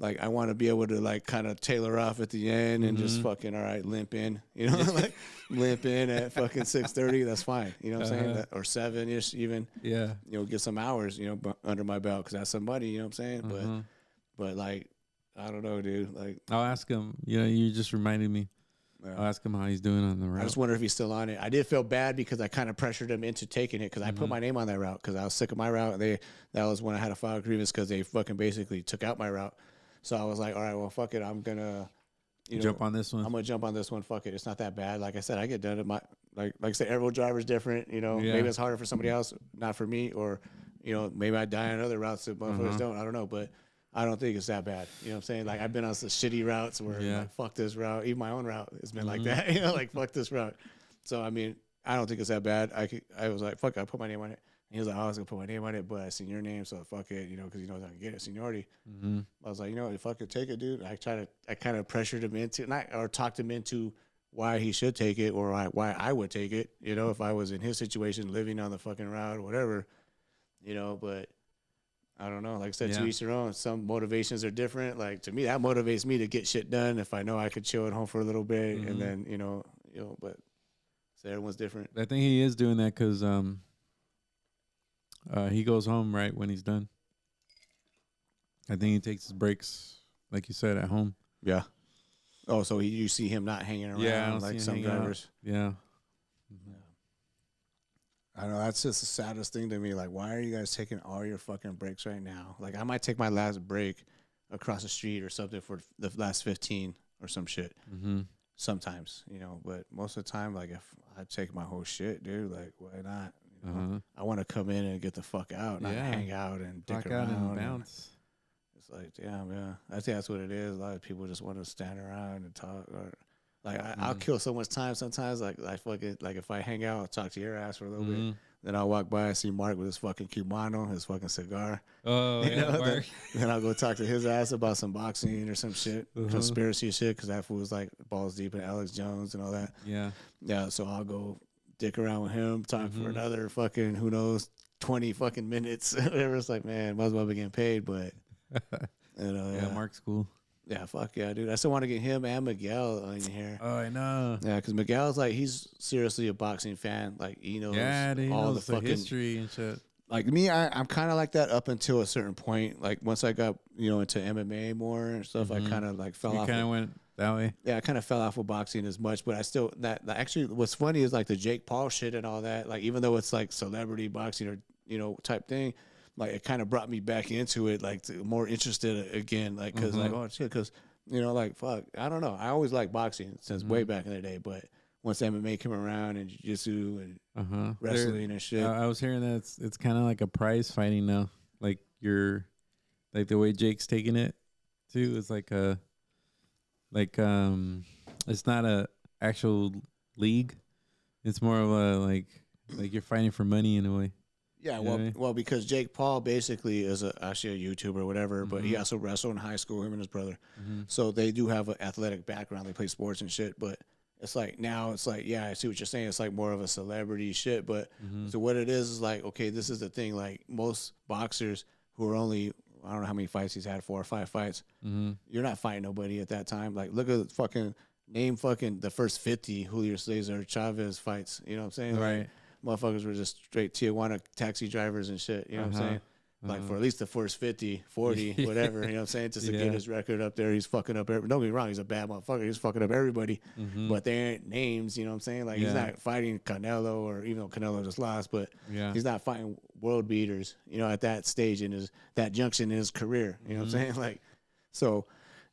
S2: like I want to be able to like kind of tailor off at the end and
S3: Mm-hmm.
S2: just fucking all right, limp in. You know, like limp in at fucking six thirty. That's fine. You know what I'm saying?
S3: Uh-huh.
S2: That- or seven ish even
S3: Yeah.
S2: you know, get some hours, you know, bu- under my belt because that's some money, you know what I'm saying?
S3: Mhm.
S2: But, but like, I don't know, dude. Like,
S3: I'll ask him. You know, you just reminded me.
S2: Yeah.
S3: I'll ask him how he's doing on the route.
S2: I just wonder if he's still on it. I did feel bad because I kind of pressured him into taking it because I put my name on that route because I was sick of my route. They that was when I had to file a grievance because they fucking basically took out my route. So I was like, all right, well, fuck it, I'm gonna, you know,
S3: Jump on this one.
S2: I'm gonna jump on this one. Fuck it, it's not that bad. Like I said, I get done at my like like I said, every driver's different. You know,
S3: Yeah.
S2: maybe it's harder for somebody else, not for me, or you know, maybe I die on other routes that motherfuckers
S3: Mm-hmm.
S2: don't. I don't know, but I don't think it's that bad. You know what I'm saying? Like I've been on some shitty routes where
S3: Yeah. Mm-hmm.
S2: like fuck this route. Even my own route has been like that. You know, like fuck this route. So I mean, I don't think it's that bad. I could, I was like, fuck, I put my name on it. And he was like, "Oh, I was gonna put my name on it, but I seen your name, so fuck it, you know, because you know I can get it seniority.
S3: Mm-hmm.
S2: I was like, you know, what, fuck it, take it, dude. I tried to, I kind of pressured him into, not or talked him into why he should take it or why, why I would take it. You know, if I was in his situation, living on the fucking route or whatever. You know, but I don't know. Like I said,
S3: Yeah.
S2: to each their own. Some motivations are different. Like to me, that motivates me to get shit done. If I know I could chill at home for a little bit,
S3: Mhm.
S2: and then you know, you know, but so everyone's different.
S3: I think he is doing that because um, uh, he goes home right when he's done. I think he takes his breaks, like you said, at home.
S2: Yeah. Oh, so he, you see him not hanging around
S3: Yeah, I don't see
S2: like
S3: him
S2: some
S3: hanging out.
S2: drivers.
S3: Yeah.
S2: I know that's just the saddest thing to me. Like, why are you guys taking all your fucking breaks right now? Like, I might take my last break across the street or something for the last fifteen or some shit.
S3: Mm-hmm.
S2: Sometimes, you know, but most of the time, like, if I take my whole shit, dude, like, why not? You know?
S3: Uh-huh.
S2: I want to come in and get the fuck out, not
S3: Yeah.
S2: hang out and dick
S3: Rock out
S2: around.
S3: and bounce.
S2: It's like, damn, yeah. I think that's what it is. A lot of people just want to stand around and talk. Or like, I, I'll kill so much time sometimes. Like, I fucking like if I hang out, I'll talk to your ass for a little bit. Then I'll walk by and see Mark with his fucking kimono, his fucking cigar.
S3: Oh,
S2: You know, then, then I'll go talk to his ass about some boxing or some shit, conspiracy shit, because that fool was like balls deep in Alex Jones and all that.
S3: yeah.
S2: Yeah, so I'll go dick around with him, talk for another fucking who knows twenty fucking minutes. Whatever. It's like, man, might as well be getting paid, but you know,
S3: Yeah,
S2: yeah,
S3: Mark's cool.
S2: yeah, fuck yeah, dude. I still want to get him and Miguel on here.
S3: Oh, I know.
S2: Yeah, because Miguel's like he's seriously a boxing fan. Like he knows
S3: Yeah, dude, he
S2: all
S3: knows
S2: the fucking
S3: history and shit.
S2: like me, I, I'm kind of like that up until a certain point. Like once I got you know into MMA more and stuff,
S3: Mm-hmm.
S2: I kind of like fell
S3: He
S2: off.
S3: kind of went that way.
S2: yeah, I kind of fell off with boxing as much, but I still that, that actually what's funny is like the Jake Paul shit and all that. Like even though it's like celebrity boxing or you know type thing, like it kind of brought me back into it, like to, more interested again, like because like oh shit, because you know like fuck, I don't know. I always liked boxing since way back in the day, but once MMA came around and jiu-jitsu and
S3: Uh huh.
S2: wrestling and shit,
S3: I was hearing that it's, it's kind of like a prize fighting now. Like your like the way Jake's taking it too is like a like um it's not a actual league. It's more of a like like you're fighting for money in a way.
S2: Yeah,
S3: You know
S2: well,
S3: what I mean?
S2: well, because Jake Paul basically is a, actually a YouTuber or whatever, but he also wrestled in high school, him and his brother. So they do have an athletic background. They play sports and shit, but it's like now it's like, yeah, I see what you're saying. It's like more of a celebrity shit, but so what it is is like, okay, this is the thing. Like most boxers who are only, I don't know how many fights he's had, four or five fights, you're not fighting nobody at that time. Like, look at fucking, name fucking the first 50 Julio Cesar Chavez fights. You know what I'm saying? Like,
S3: Right.
S2: motherfuckers were just straight Tijuana taxi drivers and shit. You know
S3: Uh-huh.
S2: what I'm saying? Like for at least the first 50, 40, whatever. You know what I'm saying? Just to
S3: Yeah.
S2: get his record up there. He's fucking up. Every, don't get me wrong. He's a bad motherfucker. He's fucking up everybody. But they ain't names. You know what I'm saying? Like he's
S3: Mm-hmm. Yeah.
S2: not fighting Canelo or even though Canelo just lost, but
S3: Yeah.
S2: he's not fighting world beaters. You know, at that stage in his that junction in his career. You
S3: Mm-hmm.
S2: know what I'm saying? Like so,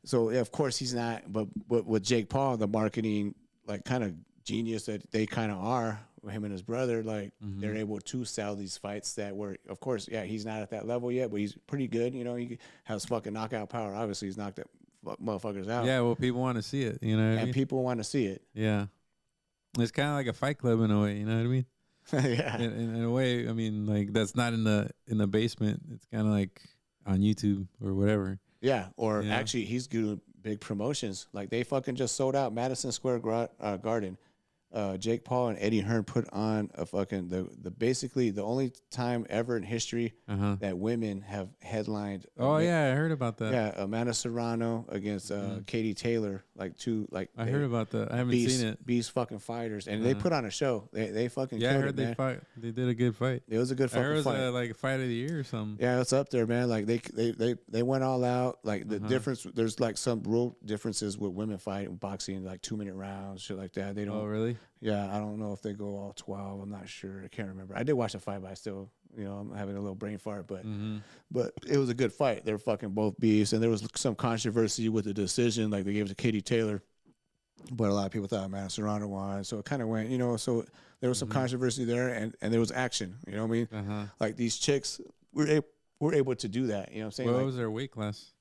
S2: so yeah, of course he's not. But but with Jake Paul, the marketing like kind of genius that they kind of are, him and his brother, like
S3: Mm-hmm.
S2: they're able to sell these fights that were, of course, yeah, he's not at that level yet, but he's pretty good. You know, he has fucking knockout power. Obviously, he's knocked that fuck motherfuckers out.
S3: Yeah, well people want to see it, you know what I mean?
S2: Oh. and people want to see it.
S3: yeah. It's kind of like a fight club in a way, you know what I mean?
S2: yeah,
S3: in, in, in a way, I mean, like that's not in the in the basement. It's kind of like on YouTube or whatever.
S2: yeah. Or
S3: Yeah.
S2: actually, he's doing big promotions. Like they fucking just sold out Madison Square Gra- uh, Garden. uh, Jake Paul and Eddie Hearn put on a fucking the the basically the only time ever in history
S3: Uh huh.
S2: that women have headlined. a
S3: Oh
S2: ma-
S3: yeah, I heard about that.
S2: yeah, Amanda Serrano against uh, Katie Taylor, like two like
S3: I
S2: they-
S3: heard about that. I haven't
S2: beast
S3: seen it. Uh-huh.
S2: beast fucking fighters, and they put on a show. They they fucking
S3: Yeah, I
S2: killed
S3: heard
S2: it,
S3: they
S2: man.
S3: fight. They did a good fight.
S2: It was a good
S3: I heard it
S2: fucking
S3: was
S2: fight.
S3: uh, like a fight of the year or something.
S2: Yeah, it's up there, man. Like they they they, they went all out. Like
S3: Uh-huh.
S2: the difference, there's like some rule differences with women fighting boxing, like two minute rounds, shit like that. They don't.
S3: Oh really?
S2: Yeah, I don't know if they go all twelve. I'm not sure. I can't remember. I did watch the fight, but I still, you know, I'm having a little brain fart. But
S3: Mm-hmm.
S2: but it was a good fight. They're fucking both beasts, and there was some controversy with the decision. Like they gave it to Katie Taylor, but a lot of people thought Amanda Serrano won. So it kind of went, you know. So there was some
S3: Mm-hmm.
S2: controversy there, and and there was action. You know what I mean?
S3: Uh huh.
S2: Like these chicks were a- were able to do that. You know what I'm saying?
S3: What
S2: like,
S3: was their weight class?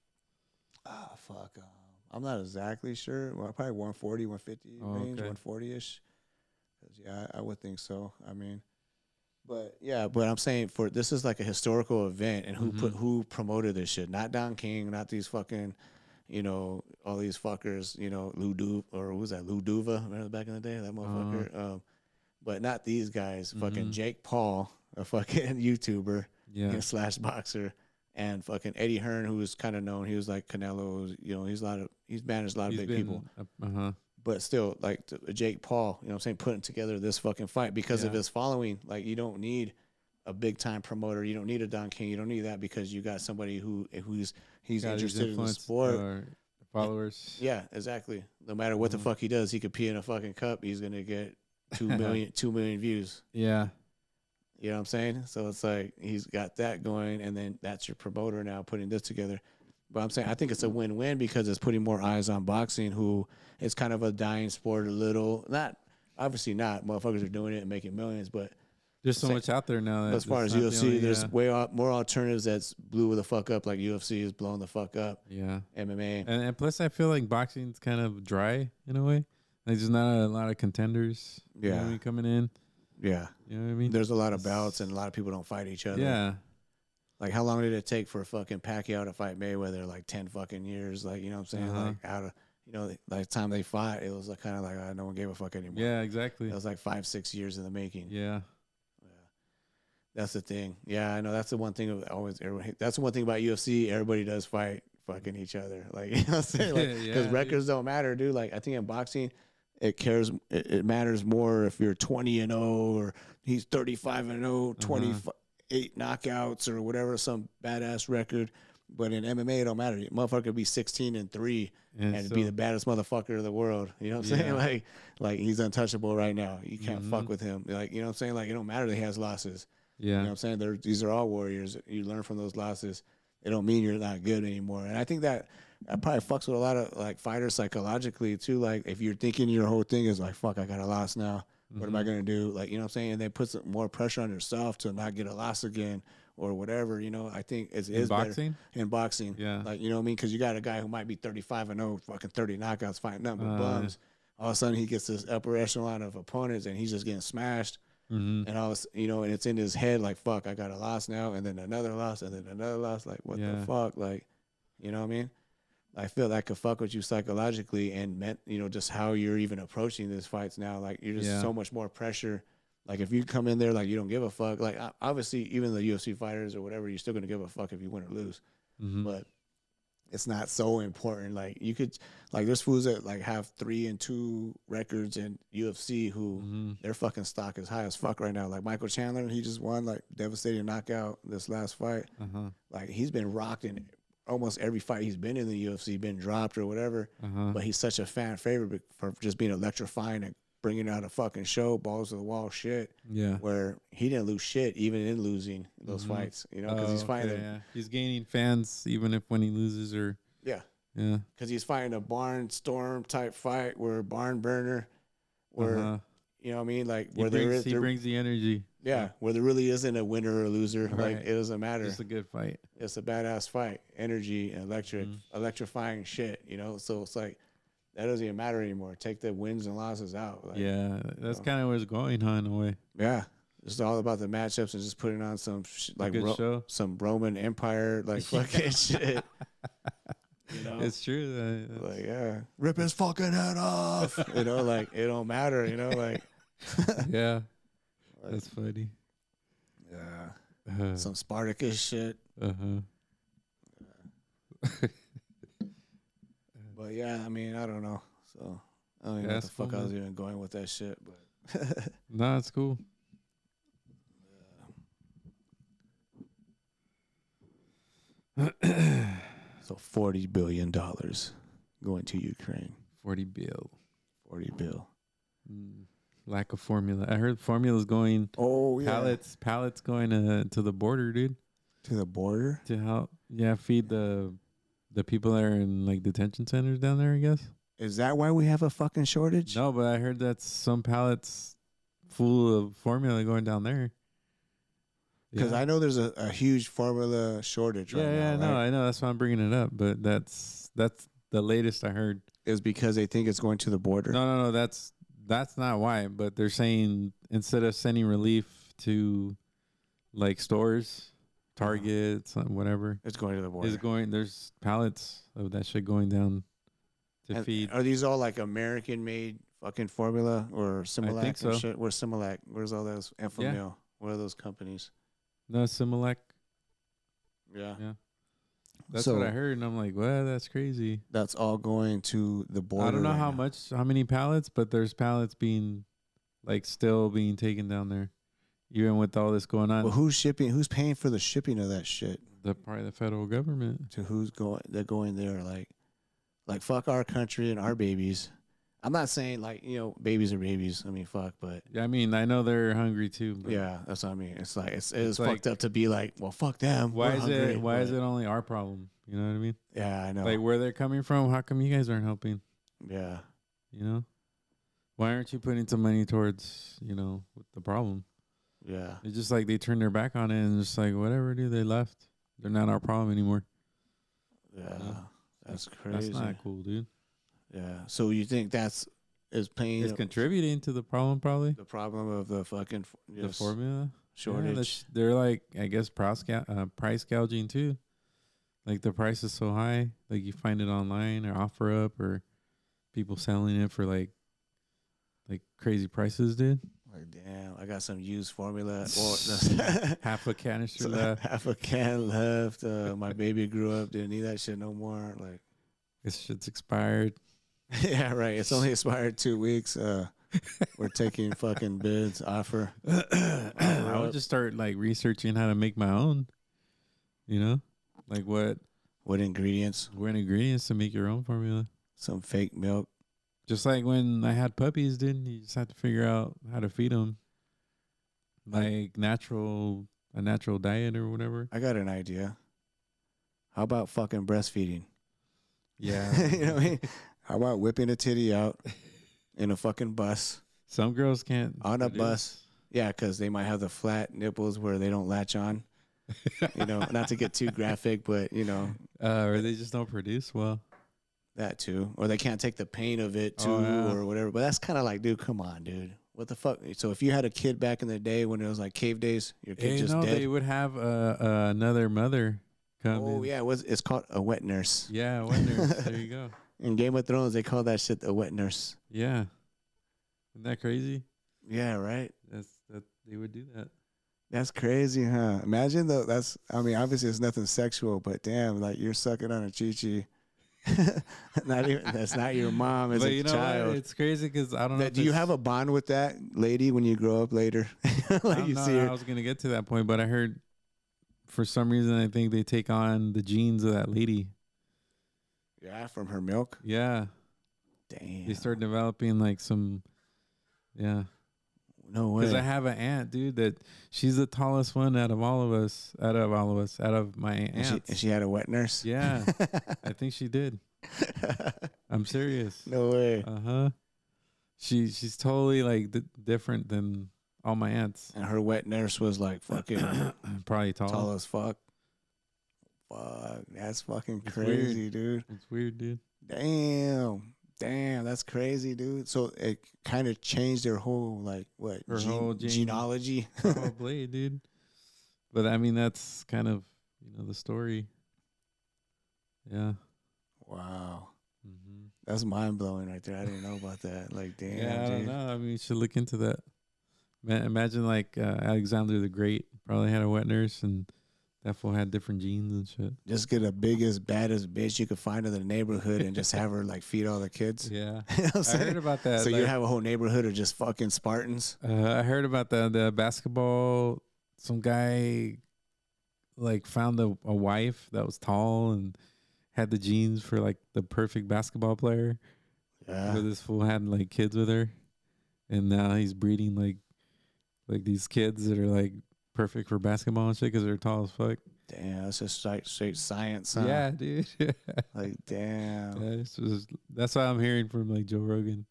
S2: ah, fuck. Um, I'm not exactly sure. Well, probably 140, 150
S3: Oh,
S2: range,
S3: okay.
S2: 140 ish. Yeah, I, I would think so. I mean, but yeah, but I'm saying for this is like a historical event, and who
S3: Mm-hmm.
S2: put who promoted this shit? Not Don King, not these fucking, you know, all these fuckers. You know, Lou Duva or who was that? Lou Duva. Remember back in the day,
S3: Uh-huh.
S2: that motherfucker. um, but not these guys.
S3: Mm-hmm.
S2: Fucking Jake Paul, a fucking YouTuber
S3: Yeah.
S2: and slash boxer, and fucking Eddie Hearn, who was kind of known. He was like Canelo. You know, he's a lot of he's managed a lot of big people,
S3: Uh huh.
S2: but still like t- Jake Paul. You know, what I'm saying putting together this fucking fight because of
S3: Yeah.
S2: his following. Like you don't need a big time promoter. You don't need a Don King. You don't need that because you got somebody who who's he's interested in the sport.
S3: uh, Followers.
S2: Yeah, exactly. No matter what
S3: Mm-hmm.
S2: the fuck he does, he could pee in a fucking cup. He's gonna get two million two million views.
S3: Yeah.
S2: You know what I'm saying? So it's like he's got that going, and then that's your promoter now putting this together. But I'm saying I think it's a win-win because it's putting more eyes on boxing, who is kind of a dying sport a little. Not obviously not. Motherfuckers are doing it and making millions, but
S3: There's so
S2: Say-
S3: much out there now. That
S2: as far
S3: it's
S2: as
S3: not the
S2: UFC,
S3: only-
S2: there's
S3: yeah.
S2: way al- more alternatives that's blew the fuck up. Like UFC is blowing the fuck up.
S3: yeah.
S2: MMA.
S3: And, and plus, I feel like boxing's kind of dry in a way. Like there's not a lot of contenders. you know what I
S2: Yeah.
S3: mean, coming in.
S2: yeah,
S3: You know what I mean?
S2: there's a lot of bouts, and a lot of people don't fight each other.
S3: yeah.
S2: Like how long did it take for fucking Pacquiao to fight Mayweather? Like ten fucking years. Like you know what I'm saying?
S3: Uh-huh.
S2: Like out of you know, like the time they fought, it was like kind of like uh, no one gave a fuck anymore.
S3: Yeah. Exactly.
S2: It was like five, six years in the making.
S3: Yeah.
S2: That's the thing. Yeah, I know. That's the one thing of always. Everybody, that's the one thing about UFC. Everybody does fight fucking each other. Like you know what I'm saying? Like
S3: Yeah,
S2: because
S3: dude.
S2: records don't matter, dude. Like I think in boxing, it cares. It, it matters more if you're 20 and 0 or he's 35 and oh,
S3: Uh-huh.
S2: 0, 28 knockouts or whatever some badass record. But in MMA, it don't matter. Motherfucker could be 16 and three
S3: And
S2: and, be
S3: so-
S2: the baddest motherfucker in the world. You know what I'm
S3: Yeah. Mm-hmm.
S2: saying? Like, like he's untouchable right now. You can't fuck with him. Like, you know what I'm saying? Like, it don't matter that he has losses. You know what
S3: Yeah.
S2: I'm saying? They're, these are all warriors. You learn from those losses. It don't mean you're not good anymore. And I think that that probably fucks with a lot of like fighters psychologically too. Like if you're thinking your whole thing is like, fuck, I got a loss
S3: Mm-hmm.
S2: now. What am I gonna do? Like, you know what I'm saying? And they put some more pressure on yourself to not get a loss again or whatever, you know, I think it's
S3: In
S2: is better-
S3: boxing?
S2: in boxing.
S3: Yeah.
S2: Like, you know what I mean? Because you got a guy who might be 35 and 0, fucking 30 knockouts, fighting nothing but
S3: Uh,
S2: bums. All of a sudden, he gets this upper echelon of opponents and he's just getting smashed.
S3: Mm-hmm.
S2: And all, of a s- you know, and it's in his head like, fuck, I got a loss now. And then another loss and then another loss. Like, what
S3: Yeah.
S2: the fuck? Like, you know what I mean? I feel that could fuck with you psychologically and meant, you know, just how you're even approaching these fights now. Like, you're just
S3: Yeah.
S2: so much more pressure. Like, if you come in there like you don't give a fuck, like, o- obviously, even the UFC fighters or whatever, you're still going to give a fuck if you win or lose
S3: Mm-hmm.
S2: but it's not so important. Like you could, like there's fools that like have three and two records in UFC who
S3: hmm
S2: their fucking stock is high as fuck right now. Like Michael Chandler, he just won like devastating knockout this last fight.
S3: Uh-huh.
S2: Like he's been rocked in almost every fight he's been in the UFC, been dropped or whatever.
S3: Uh-huh.
S2: But he's such a fan favorite be- for just being electrifying and bringing out a fucking show, balls to the wall shit.
S3: yeah.
S2: Where he didn't lose shit, even in losing those
S3: Mhm.
S2: fights, you know, because he's
S3: Oh,
S2: fighting,
S3: okay, yeah. He's gaining fans even if when he loses or
S2: yeah,
S3: yeah.
S2: because he's fighting a barn storm type fight where barn burner, where
S3: uh-huh.
S2: you know what I mean, like
S3: he,
S2: where there
S3: brings,
S2: is
S3: he
S2: there,
S3: brings the energy.
S2: yeah, where there really isn't a winner or loser. Like
S3: Right.
S2: it doesn't matter.
S3: Just a good fight.
S2: it's a badass fight, energy, electric,
S3: Mm.
S2: electrifying shit. You know, so it's like that doesn't even matter anymore. Take the wins and losses out. Like,
S3: yeah, that's kind of where it's going, huh? In a way,
S2: yeah. It's all about the matchups and just putting on some sh- like
S3: good
S2: Ro-
S3: show.
S2: some Roman Empire like fucking shit. You know?
S3: it's true. uh, that- that's-
S2: like yeah, rip his fucking head off. you know, like it don't matter. You know, like
S3: yeah, that's funny.
S2: yeah,
S3: Uh,
S2: some Spartacus shit.
S3: uh-huh.
S2: But yeah, I mean, I don't know. So I don't even know
S3: Yeah,
S2: what
S3: it's
S2: the fuck
S3: fun,
S2: I was
S3: man.
S2: even going with that shit. But
S3: No, it's cool.
S2: so forty billion dollars going to Ukraine.
S3: Forty bill.
S2: Forty bill.
S3: Mm. Lack of formula. I heard formula's going
S2: Oh
S3: pallets. Pallets going to to the border, dude.
S2: to the border.
S3: To help, yeah, feed the the people that are in like detention centers down there. I guess.
S2: Is that why we have a fucking shortage?
S3: No, but I heard that's some pallets full of formula going down there.
S2: Because I know there's a, a huge formula shortage right
S3: yeah, yeah,
S2: now.
S3: no,
S2: right?
S3: I know. That's why I'm bringing it up. But that's that's the latest I heard.
S2: Is because they think it's going to the border.
S3: No, no, no. That's that's not why. But they're saying instead of sending relief to like stores, Target, some- whatever,
S2: It's going to the border.
S3: is going. There's pallets of that shit going down to
S2: And
S3: feed.
S2: Are these all like American made fucking formula or Similac
S3: think so.
S2: and shit? Where's Similac? Where's all those Enfamil? Where are those companies?
S3: No, Similac.
S2: Yeah.
S3: Yeah. That's
S2: So-
S3: what I heard, and I'm like, well, that's crazy.
S2: That's all going to the border.
S3: I don't know
S2: right
S3: how
S2: now.
S3: much, how many pallets, but there's pallets being, like, still being taken down there, even with all this going on.
S2: But who's shipping? Who's paying for the shipping of that shit?
S3: the probably the federal government.
S2: To who's going? They're going there like, like fuck our country and our babies. I'm not saying like you know babies are babies. I mean fuck, but
S3: Yeah, I mean, I know they're hungry too. But
S2: yeah, that's what I mean. It's like it's it's,
S3: It's like-
S2: fucked up to be like, well fuck them.
S3: Why
S2: We're
S3: is
S2: hungry,
S3: it? Why is
S2: but-
S3: it only our problem? You know what I mean?
S2: Yeah, I know.
S3: Like where they're coming from. How come you guys aren't helping?
S2: yeah,
S3: You know, why aren't you putting some money towards you know the problem?
S2: yeah.
S3: It's just like they turned their back on it and just like whatever, dude. They left. They're not our problem anymore.
S2: Yeah, that's
S3: That's
S2: crazy.
S3: not cool, dude.
S2: yeah. So you think that's is paying
S3: It's contributing to the problem, probably.
S2: the problem of the fucking f-
S3: The
S2: yes,
S3: formula. Yeah,
S2: shortage?
S3: that's- they're like, I guess, price, gou- uh, price gouging too. Like the price is so high, like you find it online or offer up or people selling it for like like crazy prices, dude.
S2: like, damn, I got some used formula. Well, no,
S3: Half a canister
S2: so
S3: left.
S2: half a can left. Uh, my baby grew up, didn't need that shit no more. Like,
S3: This shit's expired.
S2: yeah, right. It's only expired two weeks. Uh, we're taking fucking bids. Offer.
S3: I would just start like researching how to make my own. You know? Like what
S2: What ingredients?
S3: what ingredients to make your own formula.
S2: Some fake milk.
S3: Just like when I had puppies, didn't you just have to figure out how to feed them, like natural a natural diet or whatever.
S2: I got an idea. How about fucking breastfeeding? you know what I mean? How about whipping a titty out in a fucking bus?
S3: Some girls can't
S2: On a
S3: produce.
S2: bus. Yeah, because they might have the flat nipples where they don't latch on. you know, not to get too graphic, but you know
S3: Uh, or they just don't produce well.
S2: that too, or they can't take the pain of it too,
S3: Oh, yeah.
S2: or whatever. But that's kind of like, dude, come on, dude, what the fuck? So if you had a kid back in the day when it was like cave days, your kid
S3: Hey,
S2: just
S3: no,
S2: dead.
S3: they would have uh, uh, another mother come.
S2: Oh
S3: in.
S2: yeah, it was, it's called a wet nurse.
S3: yeah, wet nurse. there you go.
S2: In Game of Thrones, they call that shit a wet nurse.
S3: Yeah, isn't that crazy?
S2: Yeah, right.
S3: That's that they would do that.
S2: That's crazy, huh? Imagine though. That's I mean, obviously it's nothing sexual, but damn, like you're sucking on a chi chi. not even that's not your mom as
S3: but
S2: a
S3: you know
S2: child.
S3: what? It's crazy because I don't know.
S2: That-
S3: if
S2: do you
S3: it's-
S2: have a bond with that lady when you grow up later?
S3: I
S2: like you
S3: don't
S2: see
S3: know, I
S2: her.
S3: was gonna get to that point, but I heard for some reason I think they take on the genes of that lady.
S2: Yeah, from her milk.
S3: Yeah,
S2: Damn.
S3: they start developing like some. Yeah,
S2: no way.
S3: because I have an aunt, dude. That she's the tallest one out of all of us. Out of all of us. Out of my
S2: and, she,
S3: aunts.
S2: and she had a wet nurse.
S3: yeah, I think she did. I'm serious.
S2: no way.
S3: Uh huh. She she's totally like d- different than all my aunts.
S2: And her wet nurse was like fucking
S3: Probably tall.
S2: tall as fuck. Fuck, that's fucking
S3: It's weird.
S2: crazy, dude.
S3: It's weird, dude.
S2: Damn. Damn, that's crazy, dude. So it kind of changed their whole like what
S3: Her whole gene-
S2: genealogy.
S3: Probably, dude. But I mean, that's kind of you know the story. Yeah.
S2: wow,
S3: Mm-hmm.
S2: that's mind blowing right there. I didn't know about that. Like, damn,
S3: yeah, I
S2: dude.
S3: don't know. I mean, you should look into that. Ma- Imagine like uh, Alexander the Great probably had a wet nurse, and that fool had different genes and shit.
S2: Just get the biggest, baddest bitch you could find in the neighborhood and just have her like feed all the kids.
S3: Yeah,
S2: You know what I'm
S3: I heard
S2: saying?
S3: about that.
S2: so you
S3: like-
S2: have a whole neighborhood of just fucking Spartans.
S3: Uh, I heard about the the basketball. Some guy like found a, a wife that was tall and had the genes for like the perfect basketball player.
S2: Yeah.
S3: But this fool had like kids with her, and now he's breeding like like these kids that are like perfect for basketball and shit because they're tall as fuck.
S2: Damn, that's just straight, straight science. Huh?
S3: Yeah, dude. yeah,
S2: Like, damn,
S3: it's just- that's what I'm hearing from like Joe Rogan.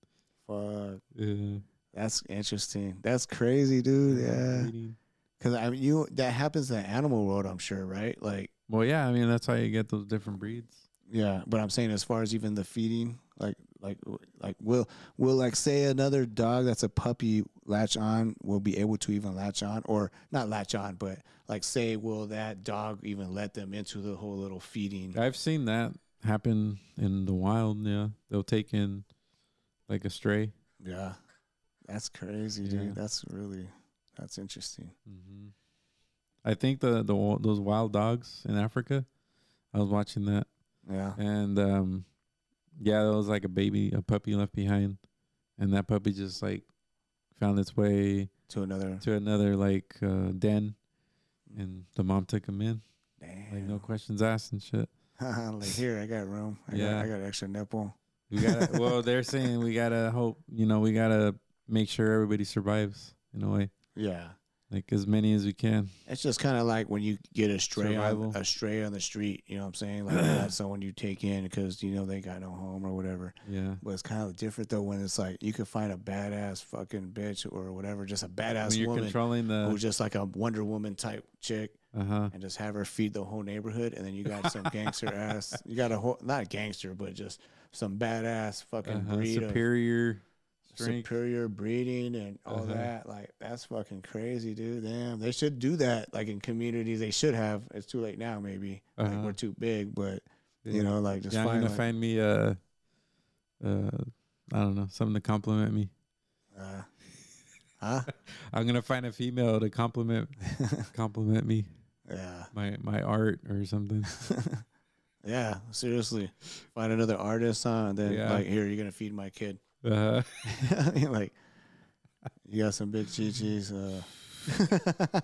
S2: fuck.
S3: Yeah,
S2: That's interesting. That's crazy, dude. Yeah.
S3: breeding.
S2: Because I mean, you that happens in the animal world, I'm sure, right? Like,
S3: Well, yeah. I mean, that's how you get those different breeds.
S2: yeah. But I'm saying, as far as even the feeding, like, like, like, will will like say another dog that's a puppy latch on will be able to even latch on, or not latch on, but like, say, will that dog even let them into the whole little feeding?
S3: I've seen that happen in the wild. Yeah, they'll take in like a stray.
S2: Yeah, that's crazy,
S3: Yeah.
S2: dude. That's really that's interesting.
S3: Mm-hmm. I think the the wa- those wild dogs in Africa. I was watching that,
S2: Yeah.
S3: and um, yeah, there was like a baby, a puppy left behind, and that puppy just like found its way
S2: To another.
S3: to another like uh, den, and the mom took him in,
S2: Damn.
S3: like no questions asked and shit.
S2: like here, I got room. I
S3: Yeah.
S2: got I got extra nipple.
S3: We got to well, they're saying we gotta hope, you know, we gotta make sure everybody survives in a way.
S2: Yeah.
S3: like as many as we can.
S2: It's just kind of like when you get a stray on,
S3: Survival.
S2: a stray on the street. You know what I'm saying? Like that's someone you take in because you know they got no home or whatever.
S3: Yeah.
S2: But it's kind of different though when it's like you can find a badass fucking bitch or whatever, just a
S3: When
S2: badass
S3: you're
S2: woman
S3: controlling
S2: who's
S3: the
S2: just like a Wonder Woman type chick.
S3: uh huh.
S2: and just have her feed the whole neighborhood. And then you got some gangster ass. You got a whole not gangster, but just some badass fucking breed of
S3: Uh-huh. Superior strength.
S2: superior breeding and all
S3: Uh-huh.
S2: that. Like that's fucking crazy, dude. Damn, they should do that. Like in communities, they should have. It's too late now, maybe. Like
S3: Uh-huh.
S2: we're too big, but
S3: Yeah.
S2: you know, like just
S3: yeah, I'm
S2: find.
S3: gonna
S2: like,
S3: find me uh uh I don't know something to compliment me.
S2: uh, huh?
S3: I'm gonna find a female to compliment compliment me
S2: Yeah.
S3: my my art or something.
S2: Yeah, seriously. Find another artist, huh? And then,
S3: Yeah.
S2: like, here, you're going to feed my kid.
S3: Uh,
S2: I mean, like, you got some big chi chis. Uh,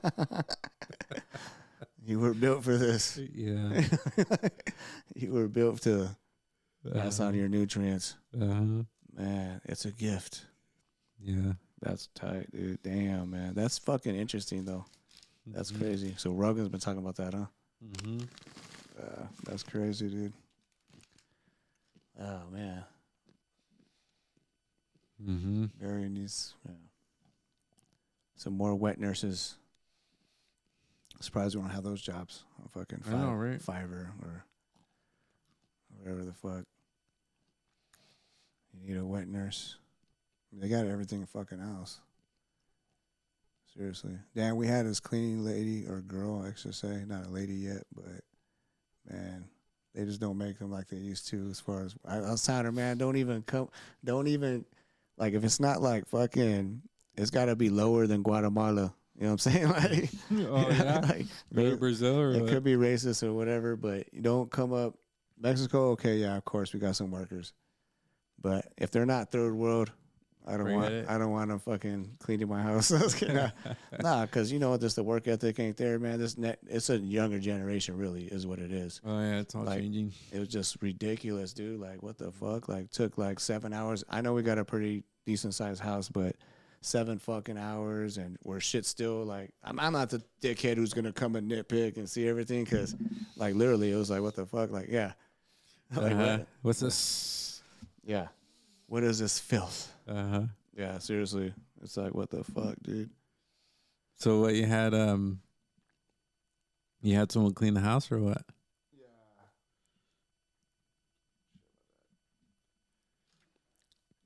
S2: you were built for this.
S3: yeah.
S2: you were built to pass on
S3: Uh,
S2: your nutrients.
S3: uh-huh.
S2: Man, it's a gift.
S3: Yeah.
S2: That's tight, dude. Damn, man. That's fucking interesting, though. That's crazy. So, Rogan's been talking about that, huh?
S3: Mm-hmm.
S2: Uh, that's crazy, dude. Oh, man.
S3: Mm-hmm.
S2: Very nice. Yeah. Some more wet nurses. Surprised we don't have those jobs on fucking
S3: I know,
S2: Fiv-
S3: right?
S2: Fiverr or whatever the fuck. You need a wet nurse. They got everything fucking else. Seriously. Damn, we had this cleaning lady or girl, I should say. Not a lady yet, but man, they just don't make them like they used to as far as I, I was telling her, man, don't even come don't even like if it's not like fucking it's gotta be lower than Guatemala. You know what I'm saying? Like,
S3: oh yeah,
S2: like
S3: go to
S2: they-
S3: Brazil or
S2: it
S3: what?
S2: could be racist or whatever, but you don't come up Mexico. Okay, yeah, of course we got some workers, but if they're not third world, I don't
S3: Bring
S2: want.
S3: it.
S2: I don't want them fucking cleaning my house. I was kidding. nah, because you know just the work ethic ain't there, man. This net, it's a younger generation, really, is what it is.
S3: Oh yeah, it's all
S2: Like-
S3: changing.
S2: It was just ridiculous, dude. Like, what the fuck? Like, took like seven hours. I know we got a pretty decent sized house, but seven fucking hours, and we're shit still. Like, I'm, I'm not the dickhead who's gonna come and nitpick and see everything, cause like literally, it was like, what the fuck? Like, yeah, like,
S3: Uh-huh.
S2: what?
S3: What's this?
S2: yeah. What is this filth?
S3: Uh huh.
S2: Yeah, seriously, it's like, what the fuck, dude?
S3: So what you had? Um, you had someone clean the house or what?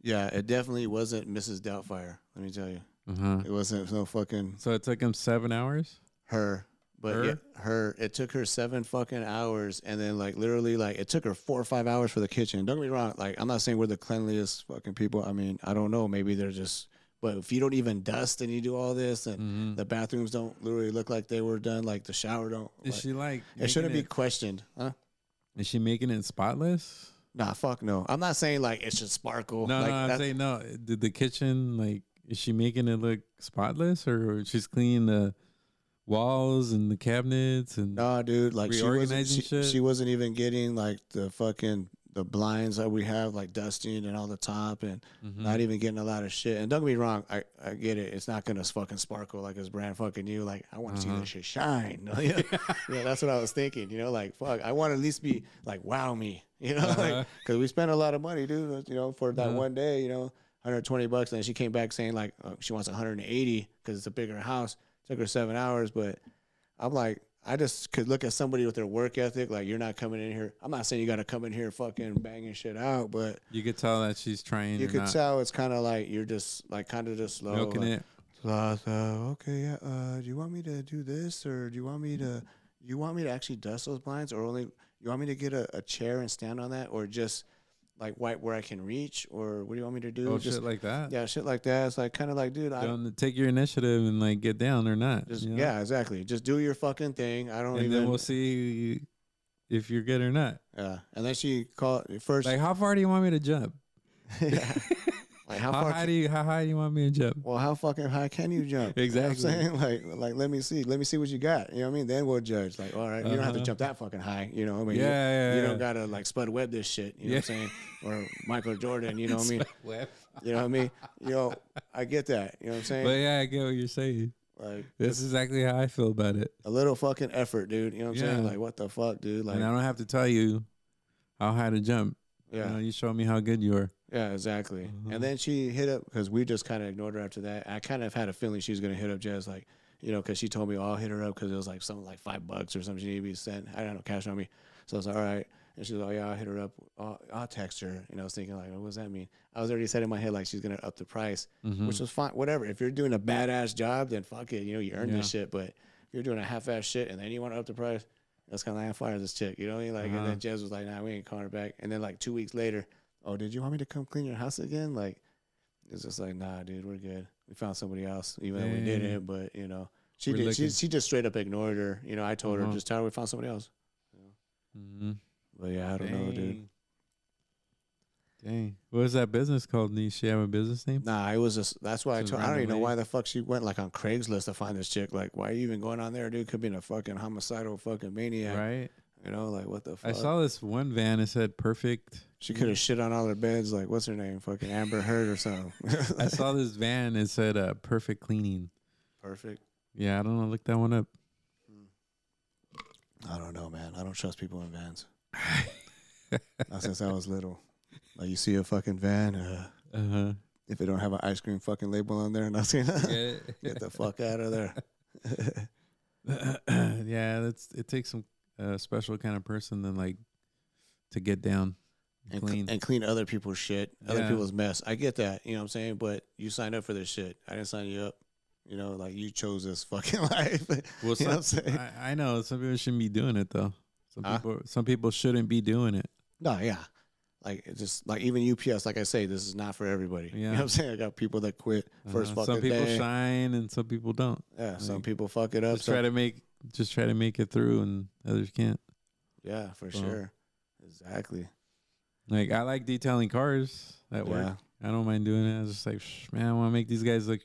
S2: Yeah, it definitely wasn't Mrs. Doubtfire. Let me tell you,
S3: Uh huh.
S2: it wasn't no fucking
S3: So it took him seven hours.
S2: her but
S3: Her?
S2: her? her it took her seven fucking hours and then like literally like it took her four or five hours for the kitchen don't get me wrong like i'm not saying we're the cleanliest fucking people i mean i don't know maybe they're just but if you don't even dust and you do all this and
S3: Mhm.
S2: the bathrooms don't literally look like they were done like the shower don't
S3: Is
S2: like-
S3: she like?
S2: it shouldn't
S3: making
S2: be questioned huh
S3: Is she making it spotless?
S2: nah fuck no i'm not saying like it should sparkle
S3: No,
S2: Oh, like
S3: no, I'm
S2: that-
S3: saying no. Did the kitchen like? Is she making it look spotless, or she's cleaning the walls and the cabinets and?
S2: No, dude. Like she wasn't.
S3: Reorganizing
S2: She,
S3: shit?
S2: she wasn't even getting like the fucking the blinds that we have, like dusting and all the top, and
S3: Mm-hmm.
S2: not even getting a lot of shit. And don't get me wrong, I, I get it. It's not gonna fucking sparkle like it's brand fucking new. Like I want to see this shit shine. No, yeah. yeah, that's what I was thinking. You know, like fuck, I want to at least be like wow me. You know, like because we spent a lot of money, dude. You know, for that one day. You know. 120 bucks, and then she came back saying like uh, she wants 180 because it's a bigger house. Took her seven hours, but I'm like, I just could look at somebody with their work ethic. Like, you're not coming in here. I'm not saying you got to come in here fucking banging shit out, but
S3: You could tell that she's trying.
S2: you
S3: or
S2: could
S3: not
S2: tell it's kind of like you're just like kind of just slow.
S3: milking
S2: like,
S3: it.
S2: "Uh, so, okay, yeah. Uh, do you want me to do this, or do you want me to? You want me to actually dust those blinds, or only you want me to get a, a chair and stand on that, or just like white where I can reach, or what do you want me to do?
S3: Oh
S2: just
S3: shit, like that.
S2: yeah, shit like that. It's like kind of like, dude, I
S3: Don't take your initiative and like get down or not.
S2: just
S3: you know?
S2: yeah, exactly. Just do your fucking thing. I don't
S3: and
S2: even.
S3: then we'll see if you're good or not.
S2: Yeah, and then she called first.
S3: Like, how far do you want me to jump?
S2: Yeah. like how,
S3: How,
S2: far?
S3: high
S2: ca-
S3: do you? How high do you want me to jump?
S2: well, how fucking high can you jump?
S3: Exactly.
S2: You know what I'm saying like, like let me see, let me see what you got. You know what I mean? Then we'll judge. Like, all right, you don't have to
S3: Uh-huh.
S2: jump that fucking high. You know what I mean?
S3: Yeah,
S2: You-
S3: yeah,
S2: You
S3: yeah.
S2: don't gotta like Spud Webb this shit. You know what I'm saying? Or Michael Jordan. You know what I mean?
S3: But
S2: You know what I mean? You know, I get that. You know what I'm saying?
S3: yeah, I get what you're saying.
S2: like
S3: That's exactly how I feel about it.
S2: a little fucking effort, dude. You know what I'm saying?
S3: Yeah.
S2: Like what the fuck, dude? Like
S3: and I don't have to tell you how high to jump.
S2: yeah.
S3: You, know, you show me how good you are.
S2: Yeah, exactly. And then she hit up because we just kind of ignored her after that. I kind of had a feeling she was gonna hit up Jazz, like you know, because she told me oh, I'll hit her up because it was like something like five bucks or something she needed to be sent. I don't know, cash on me. So I was like, all right. And she was like, oh, yeah, I'll hit her up. I'll, I'll text her. And I was thinking, like, what does that mean? I was already set in my head, like, she's going to up the price,
S3: Mm.
S2: which was fine. Whatever. If you're doing a badass job, then fuck it. You know, you earned this shit. But if you're doing a half ass shit and then you want to up the price, that's kind of like, I fire this chick. You know what I mean? Like, and
S3: Uh-huh.
S2: then Jez was like, nah, we ain't calling her back. And then, like, two weeks later, oh, did you want me to come clean your house again? Like, it's just like, nah, dude, we're good. We found somebody else, even though we
S3: Yeah, yeah, yeah.
S2: didn't. But, you know, she
S3: We're
S2: did. She,
S3: looking.
S2: she just straight up ignored her. You know, I told
S3: Uh-huh.
S2: her, just tell her we found somebody else.
S3: Mm-hmm.
S2: But yeah, I don't know, dude.
S3: Dang. What was that business called? Did she have a business name?
S2: Nah, it was just that's why I
S3: Just
S2: told. I don't even know
S3: randomly.
S2: why the fuck she went like on Craigslist to find this chick. Like, why are you even going on there, dude? Could be a fucking homicidal fucking maniac.
S3: Right.
S2: You know, like what the fuck?
S3: I saw this one van. It said perfect.
S2: she could have shit on all her beds. Like, what's her name? Fucking Amber Heard or something.
S3: I saw this van. It said uh, perfect cleaning.
S2: Perfect.
S3: Yeah, I don't know. Look that one up.
S2: I don't know, man. I don't trust people in vans. Not since I was little. Like, you see a fucking van. Uh,
S3: Uh huh.
S2: if it don't have an ice cream fucking label on there, and I see that,
S3: Yeah.
S2: get the fuck out of there.
S3: yeah, that's it takes some uh, special kind of person than like to get down
S2: and cl-
S3: clean.
S2: and clean other people's shit, other
S3: Yeah.
S2: people's mess. I get that, you know what I'm saying? But you signed up for this shit. I didn't sign you up. You know, like you chose this fucking life.
S3: well,
S2: you know what I'm
S3: some-
S2: saying?
S3: I, I know some people shouldn't be doing it though. Some
S2: Huh?
S3: people, some people shouldn't be doing it.
S2: no, yeah. Like it's just like even UPS, like I say, this is not for everybody. You know
S3: Yeah.
S2: what I'm saying? I got people that quit first
S3: Uh,
S2: fucking
S3: some people
S2: day.
S3: shine and some people don't.
S2: yeah, some
S3: like,
S2: people fuck it up.
S3: Just try
S2: Some,
S3: to make, just try to make it through, and others can't.
S2: yeah, for
S3: Well.
S2: sure. Exactly.
S3: Like I like detailing cars at
S2: Yeah.
S3: work. I don't mind doing it. I was just like, "Shh, man, I want to make these guys look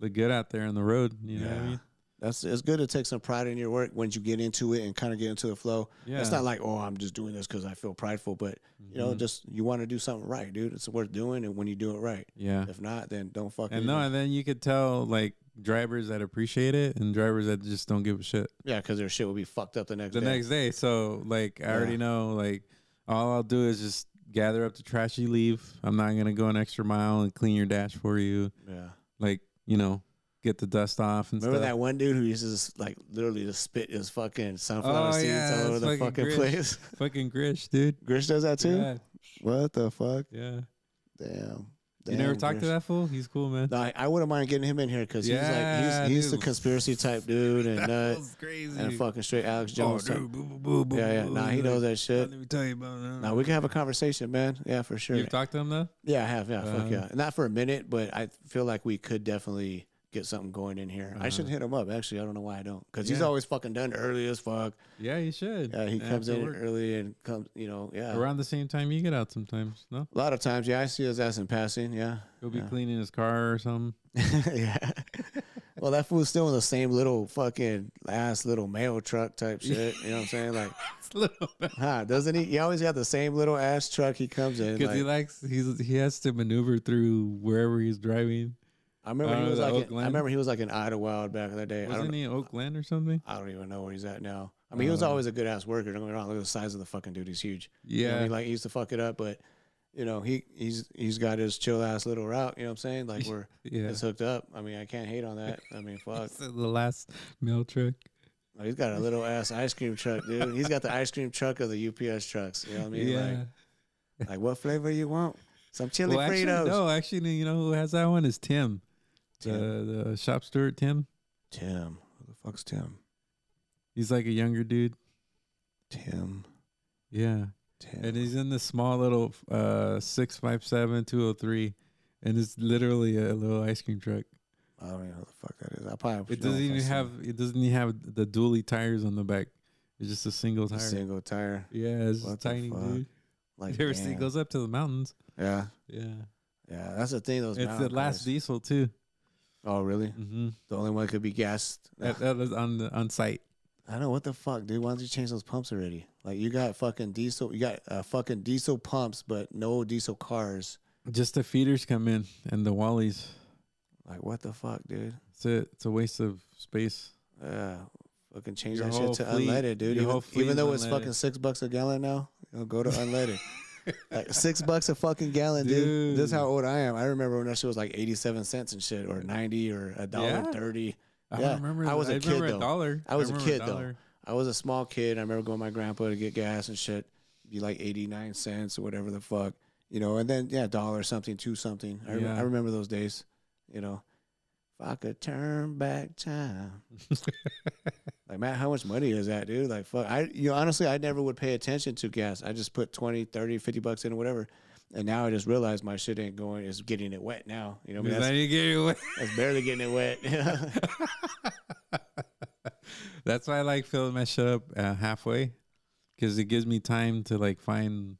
S3: look good out there on the road. You know what I mean?
S2: That's it's good to take some pride in your work once you get into it and kind of get into the flow.
S3: Yeah,
S2: It's not like, oh, I'm just doing this because I feel prideful, but you know,
S3: Mhm.
S2: just you want to do something right, dude. It's worth doing, and when you do it right,
S3: yeah.
S2: if not, then don't fuck.
S3: And
S2: it.
S3: no, and then you could tell like drivers that appreciate it and drivers that just don't give a shit
S2: yeah, because their shit will be fucked up the next
S3: the
S2: day.
S3: next day. So like I
S2: Yeah.
S3: already know like all I'll do is just gather up the trash you leave. I'm not gonna go an extra mile and clean your dash for you.
S2: yeah.
S3: Like you know, get the dust off and
S2: Remember
S3: stuff.
S2: that one dude who used to just, like literally just spit his fucking sunflower
S3: Oh,
S2: seeds
S3: yeah,
S2: all over
S3: it's
S2: the
S3: fucking
S2: fucking
S3: Grish.
S2: place?
S3: Fucking Grish, dude.
S2: Grish does that too.
S3: Yeah,
S2: What the fuck?
S3: yeah.
S2: Damn.
S3: you never
S2: Damn,
S3: talked to
S2: Grish.
S3: that fool? He's cool, man.
S2: No, I, I wouldn't mind getting him in here because he's
S3: Yeah,
S2: like he's, he's the
S3: dude.
S2: conspiracy type dude and nut
S3: crazy.
S2: and fucking straight Alex
S3: oh,
S2: Jones. type.
S3: dude, boo, boo, boo, boo,
S2: yeah, yeah.
S3: boo,
S2: Nah,
S3: boo,
S2: he knows
S3: like,
S2: that shit.
S3: Let me tell you about that.
S2: Now we can have a conversation, man. Yeah, for sure.
S3: You've talked to him though?
S2: yeah, I have. Yeah, fuck
S3: Uh-huh.
S2: yeah. Not for a minute, but I feel like we could definitely get something going in here. I should
S3: Uh-huh.
S2: hit him up. Actually, I don't know why I don't, because he's
S3: Yeah.
S2: always fucking done early as fuck.
S3: Yeah, you should.
S2: Yeah, he comes
S3: After
S2: in
S3: work.
S2: early and comes. You know, yeah.
S3: around the same time you get out sometimes. No,
S2: a lot of times, yeah, I see his ass in passing. Yeah,
S3: he'll be
S2: yeah.
S3: cleaning his car or something.
S2: yeah. Well, that fool's still in the same little fucking ass little mail truck type shit. You know what I'm saying? Like,
S3: Because
S2: huh? Doesn't he? He always got the same little ass truck. He comes in. Like,
S3: he likes he's he has to maneuver through wherever he's driving.
S2: I remember
S3: Uh,
S2: he was
S3: the
S2: like. In, I
S3: Oakland?
S2: remember he was like in Idlewild back in the day. I don't,
S3: Wasn't he in Oakland or something?
S2: I don't even know where he's at now. I mean, he was
S3: Uh,
S2: always a good ass worker. Don't get me wrong. Look at the size of the fucking dude. He's huge. You know what I
S3: Yeah,
S2: mean? like he used to fuck it up, but you know he he's he's got his chill ass little route. You know what I'm saying? Like we're
S3: yeah.
S2: it's hooked up. I mean, I can't hate on that. I mean, fuck.
S3: So the last mail truck.
S2: Oh, he's got a little ass ice cream truck, dude. He's got the ice cream truck of the UPS trucks. You know what I mean?
S3: yeah.
S2: Like, like what flavor you want? Some chili
S3: well, actually,
S2: Fritos.
S3: no, actually, you know who has that one is Tim, The, the shop steward Tim.
S2: Tim. Who the fuck's Tim?
S3: He's like a younger dude.
S2: Tim.
S3: Yeah.
S2: Tim.
S3: And he's in this small little uh 657 203 and it's literally a little ice cream truck.
S2: I don't even know who the fuck that is. I probably
S3: It
S2: know
S3: doesn't
S2: if I
S3: even
S2: see
S3: have it doesn't even have the dually tires on the back. It's just a single
S2: a
S3: tire.
S2: single tire.
S3: Yeah, it's
S2: What
S3: just
S2: the
S3: tiny
S2: fuck?
S3: dude.
S2: Like
S3: you ever see
S2: damn.
S3: it goes up to the mountains?
S2: Yeah.
S3: Yeah.
S2: Yeah, that's the thing. Those
S3: It's the
S2: mountain
S3: last
S2: cars.
S3: diesel too.
S2: Oh, really?
S3: Mm-hmm.
S2: The only one could be gassed.
S3: that, that was on the on site.
S2: I know what the fuck, dude. Why don't you change those pumps already? Like you got fucking diesel, you got uh, fucking diesel pumps, but no diesel cars.
S3: Just the feeders come in and the wallies.
S2: Like what the fuck, dude?
S3: It's a, it's a waste of space.
S2: Yeah, fucking change
S3: Your
S2: that shit
S3: whole
S2: to
S3: fleet-
S2: unleaded, dude.
S3: your
S2: Even,
S3: whole fleet
S2: even
S3: is
S2: though it's
S3: unleaded.
S2: fucking six bucks a gallon now, you know, go to unleaded. like six bucks a fucking gallon, dude. This is how
S3: Dude.
S2: old I am. I remember when that shit was like eighty-seven cents and shit, or ninety, or a dollar
S3: Yeah?
S2: thirty.
S3: I
S2: Yeah,
S3: don't remember.
S2: I
S3: the-
S2: was a
S3: I
S2: kid,
S3: remember
S2: though.
S3: A dollar.
S2: I was a
S3: remember
S2: kid, though.
S3: dollar.
S2: I was a small kid. I remember going with my grandpa to get gas and shit. Be like eighty nine cents or whatever the fuck, you know. And then yeah, dollar something, two something. I, rem-
S3: Yeah.
S2: I remember those days, you know. If I could turn back time, like Matt, how much money is that, dude? Like fuck, I you know, honestly, I never would pay attention to gas. I just put 20, 30, 50 bucks in or whatever. And now I just realize my shit ain't going. It's getting it wet now. You know, what I mean,
S3: Because I
S2: that's,
S3: didn't get it away.
S2: that's barely getting it wet.
S3: That's why I like filling my shit up uh, halfway, because it gives me time to like find,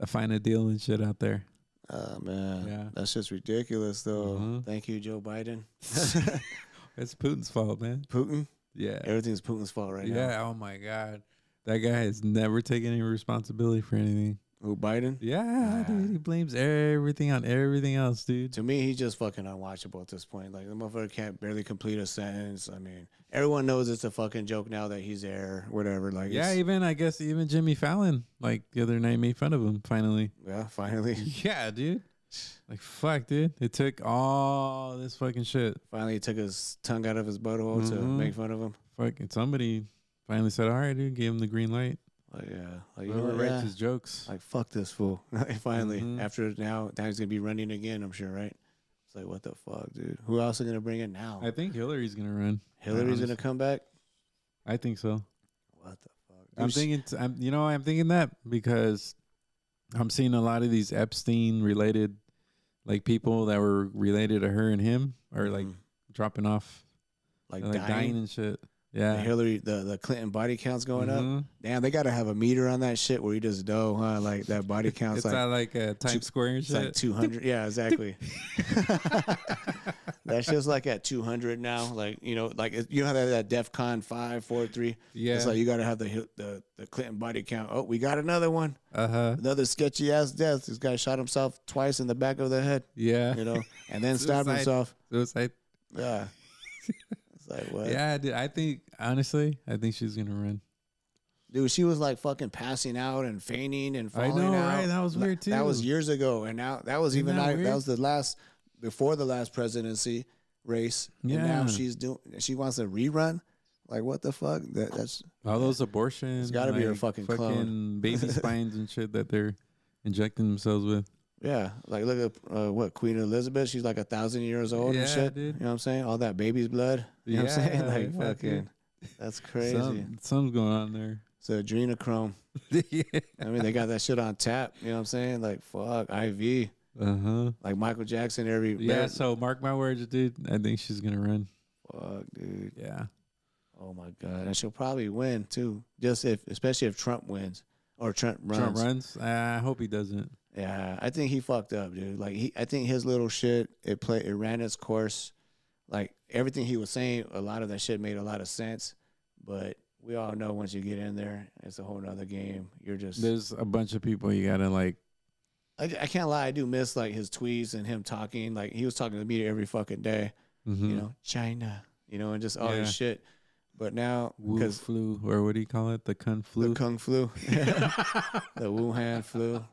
S3: uh, find a deal and shit out there.
S2: oh man,
S3: Yeah.
S2: that's just ridiculous, though.
S3: Mhm.
S2: Thank you, Joe Biden.
S3: It's Putin's fault, man.
S2: Putin.
S3: Yeah,
S2: Everything's Putin's fault right now.
S3: yeah. Oh my god, that guy has never taken any responsibility for anything.
S2: Who Biden?
S3: Yeah, dude, he blames everything on everything else, dude.
S2: To me, he's just fucking unwatchable at this point. Like the motherfucker can't barely complete a sentence. I mean, everyone knows it's a fucking joke now that he's there, whatever. Like,
S3: Yeah,
S2: it's-
S3: even I guess even Jimmy Fallon, like the other night, made fun of him. Finally,
S2: yeah. Finally,
S3: yeah, dude. Like fuck, dude. It took all this fucking shit.
S2: finally, he took his tongue out of his butthole to
S3: Mhm.
S2: make fun of him.
S3: fucking somebody finally said, "All right, dude, gave him the green light."
S2: Like, yeah, like you know
S3: Whoever
S2: what,
S3: writes
S2: yeah.
S3: his jokes,
S2: like fuck this fool. Finally,
S3: Mhm.
S2: after now, now he's gonna be running again. I'm sure, right? It's like what the fuck, dude. Who else is gonna bring it now?
S3: I think Hillary's gonna run.
S2: Hillary's gonna
S3: honestly-
S2: come back.
S3: I think so.
S2: What the fuck?
S3: I'm
S2: Dude, she-
S3: thinking. t- I'm, you know, I'm thinking that because I'm seeing a lot of these Epstein-related, like people that were related to her and him, are like
S2: Mhm.
S3: dropping off,
S2: like,
S3: like dying,
S2: dying.
S3: and shit.
S2: The
S3: Yeah.
S2: Hillary, the, the Clinton body count's going up.
S3: Mhm.
S2: Damn, they gotta have a meter on that shit where you just know, huh? Like that body count's
S3: It's
S2: like
S3: not like a Times Square and
S2: It's like
S3: shit.
S2: 200. Yeah, exactly. That's just like at 200 now. Like, you know, like it- you know how that, that DEF CON 5, 4, 3?
S3: Yeah.
S2: It's like you got to have the, Hil- the the Clinton body count. Oh, we got another one.
S3: Uh huh.
S2: Another sketchy ass death. This guy shot himself twice in the back of the head,
S3: Yeah.
S2: you know, and then stabbed
S3: Suicide.
S2: himself.
S3: It was like,
S2: Yeah. It's like, what?
S3: yeah, dude. I think honestly, I think she's gonna run.
S2: Dude, she was like fucking passing out and fainting and falling
S3: know,
S2: out.
S3: right? That was
S2: Like,
S3: weird,
S2: That was
S3: too.
S2: years ago, and now that was
S3: Isn't
S2: even
S3: that
S2: like, that
S3: weird?
S2: was the last before the last presidency race. And now
S3: Yeah.
S2: she's doing. She wants a rerun. Like what the fuck? That, that's
S3: All those abortions.
S2: gotta be her fucking clone.
S3: baby spines and shit that they're injecting themselves with.
S2: yeah. Like look at uh, what Queen Elizabeth. She's like a thousand years old
S3: Yeah,
S2: and shit.
S3: dude.
S2: You know what I'm saying? All that baby's blood. You know what I'm saying?
S3: Yeah,
S2: Like
S3: yeah,
S2: fucking.
S3: dude.
S2: That's crazy.
S3: Some, something's going on there.
S2: It's adrenochrome. I mean, they got that shit on tap. You know what I'm saying? Like fuck IV.
S3: Uh huh.
S2: Like Michael Jackson. Every
S3: Yeah. So mark my words, dude. I think she's gonna run.
S2: Fuck, dude.
S3: Yeah.
S2: Oh my god. And she'll probably win too. Just if especially if Trump wins or Trump runs.
S3: Trump runs. I hope he doesn't.
S2: Yeah. I think he fucked up, dude. Like he I think his little shit, it played it ran its course. Like everything he was saying, a lot of that shit made a lot of sense. But we all know once you get in there, it's a whole nother game. You're just
S3: There's a bunch of people you gotta like.
S2: I, I can't lie, I do miss like his tweets and him talking. Like he was talking to the media every fucking day.
S3: mhm.
S2: You know, China. You know, and just all
S3: Yeah.
S2: this shit. But now
S3: Wu
S2: because
S3: flu, or what do you call it? The Kun
S2: the
S3: flu.
S2: kung flu, the Wuhan flu.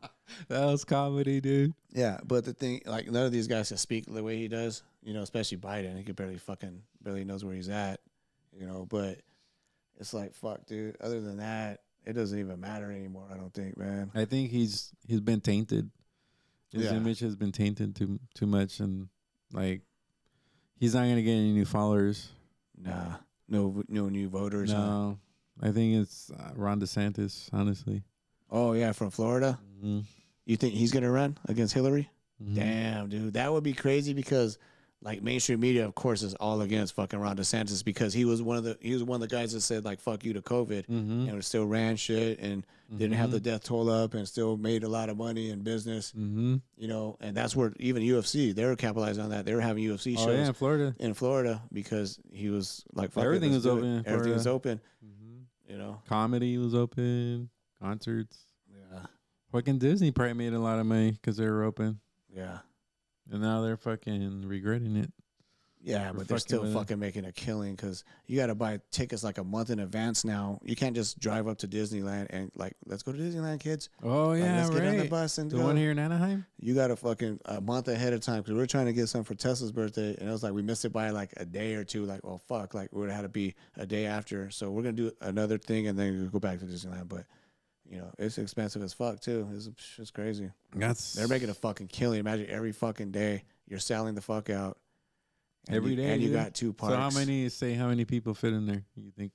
S3: that was comedy, dude.
S2: Yeah, but the thing, like none of these guys can speak the way he does. You know, especially Biden. He could barely fucking barely knows where he's at. You know, but it's like fuck, dude. Other than that, it doesn't even matter anymore. I don't think, man.
S3: I think he's he's been tainted. His
S2: Yeah.
S3: image has been tainted too too much, and like he's not gonna get any new followers.
S2: Nah, no, no new voters. huh?
S3: No, I think it's uh, Ron DeSantis, honestly.
S2: Oh yeah, from Florida.
S3: Mhm.
S2: You think he's gonna run against Hillary?
S3: Mhm.
S2: Damn, dude, that would be crazy because like mainstream media, of course, is all against fucking Ron DeSantis because he was one of the he was one of the guys that said like fuck you to COVID
S3: Mhm.
S2: and still ran shit and didn't
S3: Mm-hmm.
S2: have the death toll up and still made a lot of money in business,
S3: Mhm.
S2: you know. And that's where even UFC they were capitalizing on that. They were having UFC
S3: Oh
S2: shows
S3: yeah, Florida.
S2: in Florida because he was like fuck it,
S3: Everything
S2: let's
S3: was
S2: do
S3: open in
S2: It. Everything was
S3: Florida.
S2: open,
S3: Mhm.
S2: you know.
S3: Comedy was open. Concerts.
S2: Yeah,
S3: Fucking Disney probably made a lot of money because they were open,
S2: yeah,
S3: and now they're fucking regretting it.
S2: yeah.
S3: We're
S2: but they're
S3: fucking
S2: still
S3: with it.
S2: fucking making a killing because you got to buy tickets like a month in advance now. You can't just drive up to Disneyland and like let's go to Disneyland, kids.
S3: Oh
S2: Like,
S3: yeah,
S2: let's
S3: right.
S2: get on the bus and
S3: The
S2: go.
S3: one here in Anaheim.
S2: you got to fucking a month ahead of time because we were trying to get some for Tesla's birthday, and it was like we missed it by like a day or two. Like, well, fuck, like we would have had to be a day after. So we're gonna do another thing and then go back to Disneyland. But you know, it's expensive as fuck too. It's it's crazy.
S3: That's
S2: They're making a fucking killing. Imagine every fucking day you're selling the fuck out. And
S3: Every
S2: you,
S3: day,
S2: and you
S3: dude.
S2: got two parks.
S3: So how many say how many people fit in there? You think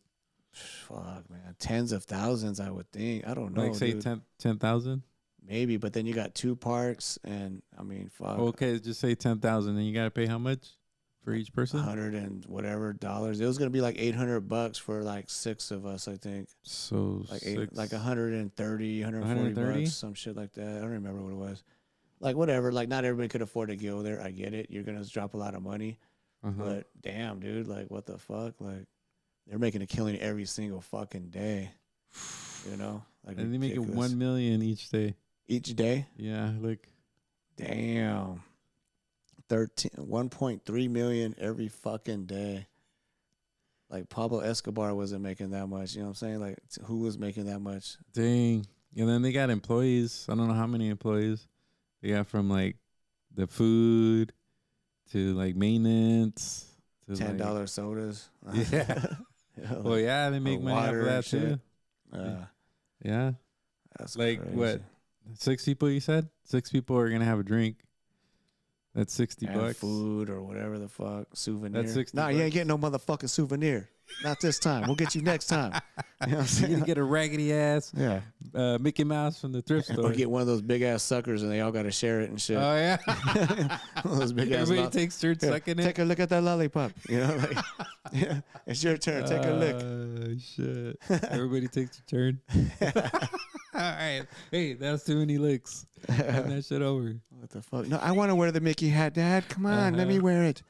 S2: Fuck, man, tens of thousands, I would think. I don't know,
S3: like say
S2: dude.
S3: ten ten thousand?
S2: maybe, but then you got two parks, and I mean, fuck.
S3: Okay, just say ten thousand, and you gotta pay how much for each person?
S2: hundred and whatever dollars. It was gonna be like eight hundred bucks for like six of us, I think.
S3: So
S2: Like
S3: six,
S2: eight, like 130, 140
S3: 130?
S2: bucks, some shit like that. I don't remember what it was. Like whatever. Like not everybody could afford to go there. I get it. You're gonna drop a lot of money,
S3: uh-huh.
S2: but damn, dude, like what the fuck? Like they're making a killing every single fucking day. You know, like
S3: and they make it
S2: ridiculous.
S3: one million each day.
S2: each day.
S3: Yeah, like
S2: Damn. 13 1.3 million every fucking day. Like Pablo Escobar wasn't making that much, you know what I'm saying? Like t- who was making that much?
S3: dang. And then they got employees. I don't know how many employees they got from like the food to like maintenance to like-
S2: $10 sodas.
S3: Yeah. Well, yeah, they make money off
S2: water
S3: of
S2: and
S3: that too.
S2: shit. Uh,
S3: Yeah,
S2: that's
S3: like
S2: crazy.
S3: what? Six people? You said six people are gonna have a drink. That's sixty
S2: And
S3: bucks.
S2: food or whatever the fuck souvenir.
S3: 60
S2: Nah, you
S3: bucks.
S2: ain't getting no motherfucking souvenir. Not this time. We'll get you next time. You know what I'm
S3: You
S2: saying?
S3: gonna get a raggedy ass
S2: yeah.
S3: uh, Mickey Mouse from the thrift store.
S2: Or get one of those big ass suckers and they all got to share it and shit.
S3: Oh yeah,
S2: One of those big ass.
S3: everybody
S2: lo-
S3: takes turns
S2: Here,
S3: sucking it.
S2: Take a look at that lollipop. You know, like, yeah, it's your turn. Take a look.
S3: Uh, shit. Everybody takes a turn. All right. Hey, that's too many licks. Turn that shit over.
S2: What the fuck? No, I want to wear the Mickey hat, Dad. Come on, let me
S3: Uh-huh.
S2: wear it.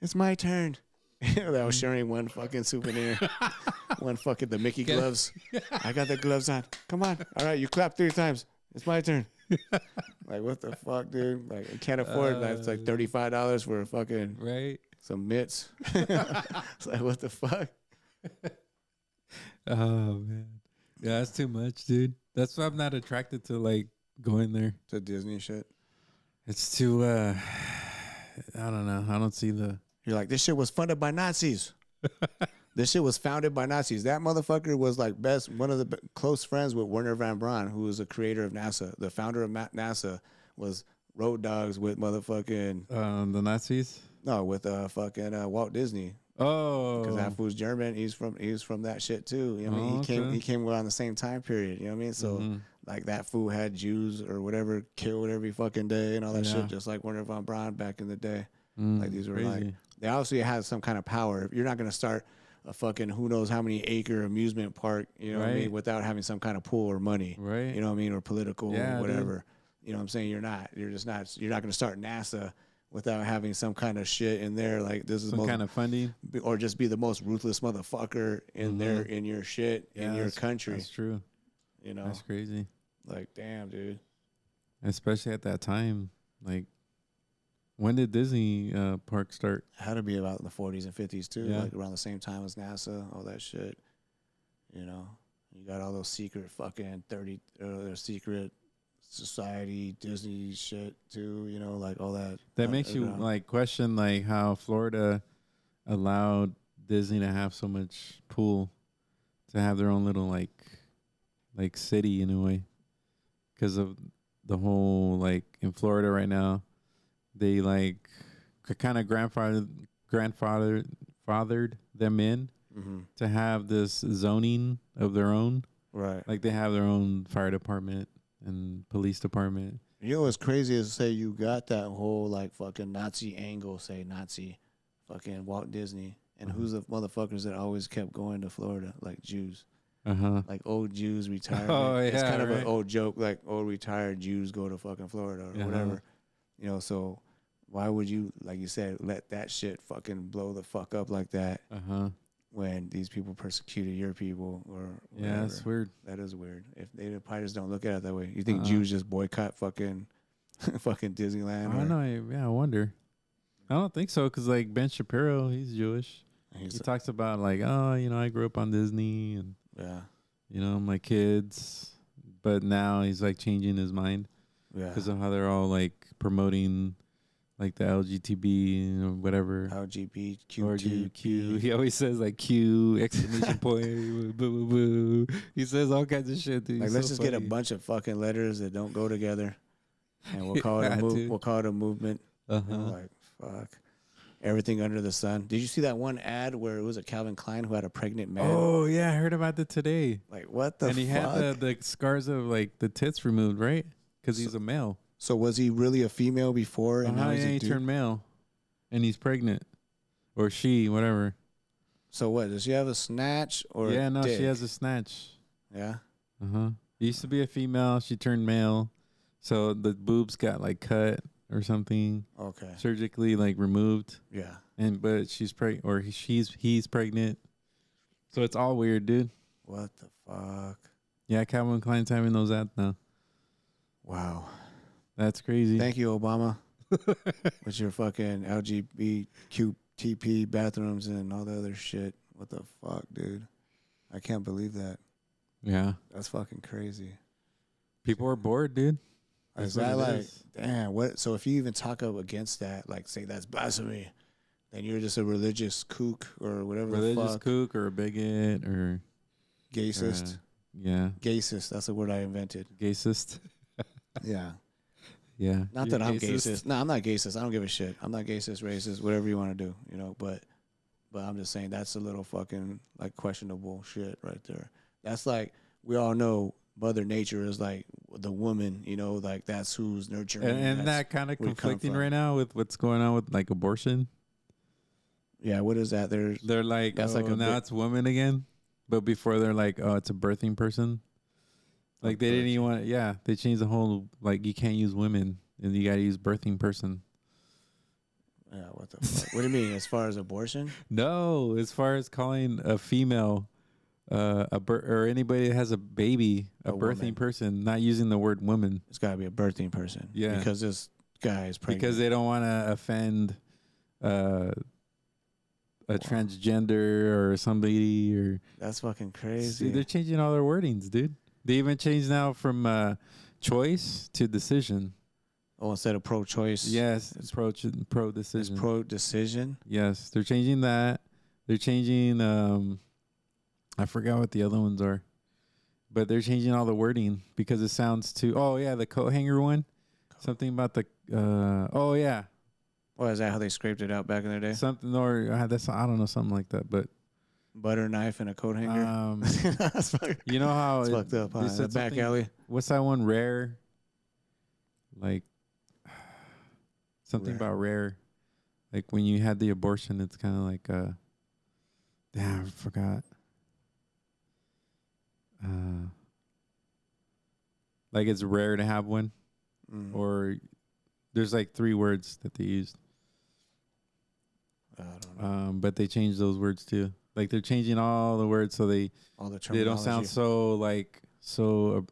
S2: It's my turn. they were sharing one fucking souvenir, one fucking the Mickey
S3: Get-
S2: gloves. I got the gloves on. Come on. All right, you clap three times. It's my turn. like what the fuck, dude? Like I can't afford. like it's
S3: Uh.
S2: like thirty five dollars for a fucking
S3: Right.
S2: some mitts. it's like what the fuck?
S3: Oh man. Yeah, that's too much, dude. That's why I'm not attracted to like going there.
S2: The Disney shit.
S3: It's too. uh I don't know. I don't see the.
S2: You're like, this shit was funded by Nazis. this shit was founded by Nazis. That motherfucker was like best one of the be- close friends with Werner von Braun, who was a creator of NASA. The founder of Ma- NASA was road dogs with motherfucking
S3: Um, the Nazis.
S2: no with uh fucking uh, Walt Disney because that
S3: Oh.
S2: fool's German. He's from he's from that shit too. You know what I mean?
S3: Oh,
S2: he came
S3: okay. Mm-hmm.
S2: he came around the same time period. You know what I mean? So like that fool had Jews or whatever killed every fucking day and all that
S3: Yeah.
S2: shit, just like Werner von Braun back in the day.
S3: Mm,
S2: Like these were like
S3: crazy.
S2: they obviously had some kind of power. You're not gonna start a fucking who knows how many acre amusement park, you know what I mean,
S3: Right.
S2: without having some kind of pool or money.
S3: Right.
S2: You know what I mean, or political
S3: Yeah,
S2: or
S3: dude.
S2: whatever. You know what I'm saying? You're not. You're just not you're not gonna start NASA without having some kind of shit in there like this is
S3: some
S2: most,
S3: kind of funding.
S2: or just be the most ruthless motherfucker in there in your shit in your
S3: that's-
S2: country.
S3: Mm-hmm. That's true.
S2: You know?
S3: That's crazy.
S2: Like damn dude.
S3: especially at that time. Like, when did Disney uh, Park start?
S2: had to be about in the 40s and 50s too,
S3: Yeah.
S2: like around the same time as NASA, all that shit. You know, you got all those secret fucking 30 uh, their secret society Disney shit too. You know, like all that.
S3: That makes you
S2: underground.
S3: like question like how Florida allowed Disney to have so much pool, to have their own little like, like city in a way, because of the whole like in Florida right now, they like kind of grandfather grandfather fathered them in
S2: Mhm.
S3: to have this zoning of their own
S2: right.
S3: Like they have their own fire department and police department.
S2: You know what's crazy is say you got that whole like fucking Nazi angle, say Nazi, fucking Walt Disney, and
S3: Uh-huh.
S2: who's the motherfuckers that always kept going to Florida, like Jews.
S3: Uh huh.
S2: like old Jews retired.
S3: Oh,
S2: it's
S3: yeah,
S2: kind of
S3: right.
S2: an old joke, like old retired Jews go to fucking Florida or
S3: Uh-huh.
S2: whatever. You know, so why would you, like you said, let that shit fucking blow the fuck up like that
S3: Uh huh.
S2: when these people persecuted your people or
S3: Yeah, that's
S2: whatever?
S3: weird.
S2: that is weird. If they probably just don't look at it that way. You think
S3: Uh-uh.
S2: Jews just boycott fucking fucking Disneyland?
S3: I don't know.
S2: or-
S3: I- Yeah, I wonder. I don't think so because like Ben Shapiro, he's Jewish. He
S2: He's-
S3: talks about like, oh, you know, I grew up on Disney and
S2: yeah,
S3: you know my kids, but now he's like changing his mind
S2: yeah.
S3: because of how they're all like promoting like the LGTB or whatever.
S2: Uh, LGBTQ.
S3: Q. He always says like Q exclamation point. Boo boo boo. He says all kinds of shit. Dude.
S2: Like,
S3: He's
S2: let's
S3: so
S2: just get a
S3: funny.
S2: bunch of fucking letters that don't go together, and we'll call it
S3: Yeah,
S2: a move.
S3: dude.
S2: We'll call it a movement. And
S3: Uh-huh.
S2: I'm like, fuck. Everything under the sun. Did you see that one ad where it was a Calvin Klein who had a pregnant man?
S3: Oh yeah, I heard about that today.
S2: Like what the
S3: and he
S2: fuck?
S3: had the, the scars of like the tits removed, right? Because he's a male.
S2: so was he really a female before and
S3: Uh-huh,
S2: now he's
S3: yeah,
S2: a
S3: he
S2: dude?
S3: turned male, and he's pregnant, or she, whatever.
S2: so what? Does she have a snatch or
S3: yeah,
S2: a
S3: no,
S2: dick?
S3: she has a snatch.
S2: Yeah.
S3: Uh huh. Used to be a female. She turned male, so the boobs got like cut or something,
S2: Okay.
S3: surgically like removed.
S2: Yeah.
S3: And but she's pregnant, or he- she's he's pregnant. So it's all weird, dude.
S2: What the fuck?
S3: Yeah, Calvin Klein's having those ads now.
S2: Wow.
S3: That's crazy.
S2: Thank you, Obama. with your fucking LGBTQ bathrooms and all the other shit. What the fuck, dude? I can't believe that.
S3: yeah.
S2: That's fucking crazy.
S3: People are bored, dude. That's
S2: Is
S3: what
S2: that
S3: it
S2: like
S3: is.
S2: damn? What? So if you even talk up against that, like say that's blasphemy, and you're just a religious kook or whatever the
S3: religious
S2: fuck,
S3: kook or a bigot or
S2: gaysist,
S3: uh, yeah,
S2: gaysist. That's the word I invented.
S3: gaysist.
S2: Yeah,
S3: Yeah,
S2: not
S3: You're
S2: that I'm
S3: gaysist?
S2: gaysist. No, I'm not gaysist. I don't give a shit. I'm not gaysist, racist, whatever you want to do, you know. But, but I'm just saying that's a little fucking like questionable shit right there. That's like we all know Mother Nature is like the woman, you know, like that's who's nurturing.
S3: And, and
S2: that's-
S3: that kind of
S2: where you come
S3: conflicting
S2: from.
S3: right now with what's going on with like abortion.
S2: yeah, what is that? There's
S3: They're like,
S2: That's
S3: that's
S2: like
S3: like
S2: a
S3: now
S2: bit-
S3: it's woman again, but before they're like, oh, it's a birthing person. Like they didn't even want, yeah, they changed the whole like you can't use women and you got to use birthing person.
S2: yeah, what the fuck? what do you mean as far as abortion?
S3: No, as far as calling a female uh, a bir- or anybody that has a baby a,
S2: A
S3: birthing
S2: woman.
S3: person, not using the word woman
S2: It's got to be a birthing person.
S3: Yeah.
S2: because this guy is pregnant.
S3: because they don't want to offend uh, a transgender or somebody or
S2: that's fucking
S3: See,
S2: crazy.
S3: they're changing all their wordings, dude. They even changed now from uh, choice to decision.
S2: oh, instead of pro-choice,
S3: Yes,
S2: It's-
S3: it's pro cho- pro
S2: it's
S3: decision.
S2: pro-decision.
S3: yes, they're changing that. They're changing. Um, I forgot what the other ones are, but they're changing all the wording because it sounds too. Oh yeah, the coat hanger one. Something about the. Uh, oh yeah,
S2: Or is that how they scraped it out back in their day?
S3: something or uh, that's I don't know something like that, but
S2: Butter knife and a coat hanger.
S3: um,
S2: that's fucking,
S3: you know how
S2: it's
S3: it-
S2: fucked up.
S3: they
S2: Huh? The
S3: said
S2: back
S3: something-
S2: alley.
S3: what's that one rare like
S2: Rare.
S3: something about rare like when you had the abortion it's kind of like uh damn i forgot uh like it's rare to have one
S2: Mm.
S3: or there's like three words that they used
S2: I don't know.
S3: um but they changed those words too like they're changing all the words so they
S2: All the terminology.
S3: they don't sound so like so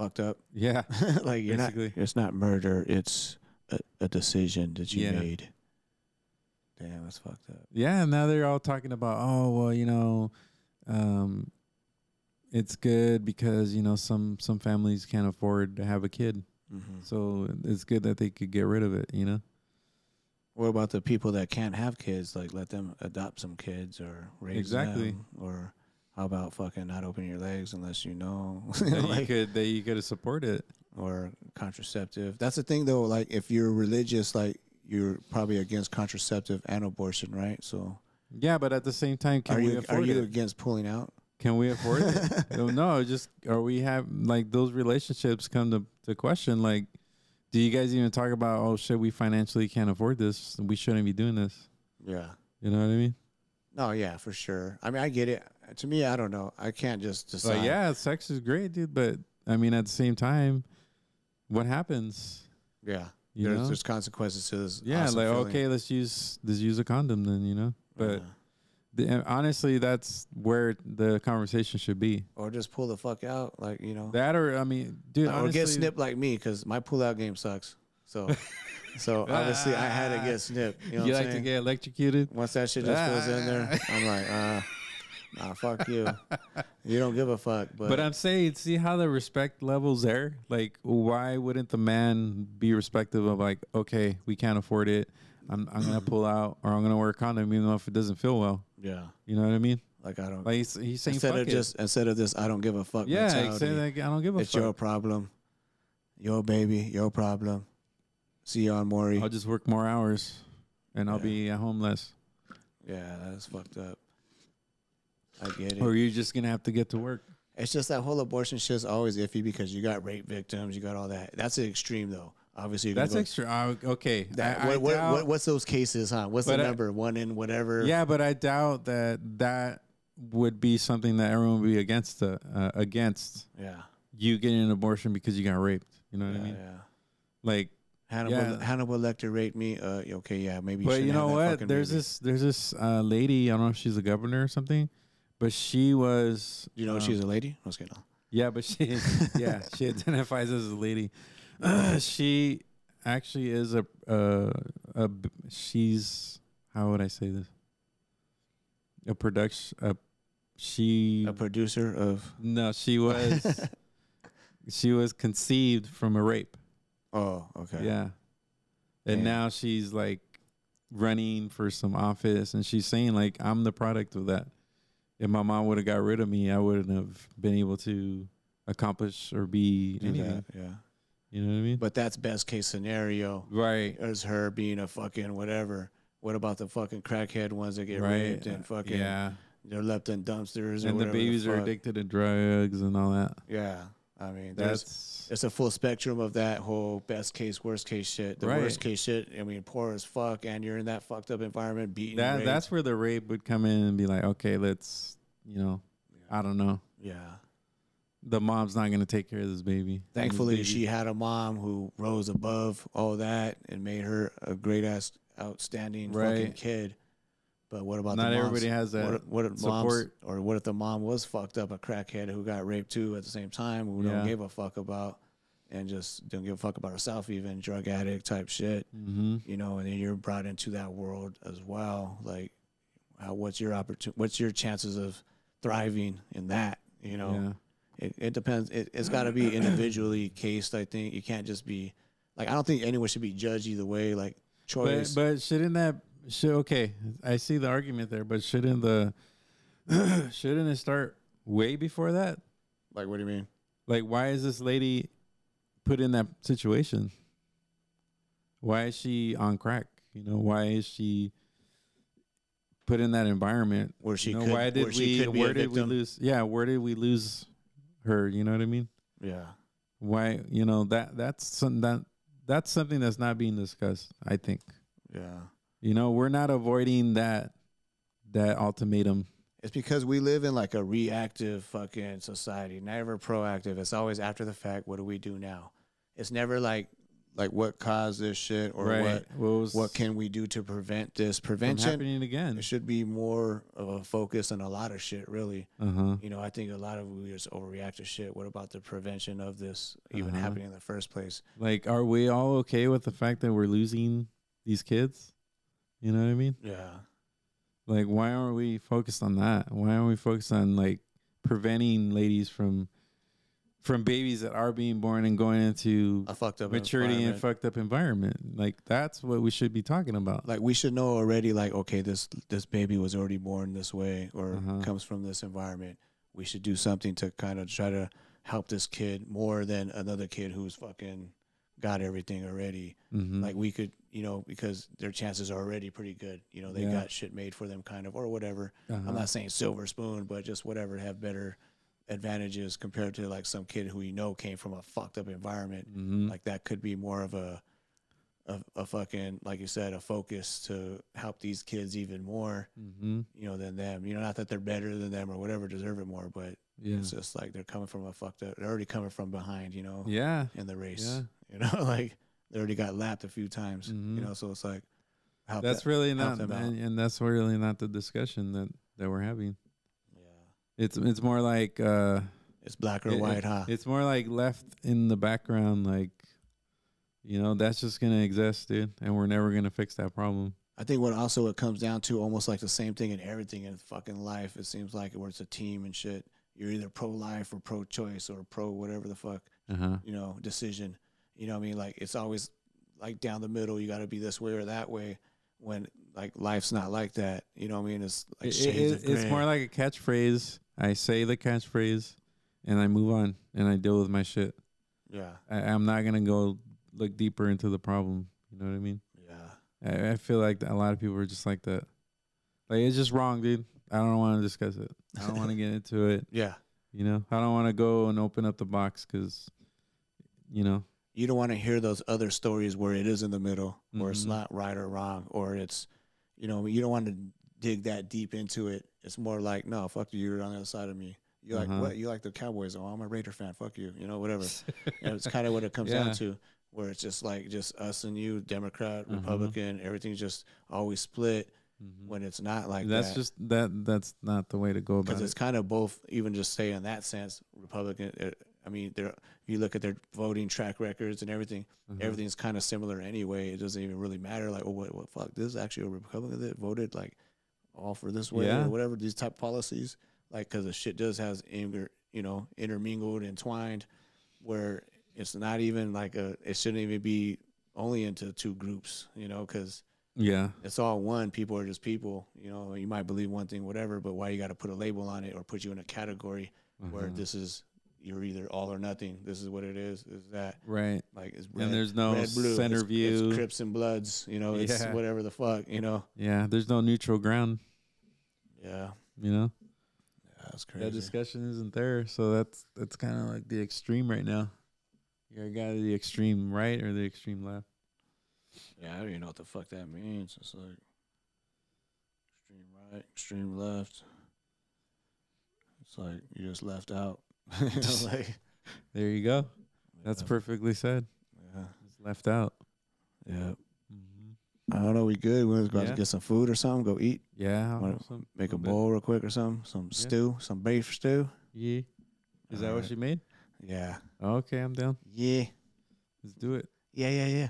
S3: uh,
S2: fucked up.
S3: yeah
S2: like you're
S3: Basically.
S2: not. It's not murder. It's a, a decision that you
S3: Yeah.
S2: made. Damn, that's fucked up.
S3: Yeah, and now they're all talking about, oh well, you know, um, it's good because you know some some families can't afford to have a kid,
S2: Mhm.
S3: so it's good that they could get rid of it. You know,
S2: What about the people that can't have kids? Like, let them adopt some kids or raise
S3: Exactly.
S2: them. Or how about fucking not open your legs unless you know?
S3: that you
S2: Like,
S3: could that you could support it.
S2: or contraceptive. That's the thing, though. Like, if you're religious, like you're probably against contraceptive and abortion, right? So,
S3: Yeah, but at the same time, can
S2: are
S3: we
S2: you are
S3: afford
S2: you
S3: it?
S2: against pulling out?
S3: Can we afford it? No, no, just are we have like those relationships come to to question like. Do you guys even talk about oh shit we financially can't afford this we shouldn't be doing this
S2: Yeah.
S3: you know what I mean
S2: No, Oh, yeah, for sure. I mean, I get it. To me, I don't know. I can't just
S3: So
S2: decide.
S3: yeah, sex is great, dude. But I mean, at the same time, what happens?
S2: yeah.
S3: You
S2: there's
S3: know?
S2: there's consequences to this.
S3: yeah,
S2: awesome
S3: like
S2: feeling.
S3: okay, let's use let's use a condom then. You know, but
S2: Yeah.
S3: the, and honestly, that's where the conversation should be.
S2: or just pull the fuck out, like you know,
S3: That or I mean, dude,
S2: or
S3: honestly,
S2: get snipped like me because my pull out game sucks. So, so obviously I had to get snipped. You know,
S3: you
S2: what I'm
S3: like to
S2: saying?
S3: get electrocuted?
S2: Once that shit just goes in there, I'm like, uh, nah, fuck you. You don't give a fuck. But,
S3: But, I'm saying, see how the respect levels there. Like, why wouldn't the man be respective of like, okay, we can't afford it. I'm I'm gonna pull out or I'm gonna wear a condom even though if it doesn't feel well.
S2: yeah,
S3: You know what I mean?
S2: like I don't.
S3: Like he's, he's saying
S2: instead
S3: fuck
S2: of
S3: it.
S2: just instead of this, I don't give a fuck.
S3: Yeah,
S2: mentality,
S3: exactly. Like, I don't give a
S2: it's
S3: fuck.
S2: your problem, your baby, your problem. See you on Maury.
S3: I'll just work more hours, and I'll be uh, at home less.
S2: yeah, that's fucked up. I get it.
S3: Or you're just gonna have to get to work.
S2: It's just that whole abortion shit's always iffy because you got rape victims, you got all that. That's the extreme though. Obviously, you're gonna
S3: That's
S2: go-
S3: extra. I, would- okay.
S2: That,
S3: I- I
S2: what, what,
S3: doubt-
S2: what, what's those cases, huh? What's the
S3: But I-
S2: number? One in whatever.
S3: yeah, but I doubt that that would be something that everyone would be against. The, uh, against
S2: yeah,
S3: you getting an abortion because you got raped. You know what
S2: yeah,
S3: I mean?
S2: yeah.
S3: Like,
S2: Hannibal,
S3: Yeah.
S2: Hannibal Lecter raped me. Uh, okay, yeah, maybe. You
S3: but you
S2: shouldn't have
S3: know
S2: that
S3: what?
S2: fucking
S3: There's
S2: baby.
S3: this there's this uh, lady. I don't know if she's a governor or something, but she was.
S2: You know,
S3: um,
S2: she's a lady. I was kidding.
S3: Yeah, but she yeah she identifies as a lady. she actually is a uh a b- she's how would I say this? A production a she
S2: A producer of.
S3: no she was she was conceived from a rape.
S2: Oh, okay.
S3: Yeah,
S2: Damn.
S3: and now she's like running for some office, and she's saying like I'm the product of that. If my mom would have got rid of me, I wouldn't have been able to accomplish or be
S6: Do
S3: anything.
S6: that, yeah.
S3: You know what I mean?
S2: But uh, that's best case scenario
S3: right.
S2: as her being a fucking whatever. What about the fucking crackhead ones that get
S3: Right. uh,
S2: raped and fucking
S3: yeah.
S2: they're left in dumpsters or
S3: And the
S2: whatever
S3: babies are
S2: fuck.
S3: addicted to drugs and all that.
S2: Yeah, I mean there's
S3: That's
S2: it's a full spectrum of that whole best case, worst case shit. The
S3: Right.
S2: worst case shit, I mean, poor as fuck, and you're in that fucked up environment, beaten.
S3: that.
S2: raped.
S3: That's where the rape would come in and be like, okay, let's, you know, I don't know.
S2: yeah.
S3: The mom's not gonna take care of this baby. This
S2: Thankfully,
S3: baby-
S2: she had a mom who rose above all that and made her a great ass, outstanding fucking
S3: Right.
S2: kid. But what about
S3: Not
S2: the moms?
S3: everybody has that
S2: What if, what if moms,
S3: support.
S2: or what if the mom was fucked up, a crackhead who got raped too at the same time, who
S3: Yeah.
S2: don't give a fuck about, and just don't give a fuck about herself, even drug addict type shit.
S3: Mm-hmm.
S2: you know, and then you're brought into that world as well. Like, how, what's your opportunity? What's your chances of thriving in that? You know, it, it depends. It, it's got to be individually cased. I think you can't just be like. I don't think anyone should be judged either way. Like choice.
S3: But but shouldn't that should okay? I see the argument there, but shouldn't the shouldn't it start way before that?
S2: like, what do you mean?
S3: Like, why is this lady put in that situation? Why is she on crack? You know, why is she put in that environment?
S2: Where she
S3: you know,
S2: could.
S3: why did
S2: where she
S3: we?
S2: could be
S3: Where
S2: a
S3: did we
S2: victim.
S3: lose? Yeah, where did we lose her? You know what I mean?
S2: Yeah.
S3: Why? You know that that's some that that's something that's not being discussed. I think.
S2: Yeah.
S3: You know, we're not avoiding that that ultimatum.
S2: It's because we live in like a reactive fucking society, never proactive. It's always after the fact. What do we do now? It's never like like what caused this shit or what
S3: was
S2: what can we do to prevent this
S3: from
S2: prevention
S3: happening again?
S2: it should be more of a focus on a lot of shit really
S3: Uh huh.
S2: you know i think a lot of we just overreact to shit what about the prevention of this even
S3: Uh-huh.
S2: happening in the first place
S3: Like, are we all okay with the fact that we're losing these kids? You know what I mean?
S2: yeah
S3: Like, why aren't we focused on that? Why aren't we focused on like preventing ladies from from babies that are being born and going into
S2: i fucked up
S3: maturity and
S2: environment.
S3: fucked up environment? Like, that's what we should be talking about.
S2: like we should know already like okay this this baby was already born this way or
S3: Uh-huh.
S2: comes from this environment we should do something to kind of try to help this kid more than another kid who's fucking got everything already
S3: Mhm.
S2: like we could you know because their chances are already pretty good you know they
S3: Yeah.
S2: got shit made for them kind of or whatever
S3: Uh-huh.
S2: i'm not saying silver spoon but just whatever have better advantages compared to like some kid who you know came from a fucked up environment
S3: Mhm.
S2: like that could be more of a a, a fucking like you said a focus to help these kids even more
S3: Mhm.
S2: you know than them you know not that they're better than them or whatever deserve it more but
S3: yeah,
S2: it's just like they're coming from a fucked up they're already coming from behind you know
S3: yeah.
S2: in the race.
S3: Yeah.
S2: You know, like they already got lapped a few times.
S3: Mhm.
S2: You know, so it's like how
S3: that's really
S2: help
S3: not
S2: them out.
S3: and, and that's really not the discussion that that we're having
S2: yeah.
S3: it's it's more like uh
S2: It's black or
S3: it-
S2: white,
S3: it-
S2: huh?
S3: it's more like left in the background like you know that's just gonna exist dude and we're never gonna fix that problem
S2: I think what also it comes down to almost like the same thing in everything in fucking life. It seems like where it's a team and shit. You're either pro life or pro choice or pro whatever the fuck,
S3: uh-huh
S2: you know, decision. You know what I mean? Like it's always like down the middle, you gotta be this way or that way when like life's not like that. You know what I mean? It's like
S3: It- it-
S2: shades of
S3: it- it's
S2: gray.
S3: more like a catchphrase i say the catchphrase and i move on and i deal with my shit
S2: Yeah.
S3: I, i'm not gonna go look deeper into the problem you know what i mean
S2: Yeah.
S3: I, I feel like a lot of people are just like that. Like it's just wrong, dude. I don't want to discuss it. I don't want to get into it.
S2: Yeah.
S3: You know, I don't want to go and open up the box because, you know,
S2: you don't want to hear those other stories where it is in the middle, where it's
S3: Mhm.
S2: not right or wrong, or it's, you know, you don't want to dig that deep into it. It's more like, no, fuck you, you're on the other side of me. You like
S3: Uh-huh.
S2: what? You like the Cowboys? Oh, I'm a Raider fan. Fuck you. You know, whatever. and it's kind of what it comes
S3: Yeah.
S2: down to, where it's just like just us and you, Democrat,
S3: Uh-huh.
S2: Republican, everything's just always split
S3: Mhm.
S2: when it's not like
S3: that's
S2: that.
S3: just that. That's not the way to go about
S2: because it's
S3: it.
S2: kind of both. Even just say in that sense, Republican. uh, I mean, they're if you look at their voting track records and everything
S3: Uh-huh.
S2: everything's kind of similar anyway. It doesn't even really matter. Like, oh, what, what, fuck, this is actually a Republican that voted like all for this way
S3: Yeah.
S2: or whatever. These type policies, like, because the shit does has anger, you know, intermingled, entwined, where it's not even like a. It shouldn't even be only into two groups, you know, because
S3: Yeah.
S2: it's all one. People are just people. You know, you might believe one thing, whatever, but why you got to put a label on it or put you in a category
S3: Mm-hmm.
S2: where this is you're either all or nothing. This is what it is. Is that
S3: Right.
S2: like it's red,
S3: And there's no
S2: red, blue,
S3: center
S2: it's,
S3: view.
S2: it's Crips and Bloods. You know, it's
S3: Yeah.
S2: whatever the fuck. You know,
S3: Yeah. There's no neutral ground.
S2: yeah,
S3: You know.
S2: that's crazy.
S3: That discussion isn't there. So that's that's kind of like the extreme right now. You're a guy to the extreme right or the extreme left.
S2: yeah, I don't even know what the fuck that means. It's like extreme right, extreme left. It's like you're just left out. You know, like,
S3: There you go. That's
S2: yeah,
S3: perfectly said.
S2: yeah,
S3: It's left out.
S2: yeah.
S3: Mm-hmm.
S2: I don't know. We good. We're about
S3: Yeah.
S2: to get some food or something. Go eat.
S3: Yeah. I'll
S2: Wanna
S3: have some-
S2: Make a
S3: little bit.
S2: bowl real quick or something. Some
S3: Yeah.
S2: stew, some beef stew.
S3: Yeah. Is that what
S2: Alright.
S3: you made?
S2: Yeah.
S3: Okay, I'm down.
S2: Yeah.
S3: Let's do it.
S2: Yeah, yeah, yeah.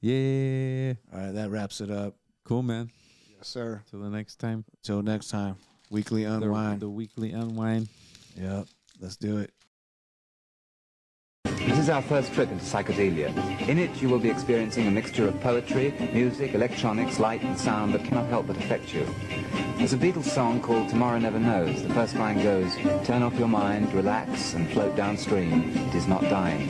S3: Yeah.
S2: All right, that wraps it up.
S3: Cool, man.
S2: Yes, sir.
S3: Till the next time.
S2: Till next time. Weekly
S3: The-
S2: unwind.
S3: The, weekly unwind.
S2: Yep. Let's do it.
S6: This is our first trip into psychedelia. In it, you will be experiencing a mixture of poetry, music, electronics, light, and sound that cannot help but affect you. There's a Beatles song called Tomorrow Never Knows. The first line goes, Turn off your mind, relax, and float downstream. It is not dying.